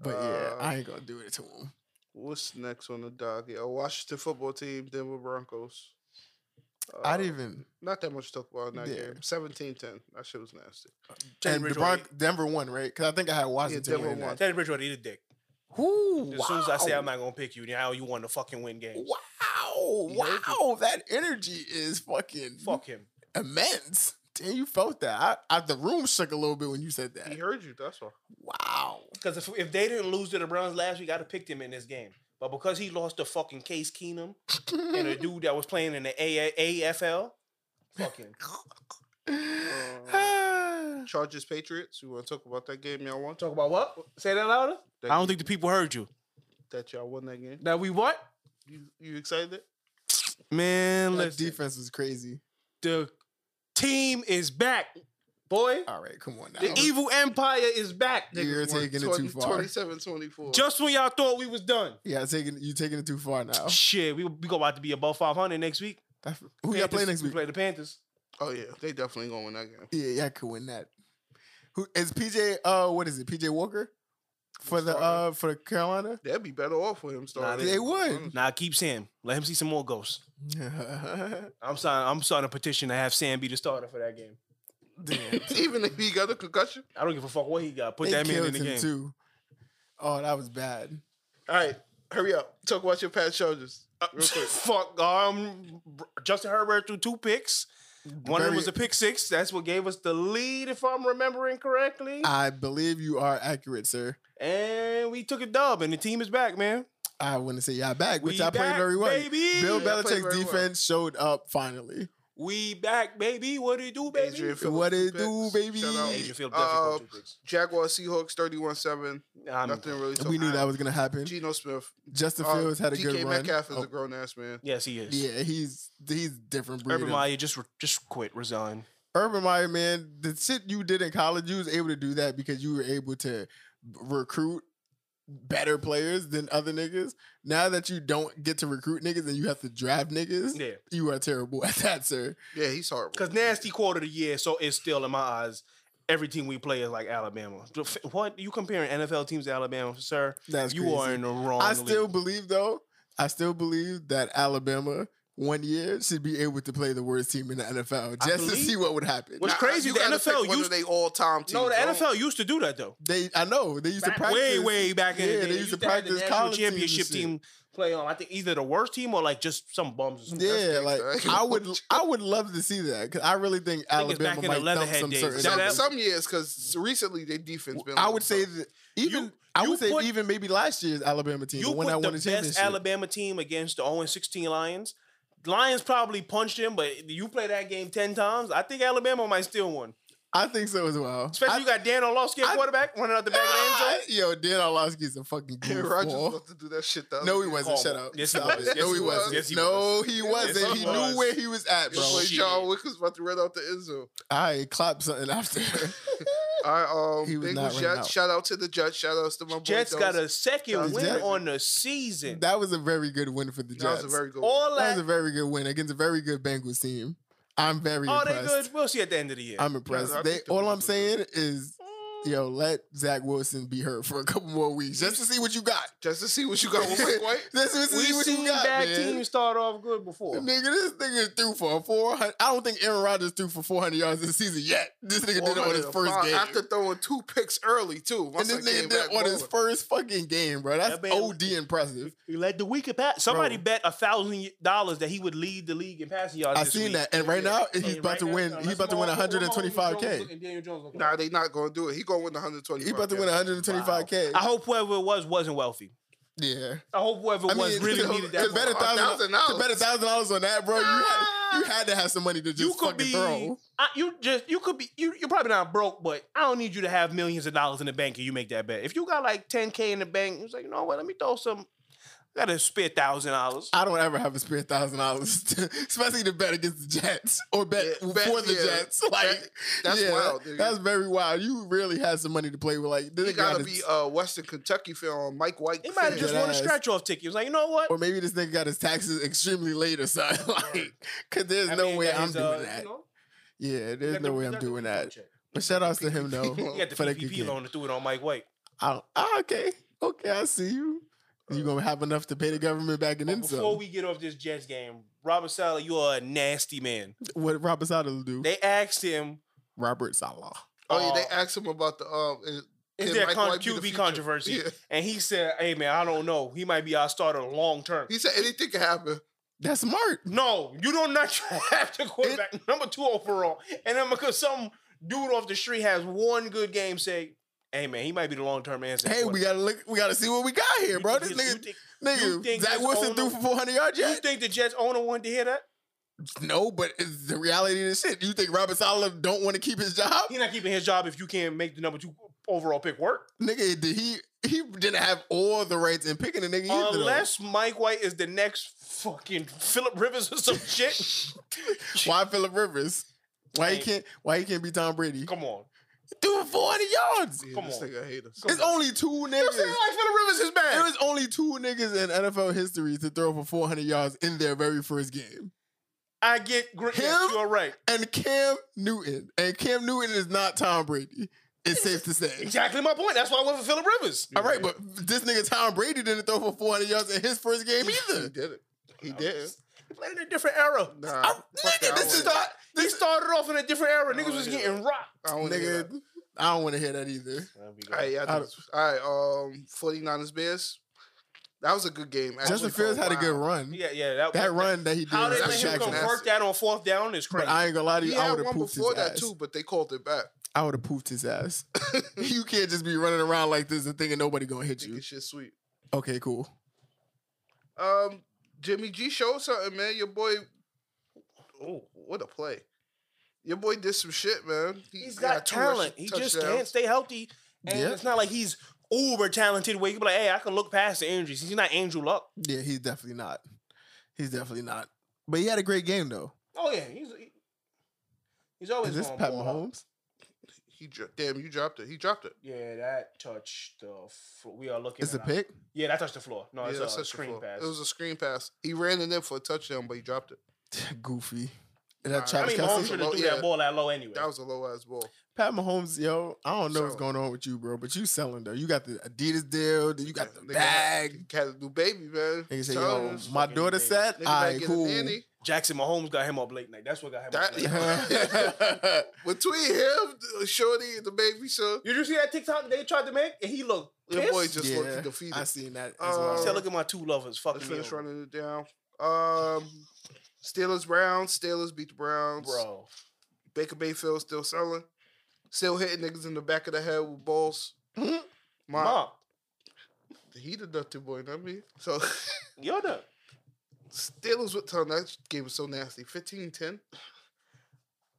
Speaker 3: But yeah,
Speaker 2: Uh,
Speaker 3: I ain't gonna do it to him.
Speaker 2: What's next on the doggy? Oh, Washington football team, Denver Broncos.
Speaker 3: I
Speaker 2: Uh,
Speaker 3: didn't even.
Speaker 2: Not that much to talk about in that
Speaker 3: Yeah.
Speaker 2: game. 17-10. That shit was nasty.
Speaker 3: And
Speaker 4: Teddy
Speaker 3: the
Speaker 4: Bridgewater.
Speaker 3: Bron- Denver won, right? Because I think I had Washington
Speaker 2: Denver
Speaker 3: winning
Speaker 2: won.
Speaker 3: that.
Speaker 4: Teddy Bridgewater, eat a dick.
Speaker 3: Who?
Speaker 4: As soon as I say I'm not gonna pick you, now you want to fucking win games.
Speaker 3: Wow. Wow. That energy is fucking
Speaker 4: Fuck him.
Speaker 3: immense. Damn, you felt that. I, I the room shook a little bit when you said
Speaker 2: He
Speaker 3: that.
Speaker 2: heard you. That's
Speaker 3: [LAUGHS]
Speaker 2: all.
Speaker 3: Wow.
Speaker 4: Because if, if they didn't lose to the Browns last week, I'd have picked him in this game. But because he lost to fucking Case Keenum and a dude that was playing in the AA AFL, fucking Oh, [SIGHS]
Speaker 2: Um, Chargers Patriots. You want to talk about that game? Y'all want to
Speaker 4: [LAUGHS] talk about what? Say that louder.
Speaker 2: That
Speaker 4: I don't
Speaker 2: you-
Speaker 4: think the people heard you.
Speaker 2: that y'all won that game?
Speaker 4: That we what?
Speaker 2: You you excited?
Speaker 4: Man,
Speaker 3: that
Speaker 4: listen.
Speaker 3: defense was crazy.
Speaker 4: the team is back, boy.
Speaker 3: All right, come on now.
Speaker 4: The evil empire is back.
Speaker 3: You're
Speaker 2: Niggas won
Speaker 3: taking it
Speaker 2: 20
Speaker 3: too far.
Speaker 2: 27-24.
Speaker 4: Just when y'all thought we was done.
Speaker 3: yeah, taking you taking it too far
Speaker 4: Oh.
Speaker 3: now.
Speaker 4: Shit, we we go about to be above 500 next week.
Speaker 3: That- who y'all play
Speaker 4: Panthers,
Speaker 3: next
Speaker 4: we
Speaker 3: week?
Speaker 4: Play the Panthers.
Speaker 2: Oh yeah, they definitely gonna win that game.
Speaker 3: Yeah, yeah, I could win that. Who is PJ? Uh, what is it? PJ Walker for the uh for Carolina.
Speaker 2: They'd be better off with him starting.
Speaker 3: they would.
Speaker 4: Nah, keep Sam. Let him see some more ghosts.
Speaker 3: Damn,
Speaker 4: I'm signing. I'm starting a petition to have Sam be the starter for that game.
Speaker 2: [LAUGHS] Even if he got a concussion.
Speaker 4: I don't give a fuck what he got. Put
Speaker 3: they
Speaker 4: that man in
Speaker 3: killed
Speaker 4: the
Speaker 3: him
Speaker 4: game.
Speaker 3: too. Oh, that was bad.
Speaker 2: All right, hurry up. Talk about your Pat Chargers.
Speaker 4: Uh,
Speaker 2: Real
Speaker 3: [LAUGHS]
Speaker 2: quick.
Speaker 4: fuck. Um, Justin Herbert threw two picks. One of them
Speaker 3: Very-
Speaker 4: was a pick six. That's what gave us the lead, if I'm remembering correctly.
Speaker 3: I believe you are accurate, sir.
Speaker 4: and we took a dub, and the team is back, man.
Speaker 3: I wouldn't say y'all back, but
Speaker 4: We
Speaker 3: y'all played
Speaker 4: back,
Speaker 3: very well.
Speaker 4: baby.
Speaker 3: Bill
Speaker 2: Y'all played very
Speaker 3: Belichick's
Speaker 2: well.
Speaker 3: defense showed up finally.
Speaker 4: We back, baby. What do you do, baby?
Speaker 2: Adrian Phillips.
Speaker 3: What it
Speaker 2: two
Speaker 3: do,
Speaker 2: picks.
Speaker 3: baby?
Speaker 2: Shout out.
Speaker 4: Adrian Phillips
Speaker 2: Uh,
Speaker 4: definitely threw two picks.
Speaker 2: Jaguar Seahawks 31 7.
Speaker 4: I'm-
Speaker 2: Nothing really.
Speaker 3: we knew that was gonna happen.
Speaker 2: Geno Smith.
Speaker 3: Justin
Speaker 2: Uh,
Speaker 3: Fields had a
Speaker 2: DK
Speaker 3: good run.
Speaker 2: Metcalf is
Speaker 3: Oh,
Speaker 2: a grown ass man.
Speaker 4: Yes, he is.
Speaker 3: yeah, he's he's different breed.
Speaker 4: Urban
Speaker 3: of-
Speaker 4: Meyer just re- just quit, resign.
Speaker 3: Urban Meyer, man, the shit you did in college, you was able to do that because you were able to recruit better players than other niggas. Now that you don't get to recruit niggas and you have to draft niggas,
Speaker 4: Yeah,
Speaker 3: you are terrible at that, sir.
Speaker 2: Yeah, he's horrible.
Speaker 4: because nasty quarter of the year, so it's still in my eyes. Every team we play is like Alabama. The f- What you comparing NFL teams to Alabama, sir?
Speaker 3: That's
Speaker 4: you
Speaker 3: crazy.
Speaker 4: are in the wrong.
Speaker 3: I still
Speaker 4: league.
Speaker 3: believe though, I still believe that Alabama one year should be able to play the worst team in the NFL
Speaker 4: I
Speaker 3: just to
Speaker 4: believe-
Speaker 3: see what would happen.
Speaker 4: What's
Speaker 2: Nah,
Speaker 4: crazy,
Speaker 2: you
Speaker 4: the
Speaker 2: gotta
Speaker 4: NFL
Speaker 2: pick one
Speaker 4: used-
Speaker 2: of they all time teams.
Speaker 4: no, the
Speaker 2: bro.
Speaker 4: NFL used to do that though.
Speaker 3: They, I know they used to
Speaker 4: Back-
Speaker 3: practice
Speaker 4: way, way back in
Speaker 3: yeah,
Speaker 4: the day,
Speaker 3: they used to
Speaker 4: have the
Speaker 3: practice
Speaker 4: national
Speaker 3: college teams and
Speaker 4: championship
Speaker 3: shit.
Speaker 4: team play on. I think either the worst team or like just some bums. Or something.
Speaker 3: Yeah,
Speaker 2: That's
Speaker 3: like
Speaker 2: gangsta.
Speaker 3: I would, I would love to see that because I really think
Speaker 4: think it's back
Speaker 3: Alabama
Speaker 4: in the
Speaker 3: might thump
Speaker 4: Leatherhead
Speaker 3: some
Speaker 4: days.
Speaker 3: certain.
Speaker 4: That-
Speaker 2: Some,
Speaker 4: that-
Speaker 2: some years, because recently their defense been.
Speaker 3: I
Speaker 2: on
Speaker 3: would
Speaker 2: the
Speaker 3: say [LAUGHS]
Speaker 2: top.
Speaker 3: that even
Speaker 4: You-
Speaker 3: I
Speaker 4: you
Speaker 3: would say
Speaker 4: put-
Speaker 3: even maybe last year's Alabama team,
Speaker 4: You
Speaker 3: the one that
Speaker 4: put the
Speaker 3: won the
Speaker 4: best
Speaker 3: championship.
Speaker 4: Alabama team against the 0 16 Lions. Lions probably punched him, but you play that game 10 times. I think Alabama might steal one.
Speaker 3: I think so as well.
Speaker 4: Especially
Speaker 3: I-
Speaker 4: you got Dan Orlovsky at
Speaker 3: I-
Speaker 4: quarterback running out the back of the end zone.
Speaker 3: Ah, Yo, Dan Orlovsky's a fucking
Speaker 2: Aaron [LAUGHS] Rodgers
Speaker 3: goofball.
Speaker 2: about to do that shit. The other
Speaker 3: No, he
Speaker 2: day.
Speaker 3: wasn't.
Speaker 4: Call
Speaker 3: Shut
Speaker 4: him.
Speaker 3: up.
Speaker 4: Yes, he
Speaker 3: Stop
Speaker 4: was.
Speaker 3: it. No,
Speaker 4: Yes, he
Speaker 3: he
Speaker 4: was.
Speaker 3: wasn't.
Speaker 4: Yes, he
Speaker 3: No, he
Speaker 2: Yes,
Speaker 3: wasn't.
Speaker 2: he
Speaker 3: He
Speaker 2: was.
Speaker 3: knew where he was at, bro.
Speaker 2: Just like
Speaker 4: Shit.
Speaker 2: John Wick was about to run out the end zone.
Speaker 3: I clap something after.
Speaker 2: All right, um,
Speaker 3: He was
Speaker 2: Bengals,
Speaker 3: not running
Speaker 2: Jets,
Speaker 3: out.
Speaker 2: Shout out to the Jets. Shout outs to my boy.
Speaker 4: Jets
Speaker 2: Jones.
Speaker 4: got a second
Speaker 2: Jones
Speaker 4: win
Speaker 3: Jets.
Speaker 4: on the season.
Speaker 3: that was a very good win for the
Speaker 2: That was
Speaker 3: Jets.
Speaker 2: a very good.
Speaker 4: All
Speaker 3: That was a
Speaker 4: that.
Speaker 3: very good win against a very good Bengals team. I'm very
Speaker 4: Oh, they
Speaker 3: impressed.
Speaker 4: good. We'll see at the end of the year.
Speaker 3: I'm impressed.
Speaker 2: I
Speaker 3: they
Speaker 2: think the
Speaker 3: all I'm
Speaker 2: Bengals are
Speaker 3: saying is, yo, let Zach Wilson be hurt for a couple more weeks just to see what you got.
Speaker 2: Just to see what
Speaker 4: [LAUGHS]
Speaker 2: you got with Mike White.
Speaker 3: Just to
Speaker 4: We've
Speaker 3: see what
Speaker 4: seen
Speaker 3: you got,
Speaker 4: bad
Speaker 3: man.
Speaker 4: teams start off good before.
Speaker 3: Nigga, this nigga threw for 400. I don't think Aaron Rodgers threw for 400 yards this season yet. This nigga did it on his first
Speaker 2: Fine,
Speaker 3: game.
Speaker 2: After throwing two picks early too.
Speaker 3: and
Speaker 2: Once
Speaker 3: this
Speaker 2: I came
Speaker 3: nigga did it
Speaker 2: back
Speaker 3: on his
Speaker 2: bowling.
Speaker 3: first fucking game, bro. That's
Speaker 4: That man-
Speaker 3: OD impressive.
Speaker 4: He led the week at pass. Somebody bet a thousand dollars that he would lead the league in passing yards.
Speaker 3: I
Speaker 4: this
Speaker 3: seen
Speaker 4: week.
Speaker 3: that. And right now,
Speaker 4: And
Speaker 3: he's
Speaker 4: right
Speaker 3: about to
Speaker 4: now,
Speaker 3: win.
Speaker 4: unless
Speaker 3: He's about to win
Speaker 4: Mahomes- Mahomes
Speaker 3: 125K.
Speaker 4: looking- Daniel Jones looking
Speaker 2: Nah, they not gonna do it. He gonna win the 120.
Speaker 3: He's about to win 125K.
Speaker 4: I hope whoever it was wasn't wealthy.
Speaker 3: Yeah.
Speaker 4: I hope whoever it
Speaker 3: I
Speaker 4: was
Speaker 3: mean, [LAUGHS]
Speaker 4: really
Speaker 3: to,
Speaker 4: needed
Speaker 3: to
Speaker 4: that.
Speaker 3: bet a
Speaker 4: money.
Speaker 2: money.
Speaker 3: thousand
Speaker 2: $1,000.
Speaker 3: dollars. To bet a thousand dollars on that, bro, you had, you had to have some money to just
Speaker 4: you could
Speaker 3: fucking
Speaker 4: be,
Speaker 3: throw.
Speaker 4: I, you just you could be you. You're probably not broke, but I don't need you to have millions of dollars in the bank and you make that bet. If you got like 10k in the bank, it's like you know what? Let me throw some. I got a spare thousand dollars.
Speaker 3: I don't ever have a spare thousand dollars, [LAUGHS] to- especially to bet against the Jets or bet
Speaker 2: Yeah, bet-
Speaker 3: for the
Speaker 2: yeah.
Speaker 3: Jets. Like
Speaker 2: that's
Speaker 3: yeah,
Speaker 2: wild,
Speaker 3: that-
Speaker 2: nigga.
Speaker 3: That's very wild. You really had some money to play with. Like this
Speaker 2: He
Speaker 3: nigga
Speaker 2: gotta
Speaker 3: got
Speaker 2: be
Speaker 3: his-
Speaker 2: uh, Western Kentucky fan on Mike White.
Speaker 4: They might have just
Speaker 3: that
Speaker 4: won a
Speaker 3: ass.
Speaker 4: scratch off ticket. It was like you know what?
Speaker 3: or maybe this nigga got his taxes extremely late or something. [LAUGHS] Like, cause there's
Speaker 4: That
Speaker 3: no
Speaker 4: man
Speaker 3: way
Speaker 4: got
Speaker 3: I'm
Speaker 4: his,
Speaker 3: doing
Speaker 4: uh,
Speaker 3: that.
Speaker 4: you know,
Speaker 3: yeah,
Speaker 4: he
Speaker 3: there's
Speaker 4: got
Speaker 3: no
Speaker 4: the-
Speaker 3: way
Speaker 4: he
Speaker 3: I'm
Speaker 4: got the
Speaker 3: doing
Speaker 4: PPP
Speaker 3: that.
Speaker 4: check.
Speaker 3: But shout outs to him
Speaker 4: [LAUGHS]
Speaker 3: though.
Speaker 4: He got the
Speaker 3: for that
Speaker 4: PPP
Speaker 3: good
Speaker 4: loan and threw it on Mike White.
Speaker 3: game. Ah, okay, okay, I see you. You gonna have enough to pay the government back and
Speaker 4: Uh, But
Speaker 3: then
Speaker 4: before
Speaker 3: some.
Speaker 4: we get off this Jets game, Robert Sala, you are a nasty man.
Speaker 3: what Robert Sala do?
Speaker 4: They asked him
Speaker 3: Robert Sala.
Speaker 2: Oh yeah, they
Speaker 4: uh,
Speaker 2: asked him about the um
Speaker 4: Is
Speaker 2: Can
Speaker 4: there
Speaker 2: Mike
Speaker 4: con-
Speaker 2: White be the
Speaker 4: QB
Speaker 2: future?
Speaker 4: controversy?
Speaker 2: Yeah.
Speaker 4: And he said, "Hey man, I don't know. He might be our starter long term."
Speaker 2: He said anything can happen.
Speaker 3: That's smart.
Speaker 4: No, you don't not [LAUGHS] have to quarterback number two overall, and then because some dude off the street has one good game, say, "Hey man, he might be the long term answer." at
Speaker 3: Hey, we
Speaker 4: quarterback."
Speaker 3: gotta look. We gotta see what we got here,
Speaker 4: You
Speaker 3: bro. This
Speaker 4: think- you
Speaker 3: nigga,
Speaker 4: think- you
Speaker 3: nigga,
Speaker 4: think
Speaker 3: Zach
Speaker 4: this
Speaker 3: Wilson
Speaker 4: owner-
Speaker 3: threw for 400 yards
Speaker 4: You
Speaker 3: yet?
Speaker 4: think the Jets owner wanted to hear that?
Speaker 3: No, but it's the reality of this shit. You think Robert Sala don't want to keep his job?
Speaker 4: He's not keeping his job if you can't make the number two overall pick work.
Speaker 3: Nigga, did he he didn't have all the rights in picking a nigga. either, though.
Speaker 4: Unless Mike White is the next fucking Philip Rivers
Speaker 3: [LAUGHS]
Speaker 4: or some shit.
Speaker 3: why Philip Rivers? Why he
Speaker 4: Hey.
Speaker 3: can't? Why he can't be Tom Brady?
Speaker 4: Come on.
Speaker 3: Threw for 400 yards.
Speaker 2: Yeah,
Speaker 4: Come
Speaker 2: this
Speaker 4: on.
Speaker 2: nigga hate us.
Speaker 3: It's only two
Speaker 4: You saying
Speaker 3: niggas.
Speaker 4: like Philip Rivers is
Speaker 3: There
Speaker 4: bad.
Speaker 3: was only two niggas in NFL history to throw for 400 yards in their very first game.
Speaker 4: I get gr-
Speaker 3: Him?
Speaker 4: yes, you're right.
Speaker 3: And Cam Newton. And Cam Newton is not Tom Brady. It's safe to say.
Speaker 4: Exactly my point. That's why I went for Philip Rivers.
Speaker 3: All right, but this nigga Tom Brady didn't throw for 400 yards in his first game
Speaker 2: He
Speaker 3: either.
Speaker 2: did it. He did.
Speaker 4: He played in a different era.
Speaker 2: Nah.
Speaker 3: I,
Speaker 2: fuck that.
Speaker 3: nigga,
Speaker 2: I
Speaker 3: this is
Speaker 2: wouldn't-
Speaker 3: not.
Speaker 4: He started off in a different era.
Speaker 2: No,
Speaker 4: Niggas was
Speaker 2: yeah.
Speaker 4: getting rocked.
Speaker 2: I wouldn't hear that.
Speaker 3: Nigga, I don't want to hear that either.
Speaker 2: All right, yeah, I think it's- all right. Um, 49ers Bears. That was a good game. Actually,
Speaker 3: Justin
Speaker 2: for
Speaker 3: Fields had a good
Speaker 2: while.
Speaker 3: run.
Speaker 4: Yeah, yeah. That,
Speaker 3: That run that he did
Speaker 4: How they let
Speaker 3: against
Speaker 4: him
Speaker 2: Jackson.
Speaker 4: convert
Speaker 3: Jacksonville,
Speaker 2: That's-
Speaker 4: that on fourth down is
Speaker 3: But
Speaker 4: crazy.
Speaker 3: I ain't gonna lie to
Speaker 2: He
Speaker 3: you, I
Speaker 2: had
Speaker 3: would have
Speaker 2: one
Speaker 3: pooped his
Speaker 2: before that
Speaker 3: ass.
Speaker 2: too, but they called it back.
Speaker 3: I would have pooped his [LAUGHS] ass. you can't just be running around like this and thinking nobody gonna hit
Speaker 2: Think
Speaker 3: you.
Speaker 2: it's shit sweet.
Speaker 3: Okay, cool.
Speaker 2: Um, Jimmy G showed something, man. Your boy. Oh, what a play! Your boy did some shit, man. He
Speaker 4: He's got
Speaker 2: two rushing
Speaker 4: talent. He just
Speaker 2: touchdowns.
Speaker 4: can't stay healthy. And
Speaker 3: Yeah.
Speaker 4: it's not like he's uber talented where you can be like, hey, I can look past the injuries. He's not Andrew Luck.
Speaker 3: Yeah, he's definitely not. He's definitely not. But he had a great game though.
Speaker 4: Oh yeah, he's he- he's always
Speaker 3: Is this
Speaker 4: gonna
Speaker 3: Pat
Speaker 4: ball out.
Speaker 3: Mahomes?
Speaker 2: He dro- damn, you dropped it. He dropped it.
Speaker 4: Yeah, that touched the. Floor. We are looking.
Speaker 3: It's a
Speaker 4: at our-
Speaker 3: pick.
Speaker 4: Yeah, that touched the floor. No,
Speaker 2: Yeah,
Speaker 4: Oh, it's
Speaker 2: that's
Speaker 4: a
Speaker 2: such a
Speaker 4: screen
Speaker 2: flaw.
Speaker 4: pass.
Speaker 2: It was a screen pass. He ran in there for a touchdown, but he dropped it.
Speaker 3: [LAUGHS] Goofy. And
Speaker 2: Nah,
Speaker 3: that
Speaker 4: I
Speaker 3: Travis
Speaker 2: Kelsey.
Speaker 4: mean, Mahomes
Speaker 3: Kelsey.
Speaker 4: should have
Speaker 2: Low-
Speaker 4: threw
Speaker 2: yeah.
Speaker 4: that ball at low anyway.
Speaker 2: That was a low ass ball.
Speaker 3: Pat Mahomes, yo, I don't know what's
Speaker 2: So-
Speaker 3: going on with you, bro, but you selling though. You got the Adidas deal, then you got the
Speaker 2: Nigga had-
Speaker 3: bag.
Speaker 2: Had a new baby, man.
Speaker 3: Nigga say,
Speaker 2: Telling
Speaker 3: yo,
Speaker 2: us,
Speaker 3: my
Speaker 4: fucking
Speaker 3: daughter
Speaker 4: Adidas.
Speaker 3: said,
Speaker 2: nigga
Speaker 3: I
Speaker 2: better get a
Speaker 3: cool.
Speaker 2: nanny.
Speaker 4: Jackson Mahomes got him up late night. That's what got him.
Speaker 2: That-
Speaker 4: up late night.
Speaker 3: [LAUGHS]
Speaker 4: [LAUGHS]
Speaker 2: [LAUGHS] Between him, Shorty, and the baby son,
Speaker 4: You just see that TikTok they tried to make, and he looked.
Speaker 2: your boy
Speaker 4: pissed.
Speaker 2: just
Speaker 3: Yeah,
Speaker 2: looked defeated.
Speaker 3: I seen that. as
Speaker 2: Uh,
Speaker 4: He
Speaker 3: well.
Speaker 4: said, "Look at my two lovers,
Speaker 2: Let's
Speaker 4: fucking me
Speaker 2: finish
Speaker 4: over."
Speaker 2: running it down. Um, Steelers Browns. Steelers beat the Browns.
Speaker 4: bro."
Speaker 2: Baker Mayfield still selling. Still hitting niggas in the back of the head with
Speaker 4: [LAUGHS]
Speaker 2: balls.
Speaker 3: Mhm.
Speaker 2: My,
Speaker 4: Mom,
Speaker 2: He the nothing boy, not me. So [LAUGHS]
Speaker 4: you're the
Speaker 2: Steelers with ton. That game was so nasty. 15-10.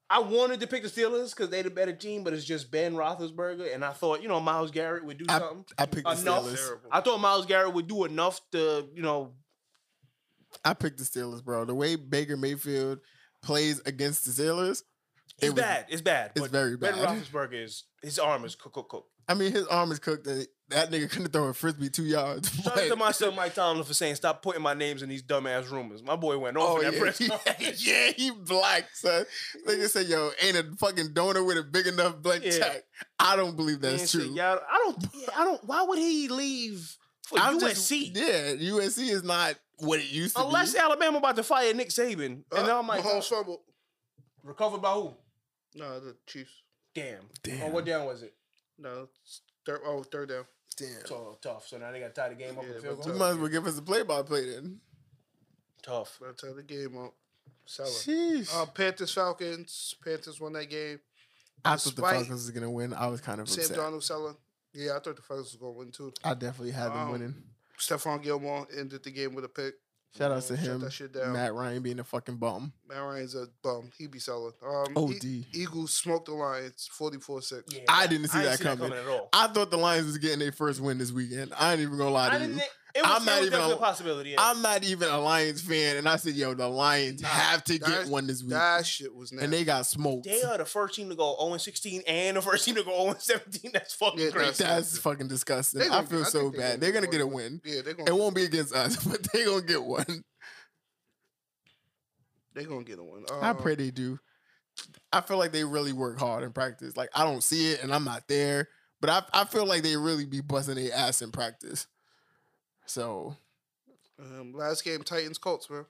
Speaker 4: I wanted to pick the Steelers because they the better team, but it's just Ben Roethlisberger, and I thought you know Miles Garrett would do something.
Speaker 3: I picked the
Speaker 4: Enough.
Speaker 3: Steelers.
Speaker 2: Terrible.
Speaker 4: I thought Miles Garrett would do enough to you know
Speaker 3: I picked the Steelers, bro. The way Baker Mayfield plays against the Steelers,
Speaker 4: it's
Speaker 3: It was-
Speaker 4: bad, it's bad.
Speaker 3: it's
Speaker 4: but
Speaker 3: very
Speaker 4: Ben
Speaker 3: bad.
Speaker 4: Roethlisberger is his arm is cook cook cook.
Speaker 3: I mean, his arm is cooked. and That nigga couldn't throw a frisbee two yards. [LAUGHS]
Speaker 4: Shout out to
Speaker 3: but-
Speaker 4: myself, Mike Tomlin, for saying stop putting my names in these dumbass rumors. My boy went off
Speaker 3: Oh,
Speaker 4: in
Speaker 3: [LAUGHS]
Speaker 4: that press
Speaker 3: yeah.
Speaker 4: conference.
Speaker 3: yeah, he black, son. Nigga say, yo, ain't a fucking donor with a big enough blank
Speaker 4: Yeah.
Speaker 3: check. I don't believe
Speaker 4: And
Speaker 3: that's
Speaker 4: shit,
Speaker 3: true.
Speaker 4: y'all- I don't. I don't. Why would he leave for
Speaker 3: I'm just-
Speaker 4: USC?
Speaker 3: yeah, USC is not what it used to
Speaker 4: Unless
Speaker 3: be.
Speaker 4: Alabama about to fire Nick Saban, and
Speaker 2: Uh,
Speaker 4: now I'm like,
Speaker 2: Mahomes fumble.
Speaker 4: recovered by who?
Speaker 2: No, the Chiefs.
Speaker 4: Damn.
Speaker 3: Damn.
Speaker 4: Oh, what down was it?
Speaker 2: No, it's third. Oh, third down.
Speaker 3: Damn.
Speaker 4: So tough. So now they got to tie the game up
Speaker 2: Yeah,
Speaker 4: with a field
Speaker 2: but
Speaker 3: You
Speaker 2: tough.
Speaker 4: goal.
Speaker 3: might as well give us a play-by-play then.
Speaker 4: Tough.
Speaker 2: By the time the game up,
Speaker 4: [LAUGHS]
Speaker 2: selling.
Speaker 3: Sheesh.
Speaker 2: Uh, Panthers Falcons. Panthers won that game.
Speaker 3: I thought the
Speaker 2: despite-
Speaker 3: Falcons was gonna win. I was kind of
Speaker 2: Sam
Speaker 3: upset.
Speaker 2: Donald selling. Yeah, I thought the Falcons was gonna win too.
Speaker 3: I definitely had them
Speaker 2: Um,
Speaker 3: winning.
Speaker 2: Stephon Gilmore ended the game with a pick.
Speaker 3: Shout outs to
Speaker 2: Shut
Speaker 3: him.
Speaker 2: that shit down.
Speaker 3: Matt Ryan being a fucking bum.
Speaker 2: Matt Ryan's a bum. He be selling. Um,
Speaker 3: OD.
Speaker 2: E- Eagles smoked the Lions 44 6.
Speaker 4: Yeah,
Speaker 3: I didn't see that coming.
Speaker 4: at all.
Speaker 3: I thought the Lions was getting their first win this weekend. I ain't even gonna lie
Speaker 4: I
Speaker 3: to
Speaker 4: didn't.
Speaker 3: you.
Speaker 4: It was,
Speaker 3: I'm
Speaker 4: it
Speaker 3: not
Speaker 4: was
Speaker 3: even-
Speaker 4: definitely a possibility. yeah.
Speaker 3: I'm not even a Lions fan, and I said, "Yo, the Lions
Speaker 2: Nah,
Speaker 3: have to get
Speaker 2: that-
Speaker 3: one this week,"
Speaker 2: That shit was nasty.
Speaker 3: and they got smoked.
Speaker 4: they are the first team to go 0 16 and the first team to go 0 17. That's fucking
Speaker 2: Yeah,
Speaker 4: crazy.
Speaker 2: that's-
Speaker 3: That's fucking disgusting.
Speaker 2: They
Speaker 3: I
Speaker 2: gonna
Speaker 3: feel
Speaker 2: get- I
Speaker 3: so
Speaker 2: think they
Speaker 3: bad.
Speaker 2: gonna
Speaker 3: They're
Speaker 2: get
Speaker 3: gonna get a
Speaker 2: one.
Speaker 3: win.
Speaker 2: yeah, they're gonna,
Speaker 3: It won't be against us, [LAUGHS] but they gonna get one.
Speaker 2: they gonna get a win. Uh,
Speaker 3: I pray they do. I feel like they really work hard in practice. Like I don't see it, and I'm not there, but I I feel like they really be busting their ass in practice. So
Speaker 2: Um, last game, Titans Colts, man.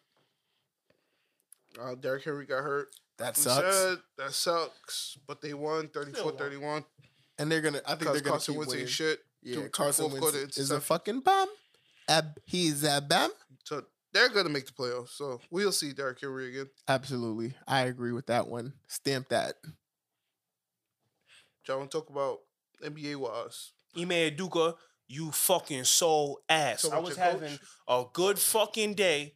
Speaker 2: Uh, Derrick Henry got hurt.
Speaker 3: that
Speaker 2: We
Speaker 3: sucks.
Speaker 2: said that sucks, but they won 34 31.
Speaker 3: and they're gonna. I think they're
Speaker 2: Because
Speaker 3: gonna
Speaker 2: Carson
Speaker 3: keep
Speaker 2: Wentz
Speaker 3: winning.
Speaker 2: ain't shit.
Speaker 3: Yeah,
Speaker 2: through
Speaker 3: Carson
Speaker 2: fourth
Speaker 3: Wentz
Speaker 2: quarter
Speaker 3: is a
Speaker 2: interception.
Speaker 3: fucking bum. Ab, he's a bum.
Speaker 2: So they're gonna make the playoffs. So we'll see Derrick Henry again.
Speaker 3: Absolutely, I agree with that one. Stamp that.
Speaker 2: Y'all wanna talk about NBA wise?
Speaker 4: Ime Duka, you fucking soul ass.
Speaker 2: So
Speaker 4: I
Speaker 2: what,
Speaker 4: was
Speaker 2: your coach? Oh,
Speaker 4: having a good fucking day,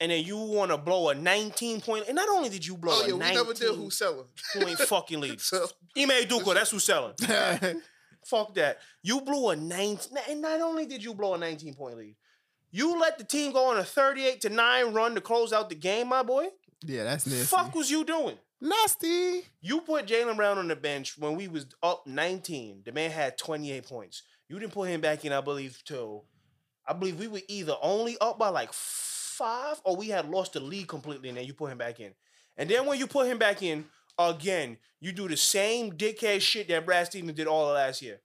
Speaker 4: and then you want to blow a 19 point. And not only did you blow
Speaker 2: Oh
Speaker 4: a
Speaker 2: yeah, we
Speaker 4: 19
Speaker 2: never did who's selling. [LAUGHS]
Speaker 4: point fucking lead,
Speaker 2: so
Speaker 4: Ime Duka, that's who's selling.
Speaker 3: That's
Speaker 4: Fuck that. You blew a 19, and not only did you blow a 19 point lead, you let the team go on a 38 to 9 run to close out the game, my boy.
Speaker 3: [LAUGHS] yeah, that's nasty.
Speaker 4: Fuck was you doing?
Speaker 3: nasty.
Speaker 4: You put Jalen Brown on the bench when we was up 19. The man had 28 points. You didn't put him back in, I believe, till I believe we were either only up by like five or we had lost the lead completely, and then you put him back in. And then when you put him back in again, you do the same dickhead shit that Brad Stevens did all of last year.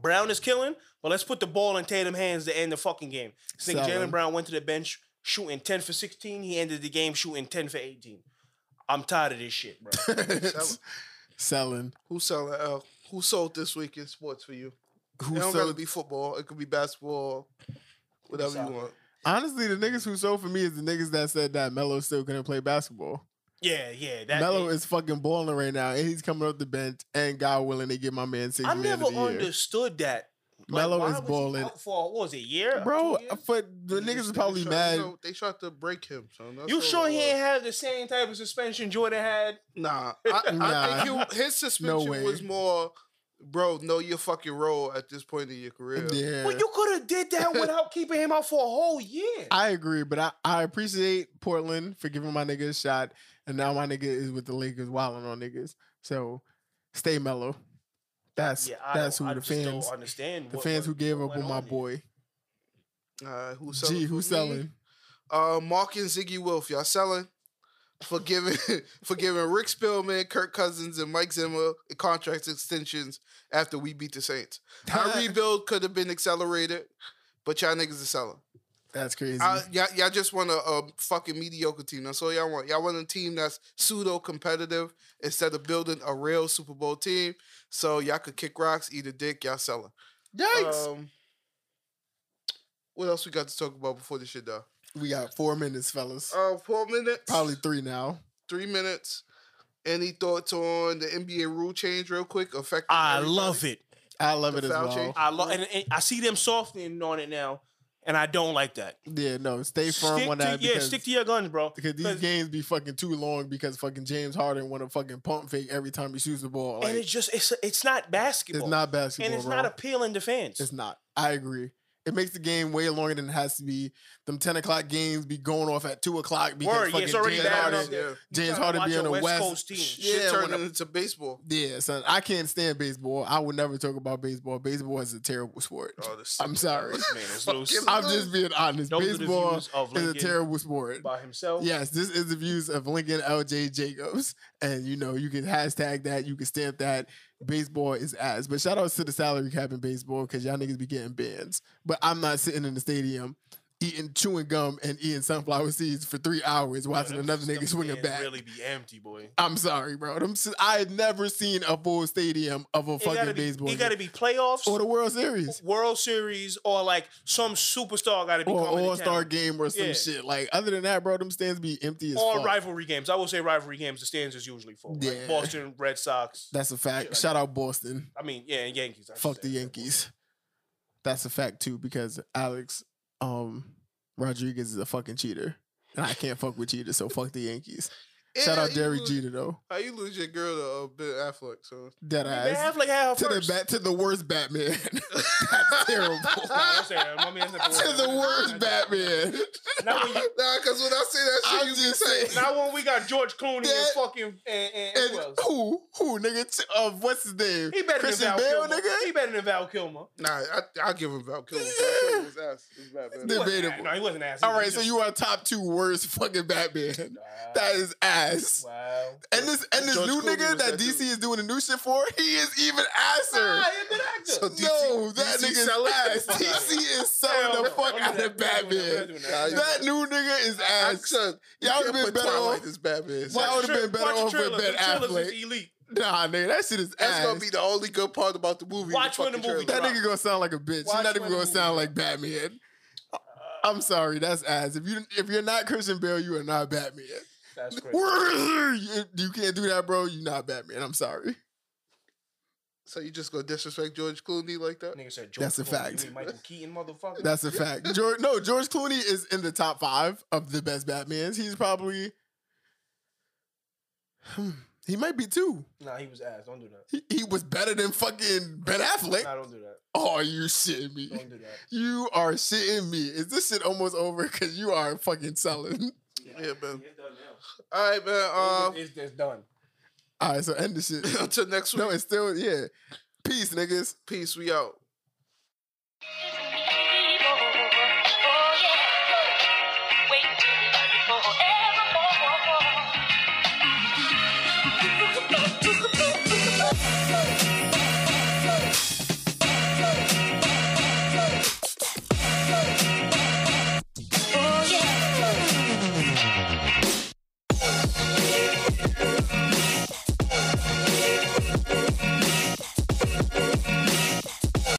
Speaker 4: Brown is killing, but let's put the ball in Tatum hands to end the fucking game. This nigga
Speaker 3: Selling.
Speaker 4: Jalen Brown went to the bench shooting 10 for 16. He ended the game shooting 10 for 18. I'm tired of this shit, bro.
Speaker 3: It's Selling.
Speaker 2: who's selling L? Who sold this week in sports for you?
Speaker 3: Who
Speaker 2: it don't gotta
Speaker 3: sold?
Speaker 2: be football. It could be basketball. Whatever you
Speaker 4: soccer.
Speaker 2: want.
Speaker 3: Honestly, the niggas who sold for me is the niggas that said that Melo still couldn't play basketball.
Speaker 4: Yeah, yeah. That
Speaker 3: Melo is fucking balling right now, and he's coming off the bench. And God willing, they get my man six
Speaker 4: I
Speaker 3: man of
Speaker 4: never
Speaker 3: the year.
Speaker 4: understood that.
Speaker 3: Melo
Speaker 4: why
Speaker 3: is
Speaker 4: was he
Speaker 3: balling.
Speaker 4: out for what was it, a year?
Speaker 3: Bro,
Speaker 4: Two years?
Speaker 3: for
Speaker 2: They
Speaker 3: the niggas is
Speaker 2: tried-
Speaker 3: probably
Speaker 2: they
Speaker 3: mad.
Speaker 2: tried- no, they tried to break him. Son. That's
Speaker 4: you
Speaker 2: all
Speaker 4: sure
Speaker 2: it
Speaker 4: he
Speaker 2: was.
Speaker 4: ain't have the same type of suspension Jordan had?
Speaker 2: Nah, I, I
Speaker 3: Nah.
Speaker 2: think he, his suspension
Speaker 3: way.
Speaker 2: was more, bro. Know your fucking role at this point in your career.
Speaker 3: Yeah,
Speaker 4: Well, you could have
Speaker 3: [LAUGHS]
Speaker 4: did that without keeping him out for a whole year.
Speaker 3: I agree, but I, I appreciate Portland for giving my nigga a shot, and now my nigga is with the Lakers wilding on niggas. So stay mellow. That's that's who the
Speaker 4: just don't
Speaker 3: fans,
Speaker 4: understand.
Speaker 3: the
Speaker 4: what-
Speaker 3: fans who
Speaker 4: what-
Speaker 3: gave
Speaker 4: what
Speaker 3: up
Speaker 4: went
Speaker 3: on my
Speaker 4: here.
Speaker 3: boy.
Speaker 2: Uh, who's selling?
Speaker 3: Gee,
Speaker 2: for
Speaker 3: who's
Speaker 2: me?
Speaker 3: selling?
Speaker 2: Uh, Mark and Ziggy Wolf, y'all selling for giving [LAUGHS] for giving Rick Spillman, Kirk Cousins, and Mike Zimmer contract extensions after we beat the Saints.
Speaker 3: [LAUGHS]
Speaker 2: Our rebuild could have been accelerated, but y'all niggas are selling.
Speaker 3: That's crazy.
Speaker 2: I, y'all, y'all just want a, a fucking mediocre team. That's all y'all want. Y'all want a team that's pseudo competitive instead of building a real Super Bowl team. So y'all could kick rocks, eat a dick, y'all selling.
Speaker 4: uh,
Speaker 3: Yikes!
Speaker 2: Um, what else we got to talk about before this shit though?
Speaker 3: we got four minutes, fellas.
Speaker 2: Uh, four minutes.
Speaker 3: Probably three now.
Speaker 2: three minutes. Any thoughts on the NBA rule change, real quick? Affecting
Speaker 4: I love it.
Speaker 3: I love it as
Speaker 2: foul
Speaker 3: well.
Speaker 2: change?
Speaker 4: I love, and, and I see them softening on it now, and I don't like that.
Speaker 3: Yeah, no, stay firm
Speaker 4: stick
Speaker 3: on
Speaker 4: to,
Speaker 3: that
Speaker 4: yeah,
Speaker 3: because
Speaker 4: stick to your guns, bro.
Speaker 3: Because these
Speaker 4: 'Cause-
Speaker 3: games be fucking too long because fucking James Harden want to fucking pump fake every time he shoots the ball. Like,
Speaker 4: and it's just it's it's not basketball.
Speaker 3: it's not basketball,
Speaker 4: and it's
Speaker 3: bro.
Speaker 4: not appealing to fans.
Speaker 3: it's not. I agree. It makes the game way longer than it has to be. Them ten o'clock games be going off at two o'clock because
Speaker 4: Word, yeah,
Speaker 3: fucking
Speaker 4: it's already
Speaker 3: James
Speaker 4: bad
Speaker 3: Harden.
Speaker 4: enough.
Speaker 2: Yeah.
Speaker 3: James
Speaker 4: gotta
Speaker 3: Harden
Speaker 4: watch
Speaker 3: being
Speaker 4: a
Speaker 3: a
Speaker 4: West
Speaker 3: West.
Speaker 4: Coast team.
Speaker 2: Shit
Speaker 3: Yeah, when
Speaker 2: turning
Speaker 3: a- [LAUGHS]
Speaker 2: into baseball.
Speaker 3: yeah, son. I can't stand baseball. I would never talk about baseball. Baseball is a terrible sport.
Speaker 2: Oh, this
Speaker 3: I'm
Speaker 4: [LAUGHS]
Speaker 3: sorry.
Speaker 4: Man,
Speaker 3: [LAUGHS]
Speaker 4: it's
Speaker 2: Fucking
Speaker 4: loose.
Speaker 3: I'm just being honest.
Speaker 4: Those are the
Speaker 3: baseball
Speaker 4: views of
Speaker 3: is a
Speaker 4: Lincoln
Speaker 3: terrible sport.
Speaker 4: by himself.
Speaker 3: Yes, this is the views of Lincoln LJ Jacobs. And you know, you can hashtag that, you can stamp that. Baseball is ass. But shout outs to the salary cap in baseball because y'all niggas be getting bans. But I'm not sitting in the stadium eating chewing gum and eating sunflower seeds for three hours watching
Speaker 4: Them-
Speaker 3: another
Speaker 4: them
Speaker 3: nigga swing a
Speaker 4: stands
Speaker 3: bat.
Speaker 4: Really be empty, boy.
Speaker 3: I'm sorry, bro. Them s- I had never seen a full stadium of a
Speaker 4: It gotta
Speaker 3: fucking
Speaker 4: be,
Speaker 3: baseball
Speaker 4: it
Speaker 3: game.
Speaker 4: gotta be playoffs,
Speaker 3: or the World
Speaker 4: [LAUGHS]
Speaker 3: Series.
Speaker 4: World Series, or like some superstar gotta be
Speaker 3: Or
Speaker 4: coming
Speaker 3: All Star
Speaker 4: games,
Speaker 3: game or some
Speaker 4: Yeah.
Speaker 3: shit. Like other than that, bro, them stands be empty as
Speaker 4: or
Speaker 3: fuck.
Speaker 4: rivalry games. I will say rivalry games. The stands is usually full. Like
Speaker 3: Yeah.
Speaker 4: Boston Red Sox.
Speaker 3: That's a fact.
Speaker 4: like
Speaker 3: Shout out Boston.
Speaker 4: I mean, yeah, and Yankees. I should
Speaker 3: fuck the
Speaker 4: say.
Speaker 3: Yankees. That's a fact too, because Alex um Rodriguez is a fucking cheater. And I can't fuck with cheaters, so fuck the Yankees. Shout
Speaker 2: Yeah,
Speaker 3: out
Speaker 2: you
Speaker 3: Derek
Speaker 2: lose-
Speaker 3: Jeter though.
Speaker 2: How you lose your girl to uh, Ben Affleck? So
Speaker 3: Dead
Speaker 4: Ben
Speaker 3: ass.
Speaker 4: Affleck had her
Speaker 3: To the
Speaker 4: first.
Speaker 3: bat to the worst Batman. [LAUGHS] That's terrible.
Speaker 4: [LAUGHS] Nah, don't say that. My man's not
Speaker 3: [LAUGHS] to the worst Batman.
Speaker 4: [LAUGHS] Not when, you,
Speaker 2: [LAUGHS] nah, because when I say that shit,
Speaker 3: I'm
Speaker 2: you
Speaker 3: just
Speaker 2: just say
Speaker 3: saying.
Speaker 4: not when we got George Clooney
Speaker 3: That-
Speaker 4: and fucking and, and, and who
Speaker 3: And
Speaker 4: else?
Speaker 3: who? Who nigga? T- Uh, what's his name?
Speaker 4: He better
Speaker 3: Christian
Speaker 4: than
Speaker 3: Bale,
Speaker 4: Val Kilmer. He
Speaker 3: nigga.
Speaker 4: better than Val Kilmer.
Speaker 2: nah. I, I'll give him Val Kilmer. Val Kilmer was ass. It was bad, man.
Speaker 4: He wasn't
Speaker 3: Debatable.
Speaker 4: ass. No, he wasn't ass.
Speaker 3: All right, so you are top two worst fucking Batman. That is ass. ass.
Speaker 4: Wow.
Speaker 3: And this and this
Speaker 2: George
Speaker 3: new
Speaker 2: Clooney
Speaker 3: nigga
Speaker 2: was
Speaker 3: that
Speaker 2: that
Speaker 3: DC
Speaker 2: dude.
Speaker 3: is doing the new shit for, he is even asser.
Speaker 4: Ah, he's a good actor.
Speaker 2: So DC
Speaker 3: Yo, that
Speaker 2: DC
Speaker 3: nigga's
Speaker 2: selling
Speaker 3: ass.
Speaker 2: the fuck out of
Speaker 3: DC is selling the
Speaker 4: Hell no.
Speaker 3: fuck
Speaker 4: Don't do
Speaker 3: out
Speaker 4: that.
Speaker 3: of
Speaker 4: Don't do that. Don't
Speaker 3: Batman.
Speaker 4: do that.
Speaker 3: That new nigga is
Speaker 2: I- I-
Speaker 3: ass.
Speaker 2: son, you
Speaker 3: Y'all
Speaker 2: can't
Speaker 3: would've been
Speaker 2: put
Speaker 3: better
Speaker 2: Twilight
Speaker 3: off-
Speaker 2: as Batman.
Speaker 3: Why- That would've been better
Speaker 4: Watch
Speaker 3: off
Speaker 4: the
Speaker 3: with
Speaker 4: trailer.
Speaker 3: Ben
Speaker 4: The trailers is
Speaker 3: Affleck.
Speaker 4: elite.
Speaker 3: Nah, nigga, that shit is
Speaker 2: That's
Speaker 3: ass.
Speaker 2: gonna be the only good part about the movie.
Speaker 4: Watch when
Speaker 2: fucking
Speaker 4: the movie
Speaker 2: trailer.
Speaker 3: that
Speaker 4: drop.
Speaker 3: nigga gonna sound like a bitch. He's
Speaker 4: Watch
Speaker 3: not even
Speaker 4: when the
Speaker 3: gonna
Speaker 4: movie
Speaker 3: sound like Batman. I'm sorry, that's ass. If you if you're not Christian Bale, you are not Batman.
Speaker 4: That's crazy.
Speaker 3: You eh, you can't do that, bro. You're not Batman. I'm sorry.
Speaker 2: So you just gonna disrespect George Clooney like that?
Speaker 4: Nigga said George
Speaker 3: That's a
Speaker 4: Clooney.
Speaker 3: fact.
Speaker 4: You mean Michael Keaton, motherfucker.
Speaker 3: That's a fact. George, no, George Clooney is in the top five of the best Batmans. He's probably Hmm, he might be two.
Speaker 4: nah, he was ass. Don't do that.
Speaker 3: He, he was better than fucking Ben Affleck.
Speaker 4: Nah, don't do that.
Speaker 3: Oh, are you shitting me?
Speaker 4: Don't do that.
Speaker 3: You are shitting me. Is this shit almost over? Cause you are fucking selling.
Speaker 2: Yeah, man.
Speaker 4: It's done now.
Speaker 2: All right,
Speaker 3: Uh,
Speaker 2: man. um,
Speaker 4: it's, it's done.
Speaker 3: All right, so end the shit.
Speaker 2: Uh, [LAUGHS] until next week.
Speaker 3: No, it's still yeah. Peace, niggas.
Speaker 2: Peace. We out.
Speaker 6: Forevermore.